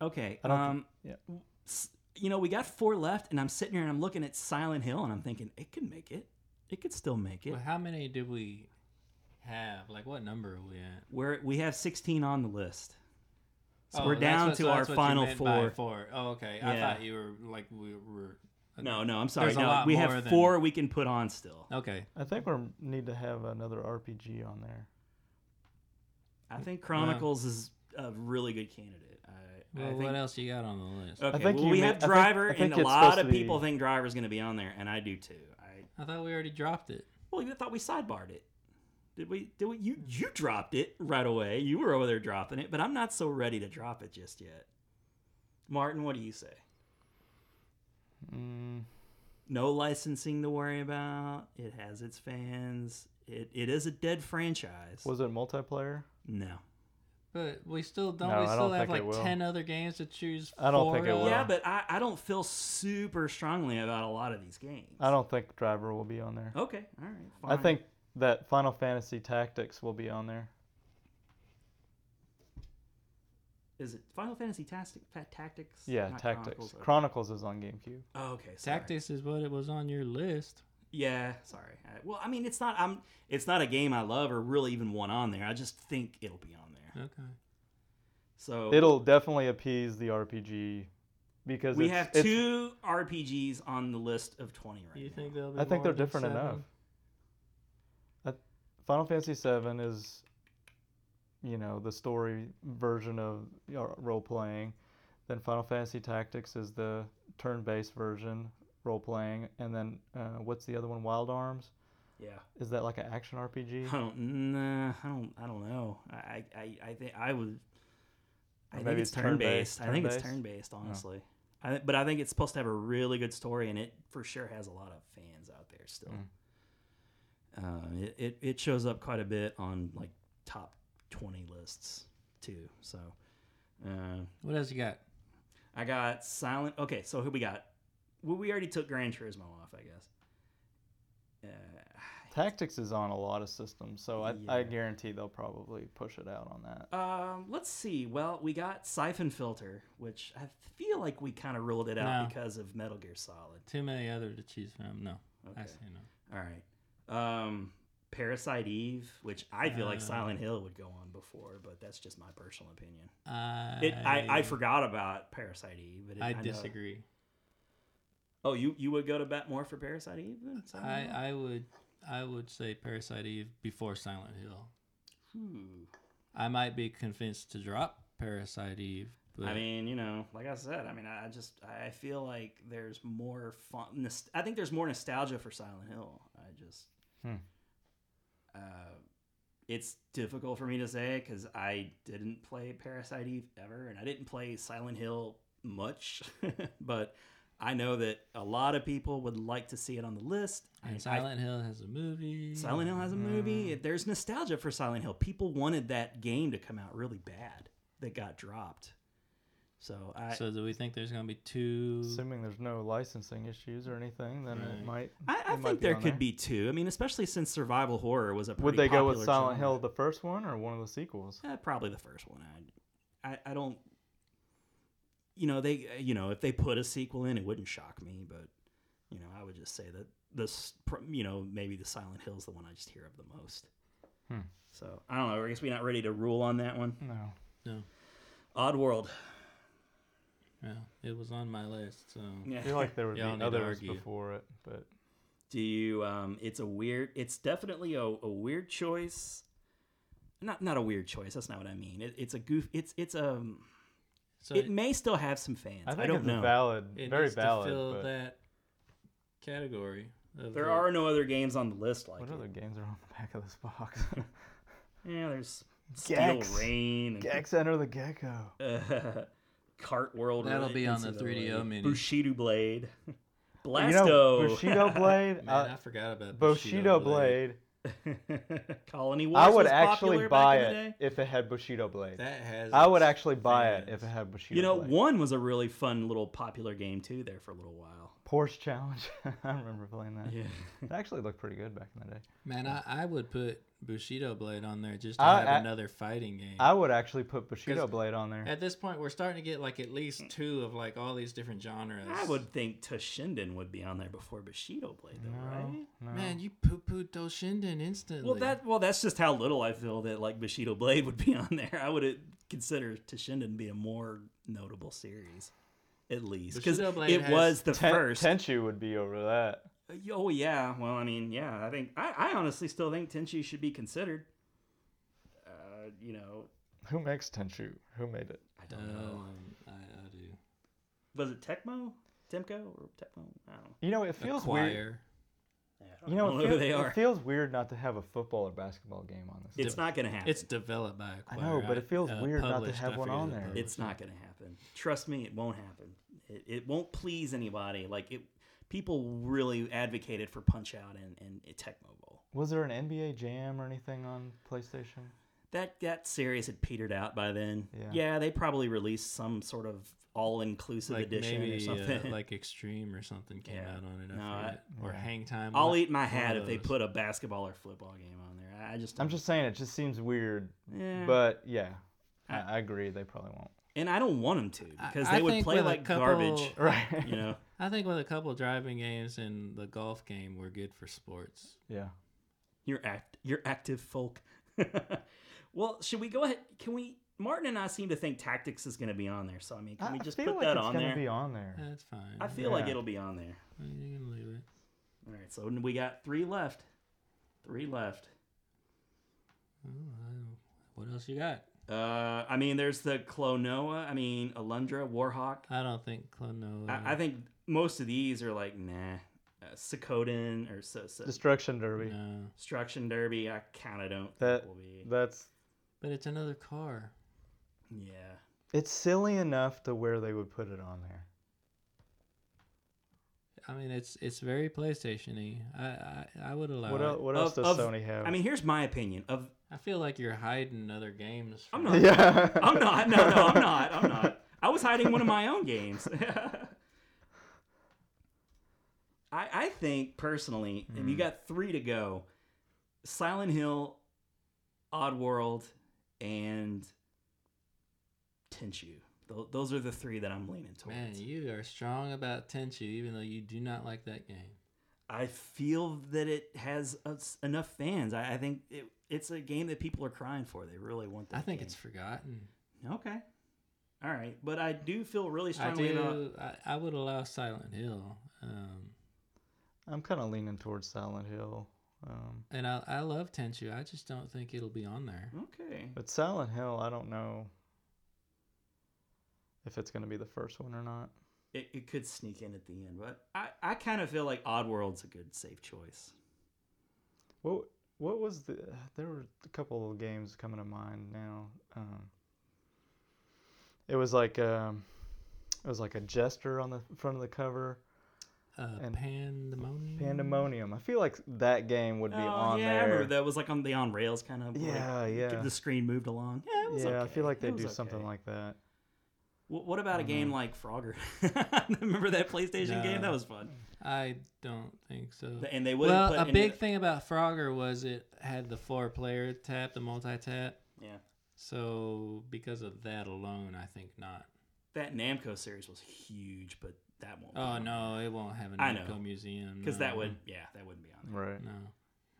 okay. I don't um, thi- yeah. w- s- You know, we got four left, and I'm sitting here and I'm looking at Silent Hill, and I'm thinking it could make it. It could still make it. Well, how many did we have? Like, what number are we at? We're we have 16 on the list, so Oh, we're that's down what- to so our that's what you final meant by four. Four. Oh, okay. I Yeah. thought you were like we were. uh, No, no, I'm sorry. There's a No, lot we more have than- four we can put on still. Okay. I think we need to have another RPG on there. I think Chronicles is a really good candidate. I, I Well, think, what else you got on the list? Okay, think well, you we may- have I think- Driver, I think and a it's lot supposed of to be- people think Driver's going to be on there, and I do too. I I thought we already dropped it. Well, I thought we sidebarred it. Did we? Did we? You you dropped it right away. You were over there dropping it, but I'm not so ready to drop it just yet. Martin, what do you say? Mm, No licensing to worry about. It has its fans. It it is a dead franchise. was it multiplayer? no. But we still don't. No, we I still don't have think it like will. ten other games to choose. I don't think four it of? will. Yeah, but I, I don't feel super strongly about a lot of these games. I don't think Driver will be on there. Okay, all right. I Oh, Fine. think that Final Fantasy Tactics will be on there. is it Final Fantasy Tastic, Ta- Tactics? Yeah, Not Tactics. Chronicles, Chronicles, okay. is on GameCube. Oh, okay. sorry. Tactics is what it was on your list. Yeah, sorry. I- Well, I mean, it's not. I'm. It's not a game I love or really even one on there. I just think it'll be on there. Okay. So It'll definitely appease the RPG because We it's- have it's- two RPGs on the list of twenty right You now. think they'll be? I think more they're than different seven? enough. I, Final Fantasy VII is, you know, the story version of role playing. Then Final Fantasy Tactics is the turn-based version role playing, and then uh, what's the other one? Wild Arms. yeah. Is that like an action I RPG? don't. Nah, I don't. I don't know. I. I. I- I think I would. I Or think maybe it's it's turn based. turn-based, I think it's turn turn-based? Oh. based. Honestly, I, but I think it's supposed to have a really good story, and it for sure has a lot of fans out there still. Mm. Hmm. Uh, it, it it shows up quite a bit on like top twenty lists too. So. Uh, What else you got? I got Silent. Okay, so who we got? Well, we already took Gran Turismo off, I guess. Uh, Tactics is on a lot of systems, so I, Yeah. I guarantee they'll probably push it out on that. um, let's see. Well, we got Siphon Filter, which I feel like we kind of ruled it out No. because of Metal Gear Solid. Too many other to choose from. No, Okay. I say no. All right. Um, Parasite Eve, which I feel like Uh. Silent Hill would go on before, but that's just my personal opinion. I It, I, I forgot about Parasite Eve, but it, I know- disagree. Oh, you you would go to bat more for Parasite Eve? Than Silent Hill? I I would I would say Parasite Eve before Silent Hill. Hmm. I might be convinced to drop Parasite Eve, but I mean, you know, like I said, I mean, I I just I feel like there's more fun. Nos- I think there's more nostalgia for Silent Hill. I just, Hmm. uh, it's difficult for me to say because I didn't play Parasite Eve ever, and I didn't play Silent Hill much, but I know that a lot of people would like to see it on the list. and I- Silent Hill has a movie. Silent Hill has a movie. There's nostalgia for Silent Hill. People wanted that game to come out really bad. That got dropped. So I So do we think there's gonna be two? Assuming there's no licensing issues or anything, then Right. it might. I, I it might think there on could be two. I mean, especially since survival horror was a pretty Would they go with popular Silent genre. Hill, the first one, or one of the sequels? Eh, probably the first one. I, I I don't. You know they you know if they put a sequel in, it wouldn't shock me. But you know I would just say that this pr- you know maybe the Silent Hill is the one I just hear of the most. Hmm. So I don't know. I guess we're not ready to rule on that one. No. No, Odd World. yeah, it was on my list. So I feel like there would Y'all need be to others argue. before it, but Do you? Um, it's a weird. It's definitely a, a weird choice. Not not a weird choice. That's not what I mean. It, it's a goof. It's it's um. so it may still have some fans. I I, think don't it's know. a valid, it very needs to valid. fill but that category. Of there the- are no other games on the list like what it. other games are on the back of this box? Yeah, there's Steel Gex. Rain. and- Gex Enter the Gecko. Uh, Cart World. That'll really be on the considerably. 3DO mini. Bushido Blade. Blasto. You know, Bushido Blade. Man, uh, I forgot about Bushido Blade. Colony Wars. I would was popular actually back buy in the it day. if it had Bushido Blade. That has. I would its actually buy it fans. if it had Bushido. You know, Blade. one was a really fun little popular game too. There for a little while. Porsche Challenge. I remember playing that. Yeah. It actually looked pretty good back in the day. Man, I, I would put Bushido Blade on there just to I- have I- another fighting game. I would actually put Bushido 'Cause- Blade on there. At this point, we're starting to get like at least Mm. two of like all these different genres. I would think Toshinden would be on there before Bushido Blade, though, right? No. Man, you poo pooed Doshinden instantly. Well, that well, that's just how little I feel that like Bushido Blade would be on there. I would uh, consider Toshinden be a more notable series, at least because Bushido Blade it has was the Ten- first. Tenchu would be over that. Uh, Oh yeah, well I mean yeah, I think I, I honestly still think Tenchi should be considered. Uh, you know, Who makes Tenchu? Who made it? I Oh, don't know. um, I, I do. Was it Tecmo, Temco, or Tecmo? I don't. You know, it feels weird. Acquire. Yeah, I don't You know, know it, who feel- they it are. feels weird not to have a football or basketball game on this. It's not gonna happen. It's developed by I Acquire. know, but it feels weird not to published, have I one forget on the there. publisher. It's not going to happen. Trust me, it won't happen. It, it won't please anybody. Like it, people really advocated for Punch Out and and Tecmo Bowl. Was there an NBA Jam or anything on PlayStation? That that series had petered out by then. Yeah. they probably released some sort of all inclusive like edition maybe or something. Uh, like Extreme or something came Yeah. out on it. I No, I- forget. or Hang Time. I'll one- eat my one hat of if they those. put a basketball or football game on there. I- I just I'm don't- just saying, it just seems weird. Yeah. But yeah, I, I agree. They probably won't. and I don't want them to because I- I they would think play with a like couple- garbage. Right. You know, I think with a couple driving games and the golf game, we're good for sports. yeah. You're act you're active folk. well, should we go ahead? Can we? Martin and I seem to think tactics is going to be on there, so I mean, can I- we I just feel put like that it's on gonna there? Be on there. That's fine. I feel like Yeah. it'll be on there. you can leave it. All right, so we got three left. Three left. Oh, I don't- what else you got? Uh, I mean, there's the Clonoa. I mean, Alundra, Warhawk. I don't think uh, Klonoa. I, I think most of these are like nah. Uh, Sakoden or so, so Destruction Derby. no. Destruction Derby. I kind of don't That- think will be. That's But it's another car. yeah. it's silly enough to where they would put it on there. I mean, it's it's very PlayStation-y. I I, I would allow. What, it. el- what else Of- does of- Sony have? I mean, here's my opinion of I feel like you're hiding other games. I'm not- from- yeah. I'm not. No, no, I'm not. I'm not. I was hiding one of my own games. I, I think personally, if Hmm. you got three to go, Silent Hill, Oddworld, and Tenchu. Tho- Those are the three that I'm leaning towards. Man, you are strong about Tenchu, even though you do not like that game. I feel that it has us enough fans. I, I think it, it's a game that people are crying for. They really want that. I think game. it's forgotten. okay. All right, but I do feel really I strongly about do. I, I would allow Silent Hill, um, I'm kind of leaning towards Silent Hill. Um, and I I love Tenchu. I just don't think it'll be on there. Okay. but Silent Hill, I don't know if it's going to be the first one or not. It, it could sneak in at the end, but I, I kind of feel like Oddworld's a good safe choice. What what was the there were a couple of games coming to mind now. Um, it was like um, it was like a jester on the front of the cover. Uh, And- Pandemonium. Pandemonium. I feel like that game would be on Oh, yeah, I there. remember that was like on the on rails kind of. like, Yeah, yeah. The screen moved along. Yeah, it was yeah, I okay. feel like they It was do something okay. like that. Wh- what about a game like Frogger? remember that PlayStation game? That No. was fun. I don't think so. And they wouldn't well, put a any- big thing about Frogger was it had the four player tap, the multi tap. Yeah. So because of that alone, I think not. That Namco series was huge, but that won't. Oh no, Mm-hmm. it won't have an I know. Namco museum Because no. that would, yeah, that wouldn't be on there. Right. no.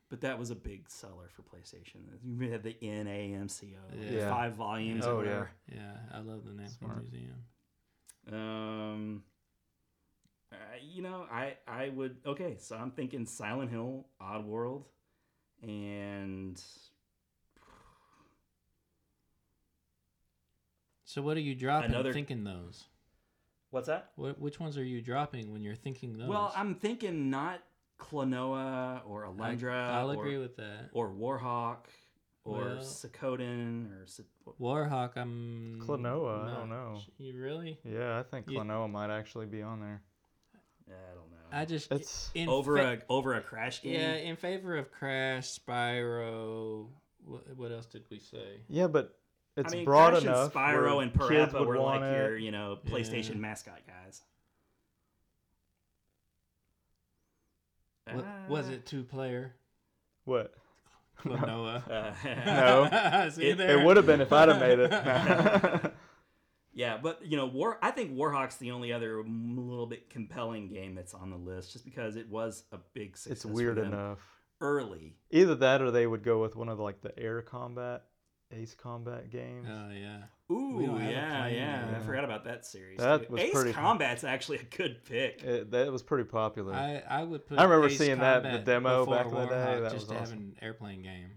But that was a big seller for PlayStation. You had the NAMCO, Yeah. five volumes. or Oh, yeah. whatever. Yeah, I love the Namco Smart. museum. Um, uh, you know, I I would okay. So I'm thinking Silent Hill, Oddworld, and So what are you dropping? Another- Thinking those. what's that? What which ones are you dropping when you're thinking those? Well, I'm thinking not Klonoa or I- Alundra. I'll or, agree with that. or Warhawk or Well- Sakoden or Sa- Warhawk, I'm. Klonoa, I don't not know. sh- You really? Yeah, I think You- Klonoa might actually be on there. I don't know. I just It's- in over fa- a over a crash game. yeah, in favor of Crash, Spyro. What, what else did we say? Yeah, but it's I mean, broad Crash and enough. Spyro where and kids Parappa would were like want it. your, you know, PlayStation Yeah. mascot guys. Wa- was Ah. it two player? What? Klonoa. Uh, No. See It- there? It would have been if I'd have made it. yeah, but you know, War. I think Warhawk's the only other m- little bit compelling game that's on the list, just because it was a big success. it's for weird them enough. Early, Either that, or they would go with one of like the air combat, ace combat games. Uh, Oh yeah. We Ooh, don't have a yeah, plane, yeah. I yeah. forgot about that series. That too. was Ace pretty- Combat's actually a good pick. It- that was pretty popular. I, I would put. I remember Ace seeing that, the Combat demo before back in the day. Warhawk That just was to have awesome. an airplane game.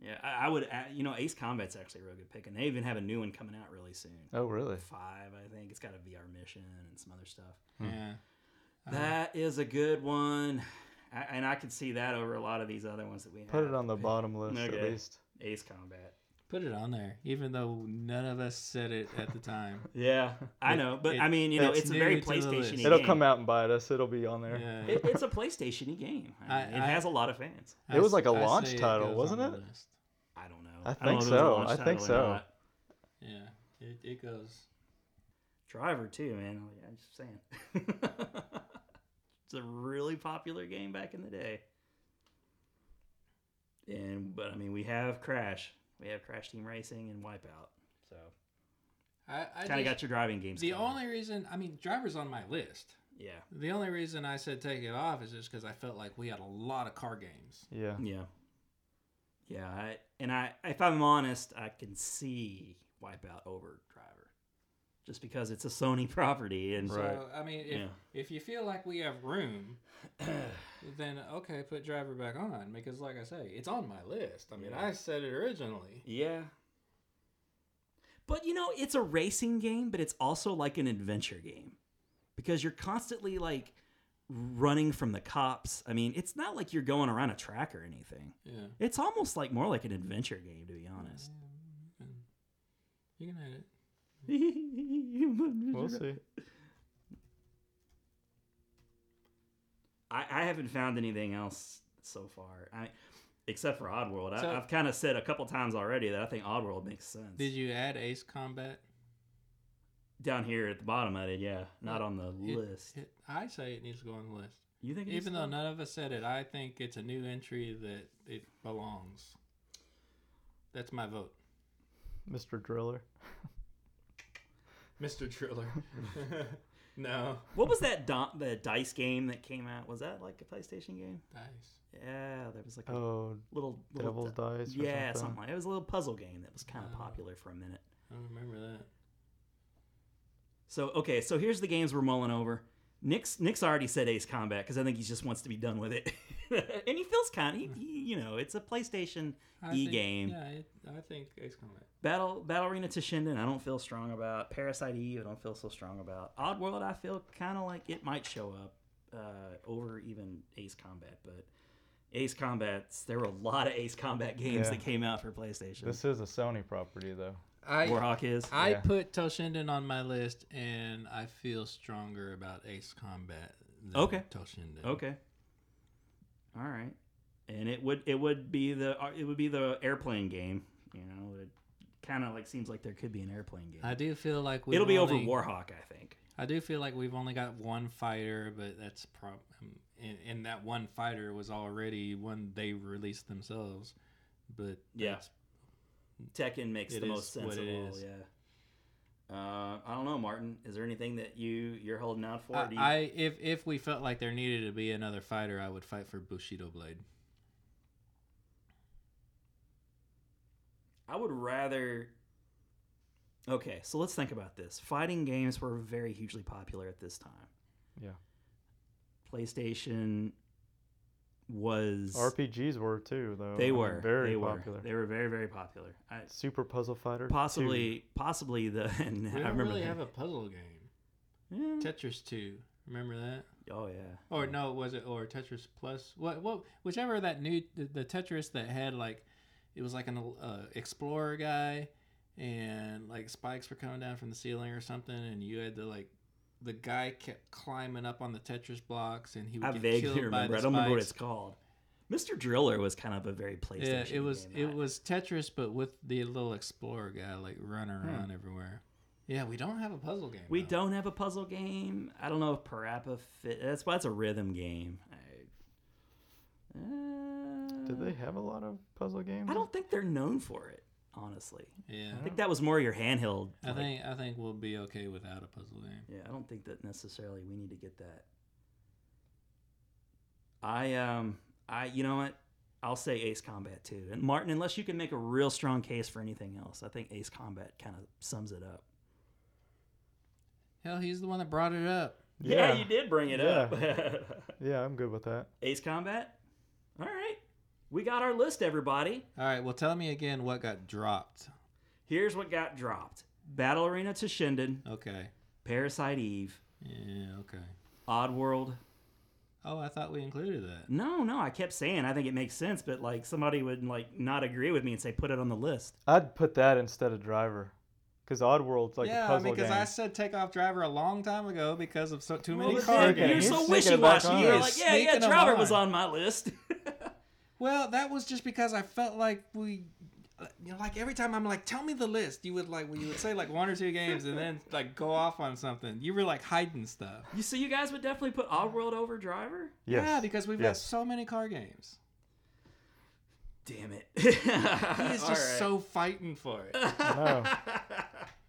Yeah, I, I would. add- You know, Ace Combat's actually a real good pick, and they even have a new one coming out really soon. oh, really? Five, I think. It's got a VR mission and some other stuff. Hmm. Yeah. Uh, Uh-huh. That is a good one, I, and I could see that over a lot of these other ones that we have. Put it on the Yeah. bottom list Okay. at least. Ace Combat. Put it on there, even though none of us said it at the time. Yeah, I know, but it- I mean, you know, it's it's, a new very to the list. PlayStation. It'll come out and bite us. It'll be on there. yeah. It, it's a PlayStation game. I I- mean, it I- has a lot of fans. I It was s- like a I launch say title, goes on wasn't the it? list. I don't know. I don't know think if it was a so. launch I title think or so. not. Yeah, it, it goes. Driver too, man. I'm just saying. it's a really popular game back in the day. And but I mean, we have Crash, we have Crash Team Racing and Wipeout. So I, I kind of just- got your driving games. The covered. only reason, I mean, driver's on my list. yeah, The only reason I said take it off is just because I felt like we had a lot of car games. Yeah. yeah, yeah. I, and I, if I'm honest, I can see Wipeout over Driver, just because it's a Sony property and Right. So I mean, if Yeah. if you feel like we have room, then okay, put driver back on because, like I say, it's on my list. I mean, Yeah. I said it originally. Yeah. But you know, it's a racing game, but it's also like an adventure game because you're constantly like running from the cops. I mean, it's not like you're going around a track or anything. Yeah. It's almost like more like an adventure game, to be honest. You can edit. We'll see. I, I haven't found anything else so far, I, except for Oddworld. I, So- I've kind of said a couple times already that I think Oddworld makes sense. Did you add Ace Combat? Down here at the bottom of it, yeah, not on the It- list. it- I say it needs to go on the list. you think it is Even though on- none of us said it, I think it's a new entry that it belongs. That's my vote. Mr. Driller. Mr. Triller. no. What was that di- the dice game that came out? Was that like a PlayStation game? Nice. Yeah, there was like a Oh, little, little Devil's di- Dice. Or yeah, something. something like it was a little puzzle game that was kind of Oh. popular for a minute. I don't remember that. So okay, so here's the games we're mulling over. Nick's Nick's already said Ace Combat because I think he just wants to be done with it, and he feels kind. He, he, you know, it's a PlayStation I E think- game. Yeah, it, I think Ace Combat. Battle Battle Arena Toshinden. I don't feel strong about Parasite Eve. I don't feel so strong about Oddworld. I feel kind of like it might show up uh, over even Ace Combat, but Ace Combat's there were a lot of Ace Combat games Yeah. that came out for PlayStation. This is a Sony property, though. I Warhawk is I Yeah. put Toshinden on my list, and I feel stronger about Ace Combat than Okay. Toshinden. okay. All right, and it would it would be the uh, it would be the airplane game. You know, it kind of like seems like there could be an airplane game. I do feel like we It'll be over only- Warhawk, I think. I do feel like we've only got one fighter, but that's prob um, and, and that one fighter was already one they released themselves. But Yeah. that's- Tekken makes It the is most sense what of it all. is. Yeah. Uh, I don't know, Martin. Is there anything that you you're holding out for? I, Do you- I if if we felt like there needed to be another fighter, I would fight for Bushido Blade. I would rather. Okay, so let's think about this. Fighting games were very hugely popular at this time. Yeah. PlayStation was RPGs were too, though. I they mean, were very they were popular. they were very very popular. I, Super Puzzle Fighter. 2. possibly possibly the and We I don't remember really that. have a puzzle game. Yeah. Tetris Two, remember that? oh yeah. Or no, was it or Tetris Plus? What what whichever that new the, the Tetris that had like It was like an uh, explorer guy, and like spikes were coming down from the ceiling or something, and you had to like. The guy kept climbing up on the Tetris blocks, and he would I get vaguely killed by remember. the I don't remember what spikes. it's called. Mr. Driller was kind of a very Yeah, PlayStation. it was game, it I- was Tetris, but with the little explorer guy like running around everywhere. Yeah, we don't have a puzzle game. Hmm. We though. don't have a puzzle game. I don't know if Parappa fit. That's why it's a rhythm game. I, uh, Did they have a lot of puzzle games? I don't think they're known for it, honestly. Yeah, I think that was more your handheld. I like- think I think we'll be okay without a puzzle game. Yeah, I don't think that necessarily we need to get that. I um I you know what? I'll say Ace Combat too. And Martin, unless you can make a real strong case for anything else, I think Ace Combat kind of sums it up. Hell, he's the one that brought it up. Yeah, you did bring it Yeah. up. Yeah, I'm good with that. Ace Combat? All right. We got our list, everybody. All right, well, tell me again what got dropped. Here's what got dropped Battle Arena to Shinden, Okay. Parasite Eve, Yeah. Okay. Oddworld. Oh, I thought we included that. No, no, I kept saying I think it makes sense, but like somebody would like not agree with me and say put it on the list. I'd put that instead of Driver, because Oddworld's like a yeah, I puzzle mean, because game. I said Takeoff Driver a long time ago because of so, too many Well, card then okay, You're games. he's so sneaking it wishy washy. back You're on. like, yeah, yeah, Sneaking them Driver was on. on my list. Well, that was just because I felt like we, you know, like every time I'm like, tell me the list. You would like, you would say like one or two games, and then like go off on something. You were like hiding stuff. you see, you guys would definitely put Oddworld over Driver? Yes. Yeah, because we've got yes. so many car games. Damn it. he is He is just so fighting for it. No.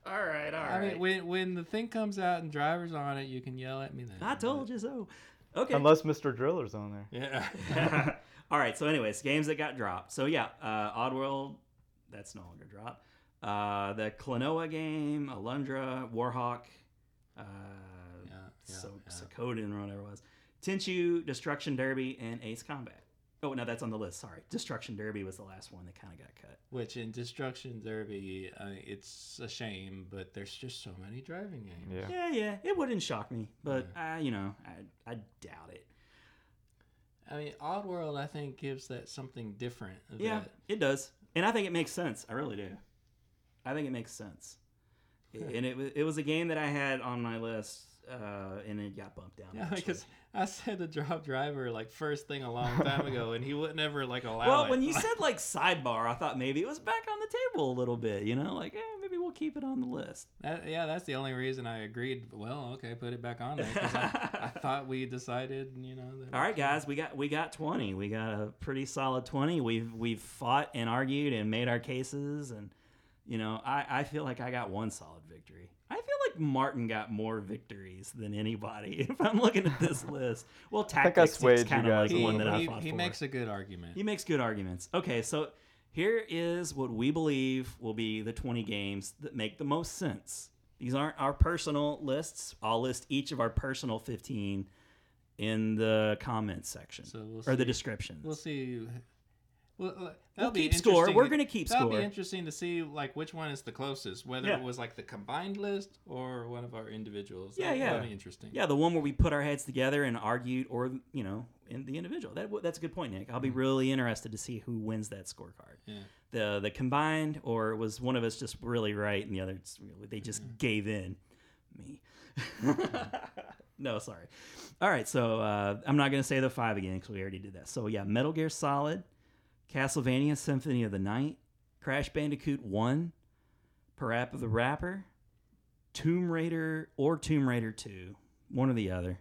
all right, all I right. mean, when when the thing comes out and drivers on it, you can yell at me then. I told you so. Okay. Unless Mr. Driller's on there. Yeah. All right. So, anyways, games that got dropped. So yeah, uh, Oddworld, that's no longer dropped. Uh, the Klonoa game, Alundra, Warhawk, uh, yeah, yeah, so yeah. Sokoden or whatever it was, Tenchu, Destruction Derby, and Ace Combat. Oh no, that's on the list. Sorry, Destruction Derby was the last one that kind of got cut. Which in Destruction Derby, uh, it's a shame, but there's just so many driving games. Yeah. Yeah, yeah, it wouldn't shock me, but I, you know, I, I doubt it. I mean, Oddworld, I think gives that something different. Yeah, that- it does, and I think it makes sense. I really do. I think it makes sense. and it was it was a game that I had on my list, uh, and it got bumped down. Yeah, actually. because I said to drop driver like first thing a long time ago, and he wouldn't ever like allow well, it. when you Like, said like sidebar, I thought maybe it was back on the table a little bit. You know, like eh, maybe we'll keep it on the list. that, yeah, that's the only reason I agreed. Well, okay, put it back on there 'cause I, I thought we decided, you know. That All right, guys, we got we got twenty. We got a pretty solid twenty. We've we've fought and argued and made our cases, and you know, I I feel like I got one solid victory. I feel like Martin got more victories than anybody. If I'm looking at this list, well, I tactics swayed is you kind of like guys the He, a one little that I he, fought he for. makes a good argument. He makes good arguments. Okay, so here is what we believe will be the 20 games that make the most sense. These aren't our personal lists. I'll list each of our personal 15 in the comments section So we'll or the see. description. We'll see. Well, uh, that'll We'll be keep score. interesting. We're gonna keep that'll score. be interesting to see like which one is the closest, whether Yeah. it was like the combined list or one of our individuals. Yeah, That'll- yeah. that'll be interesting. yeah, the one where we put our heads together and argued, or you know, in the individual. That w- that's a good point, Nick. I'll be really interested to see who wins that scorecard. Mm. Yeah. the the combined or was one of us just really right and the other just really, they just Mm-hmm. gave in me no sorry all right so uh, i'm not going to say the five again because we already did that so yeah metal gear solid castlevania symphony of the night crash bandicoot 1 parappa the rapper tomb raider or tomb raider 2 one or the other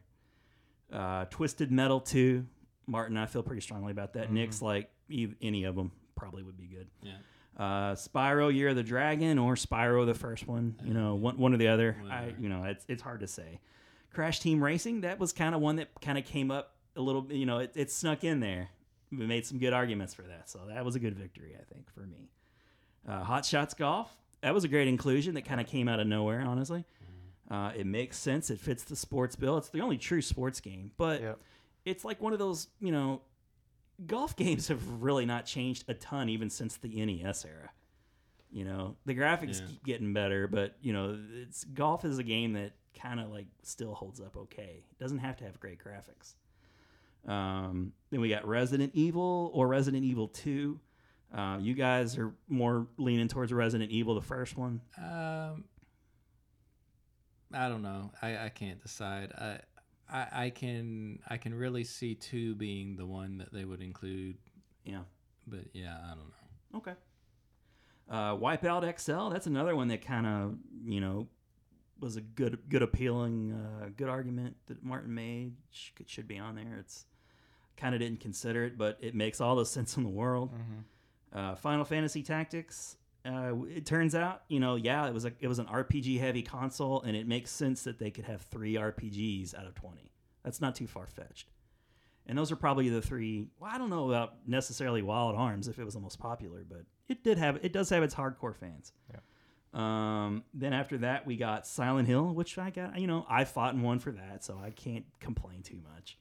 uh, twisted metal 2 martin i feel pretty strongly about that nick's like e- any of them probably would be good Mm-hmm. Yeah. uh, Spyro Year of the Dragon or Spyro the first one. You know, one, one or the other. I, Whatever. you know, it's it's hard to say. Crash Team Racing that was kind of one that kind of came up a little. bit, You know, it, it snuck in there. We made some good arguments for that, so that was a good victory, I think, for me. Uh, Hot Shots Golf that was a great inclusion that kind of came out of nowhere, honestly. Uh, it makes sense. It fits the sports bill. It's the only true sports game, but Yep. it's like one of those, you know, golf games have really not changed a ton even since the NES era. You know, the graphics Yeah. keep getting better, but you know, it's golf is a game that kind of like still holds up okay. It doesn't have to have great graphics. Um, then we got Resident Evil or Resident Evil 2, Uh, you guys are more leaning towards Resident Evil, the first one. Um, I don't know. I, I can't decide. I, I I can I can really see two being the one that they would include, Yeah. but yeah, I don't know. Okay. Uh, Wipeout XL. That's another one that kind of you know was a good, good appealing, uh, good argument that Martin made Sh- could- should be on there. It's kind of didn't consider it, but it makes all the sense in the world. Mm-hmm. Uh, Final Fantasy Tactics. Uh, it turns out, you know, yeah, it was a, it was an RPG heavy console, and it makes sense that they could have three RPGs out of twenty. That's not too far fetched. And those are probably the three. Well, I don't know about necessarily Wild Arms if it was the most popular, but it did have it does have its hardcore fans. Yeah. Um, then after that, we got Silent Hill, which I got. You know, I fought and won for that, so I can't complain too much.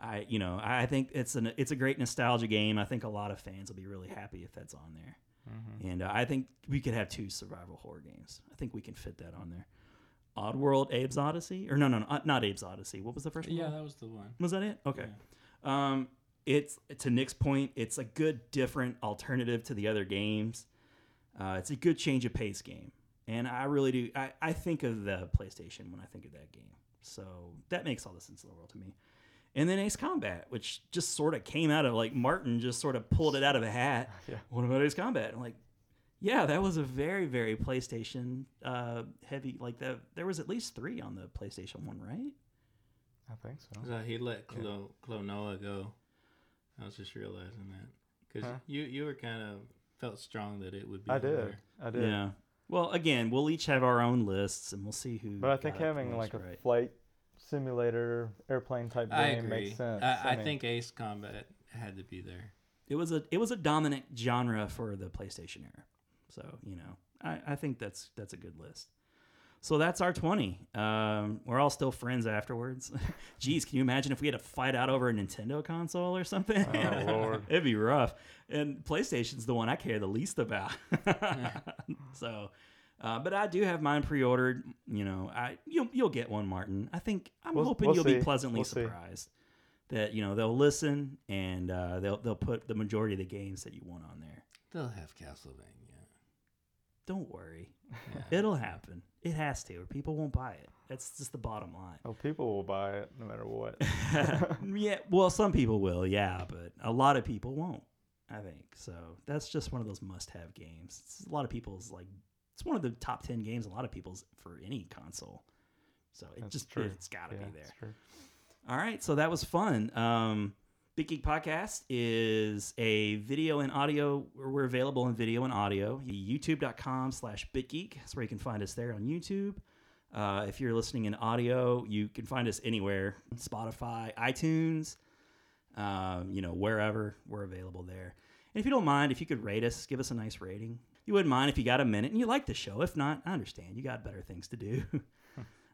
I you know I I think it's an it's a great nostalgia game. I think a lot of fans will be really happy if that's on there. And uh, I think we could have two survival horror games. I think we can fit that on there. Oddworld, Abe's Odyssey, or no, no, no, uh, not Abe's Odyssey. What was the first one? Yeah, that was the one. Was that it? Okay. Um, it's to Nick's point. It's a good, different alternative to the other games. Uh, it's a good change of pace game, and I really do. I, I think of the PlayStation when I think of that game, so that makes all the sense in the world to me. And then Ace Combat, which just sort of came out of like Martin just sort of pulled it out of a hat. Yeah. What about Ace Combat? I'm like, yeah, that was a very very PlayStation uh, heavy. Like that, there was at least three on the PlayStation one, right? I think so. So he let Clo, Clonoa go. I was just realizing that because Huh? you you were kind of felt strong that it would be. I on did. there. I did. Yeah. Well, again, we'll each have our own lists, and we'll see who. But I think got it having most like a right. flight simulator, airplane type I game agree. makes sense. I, I, mean, think Ace Combat had to be there. it was a it was a dominant genre for the PlayStation era. So you know, I, I think that's that's a good list. So that's our twenty. Um, we're all still friends afterwards. Geez, can you imagine if we had to fight out over a Nintendo console or something? Oh, Lord. It'd be rough. And PlayStation's the one I care the least about. so, uh, but I do have mine pre-ordered. You know, I you'll you'll get one, Martin. I think I'm We'll- hoping we'll you'll see. be pleasantly We'll see. surprised that you know they'll listen and uh, they'll they'll put the majority of the games that you want on there. They'll have Castlevania. Don't worry, Yeah. it'll happen. It has to, or people won't buy it. That's just the bottom line. oh, people will buy it no matter what. yeah, well, some people will, yeah, but a lot of people won't. I think so. That's just one of those must-have games. It's a lot of people's like. It's one of the top ten games. A lot of people's for any console. So it That's just true. it's got to yeah, be there. it's true. All right, so that was fun. Um, Big Geek Podcast is a video and audio. We're available in video and audio. YouTube.com slash BitGeek. That's where you can find us there on YouTube. Uh, if you're listening in audio, you can find us anywhere Spotify, iTunes, um, you know, wherever we're available there. And if you don't mind, if you could rate us, give us a nice rating. You wouldn't mind if you got a minute and you like the show. If not, I understand. You got better things to do.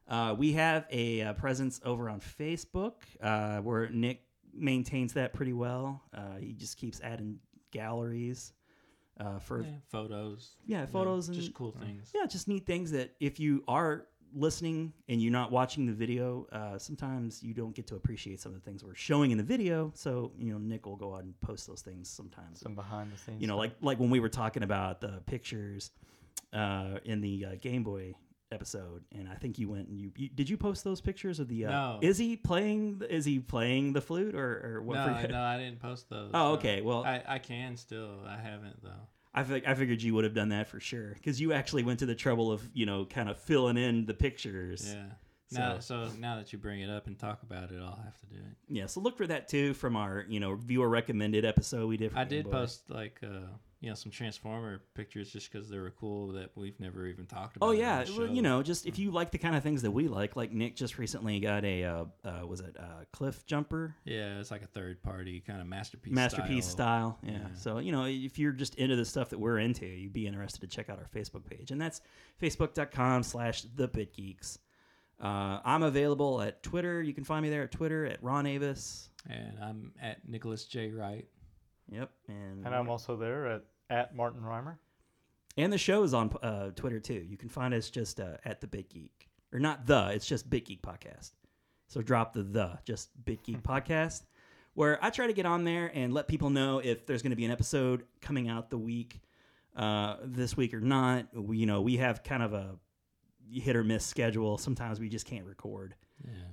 Uh, we have a uh, presence over on Facebook uh, where Nick maintains that pretty well. Uh, he just keeps adding galleries uh, for Yeah, photos. Yeah, you know, photos and- just cool things. yeah, just neat things that if you are listening and you're not watching the video, uh, sometimes you don't get to appreciate some of the things we're showing in the video. So you know, Nick will go out and post those things sometimes. Some behind the scenes. you know, stuff. like like when we were talking about the pictures uh, in the uh, Game Boy episode, and I think you went and you, you did you post those pictures of the uh, No. is he playing the- is he playing the flute or or what? No, I- no, I didn't post those. Oh, no. okay. Well, I I, I can still. I haven't though. I, fig- I figured you would have done that for sure because you actually went to the trouble of you know kind of filling in the pictures. Yeah. Now, so now that you bring it up and talk about it, I'll have to do it. Yeah, so look for that too from our you know viewer recommended episode we did. For I Game did Boy. post like uh, you know some Transformer pictures just because they were cool that we've never even talked about. Oh on yeah, the well, show. Mm. you know, just if you like the kind of things that we like, like Nick just recently got a uh, uh, was it uh, cliff jumper Yeah, it's like a third party kind of masterpiece. masterpiece style. Yeah. Yeah. So you know, if you're just into the stuff that we're into, you'd be interested to check out our Facebook page, and that's facebook.com/slash the bitgeeks. Uh, I'm available at Twitter. You can find me there at Twitter at Ron Avis. And I'm at Nicholas J Wright. Yep, and and I'm also there at, at Martin Reimer. And the show is on uh, Twitter too. You can find us just uh, at the Bit Geek, or not the. It's just Bit Geek Podcast. So drop the the, just Bit Geek Podcast. where I try to get on there and let people know if there's going to be an episode coming out the week, uh, this week or not. We, you know, we have kind of a hit or miss schedule. Sometimes we just can't record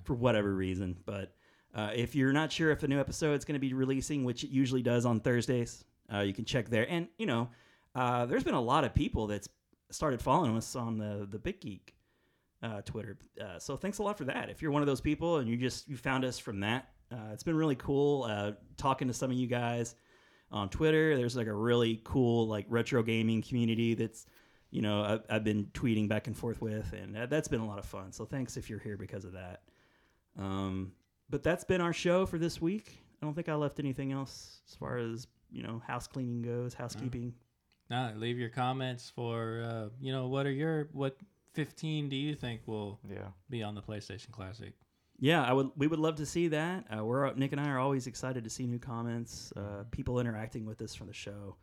for whatever reason. But uh, if you're not sure if a new episode is going to be releasing, which it usually does on Thursdays, uh, you can check there. And you know, uh, there's been a lot of people that's started following us on the the Big Geek uh, Twitter. Uh, so thanks a lot for that. If you're one of those people and you just you found us from that, uh, it's been really cool uh, talking to some of you guys on Twitter. There's like a really cool like retro gaming community that's you know I've, I've been tweeting back and forth with, and that, that's been a lot of fun. So thanks if you're here because of that. Um, but that's been our show for this week. I don't think I left anything else as far as you know house cleaning goes, housekeeping. Now leave your comments for uh, you know what are your what fifteen do you think will Yeah. be on the PlayStation Classic? Yeah, I would. We would love to see that. Uh, we're Nick and I are always excited to see new comments, uh, people interacting with us from the show.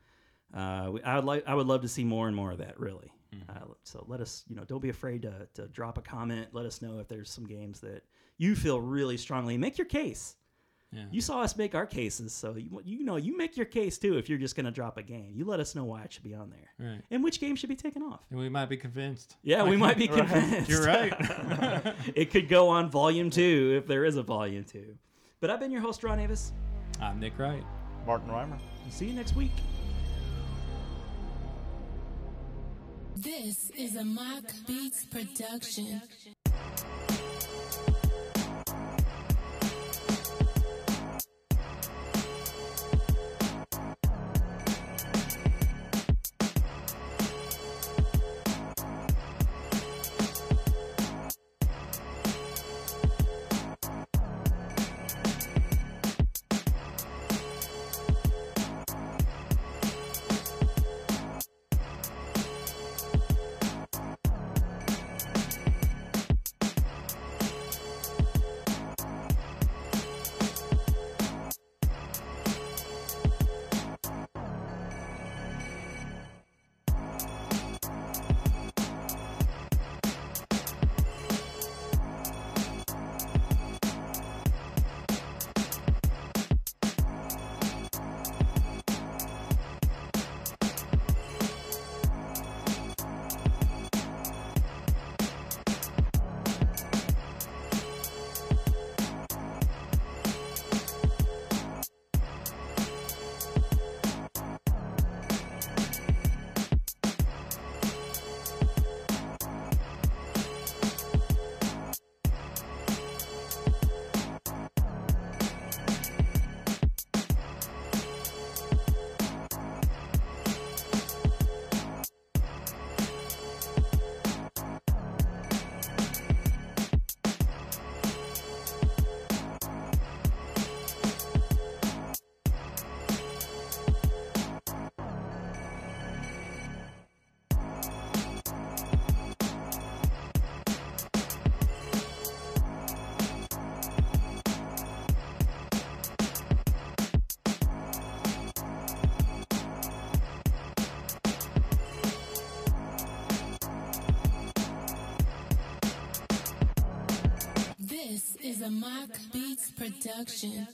Uh, we, I would like. I would love to see more and more of that. Really. Uh, so let us. You know, don't be afraid to to drop a comment. Let us know if there's some games that you feel really strongly. Make your case. Yeah. You saw us make our cases, so you, you know you make your case too. If you're just going to drop a game, you let us know why it should be on there Right. and which game should be taken off. And we might be convinced. Yeah, we might be convinced. You're right. it could go on volume two if there is a volume two. But I've been your host, Ron Avis. I'm Nick Wright. Martin Reimer. See you next week. This is a Mock Beats production. This is a Mock Beats production.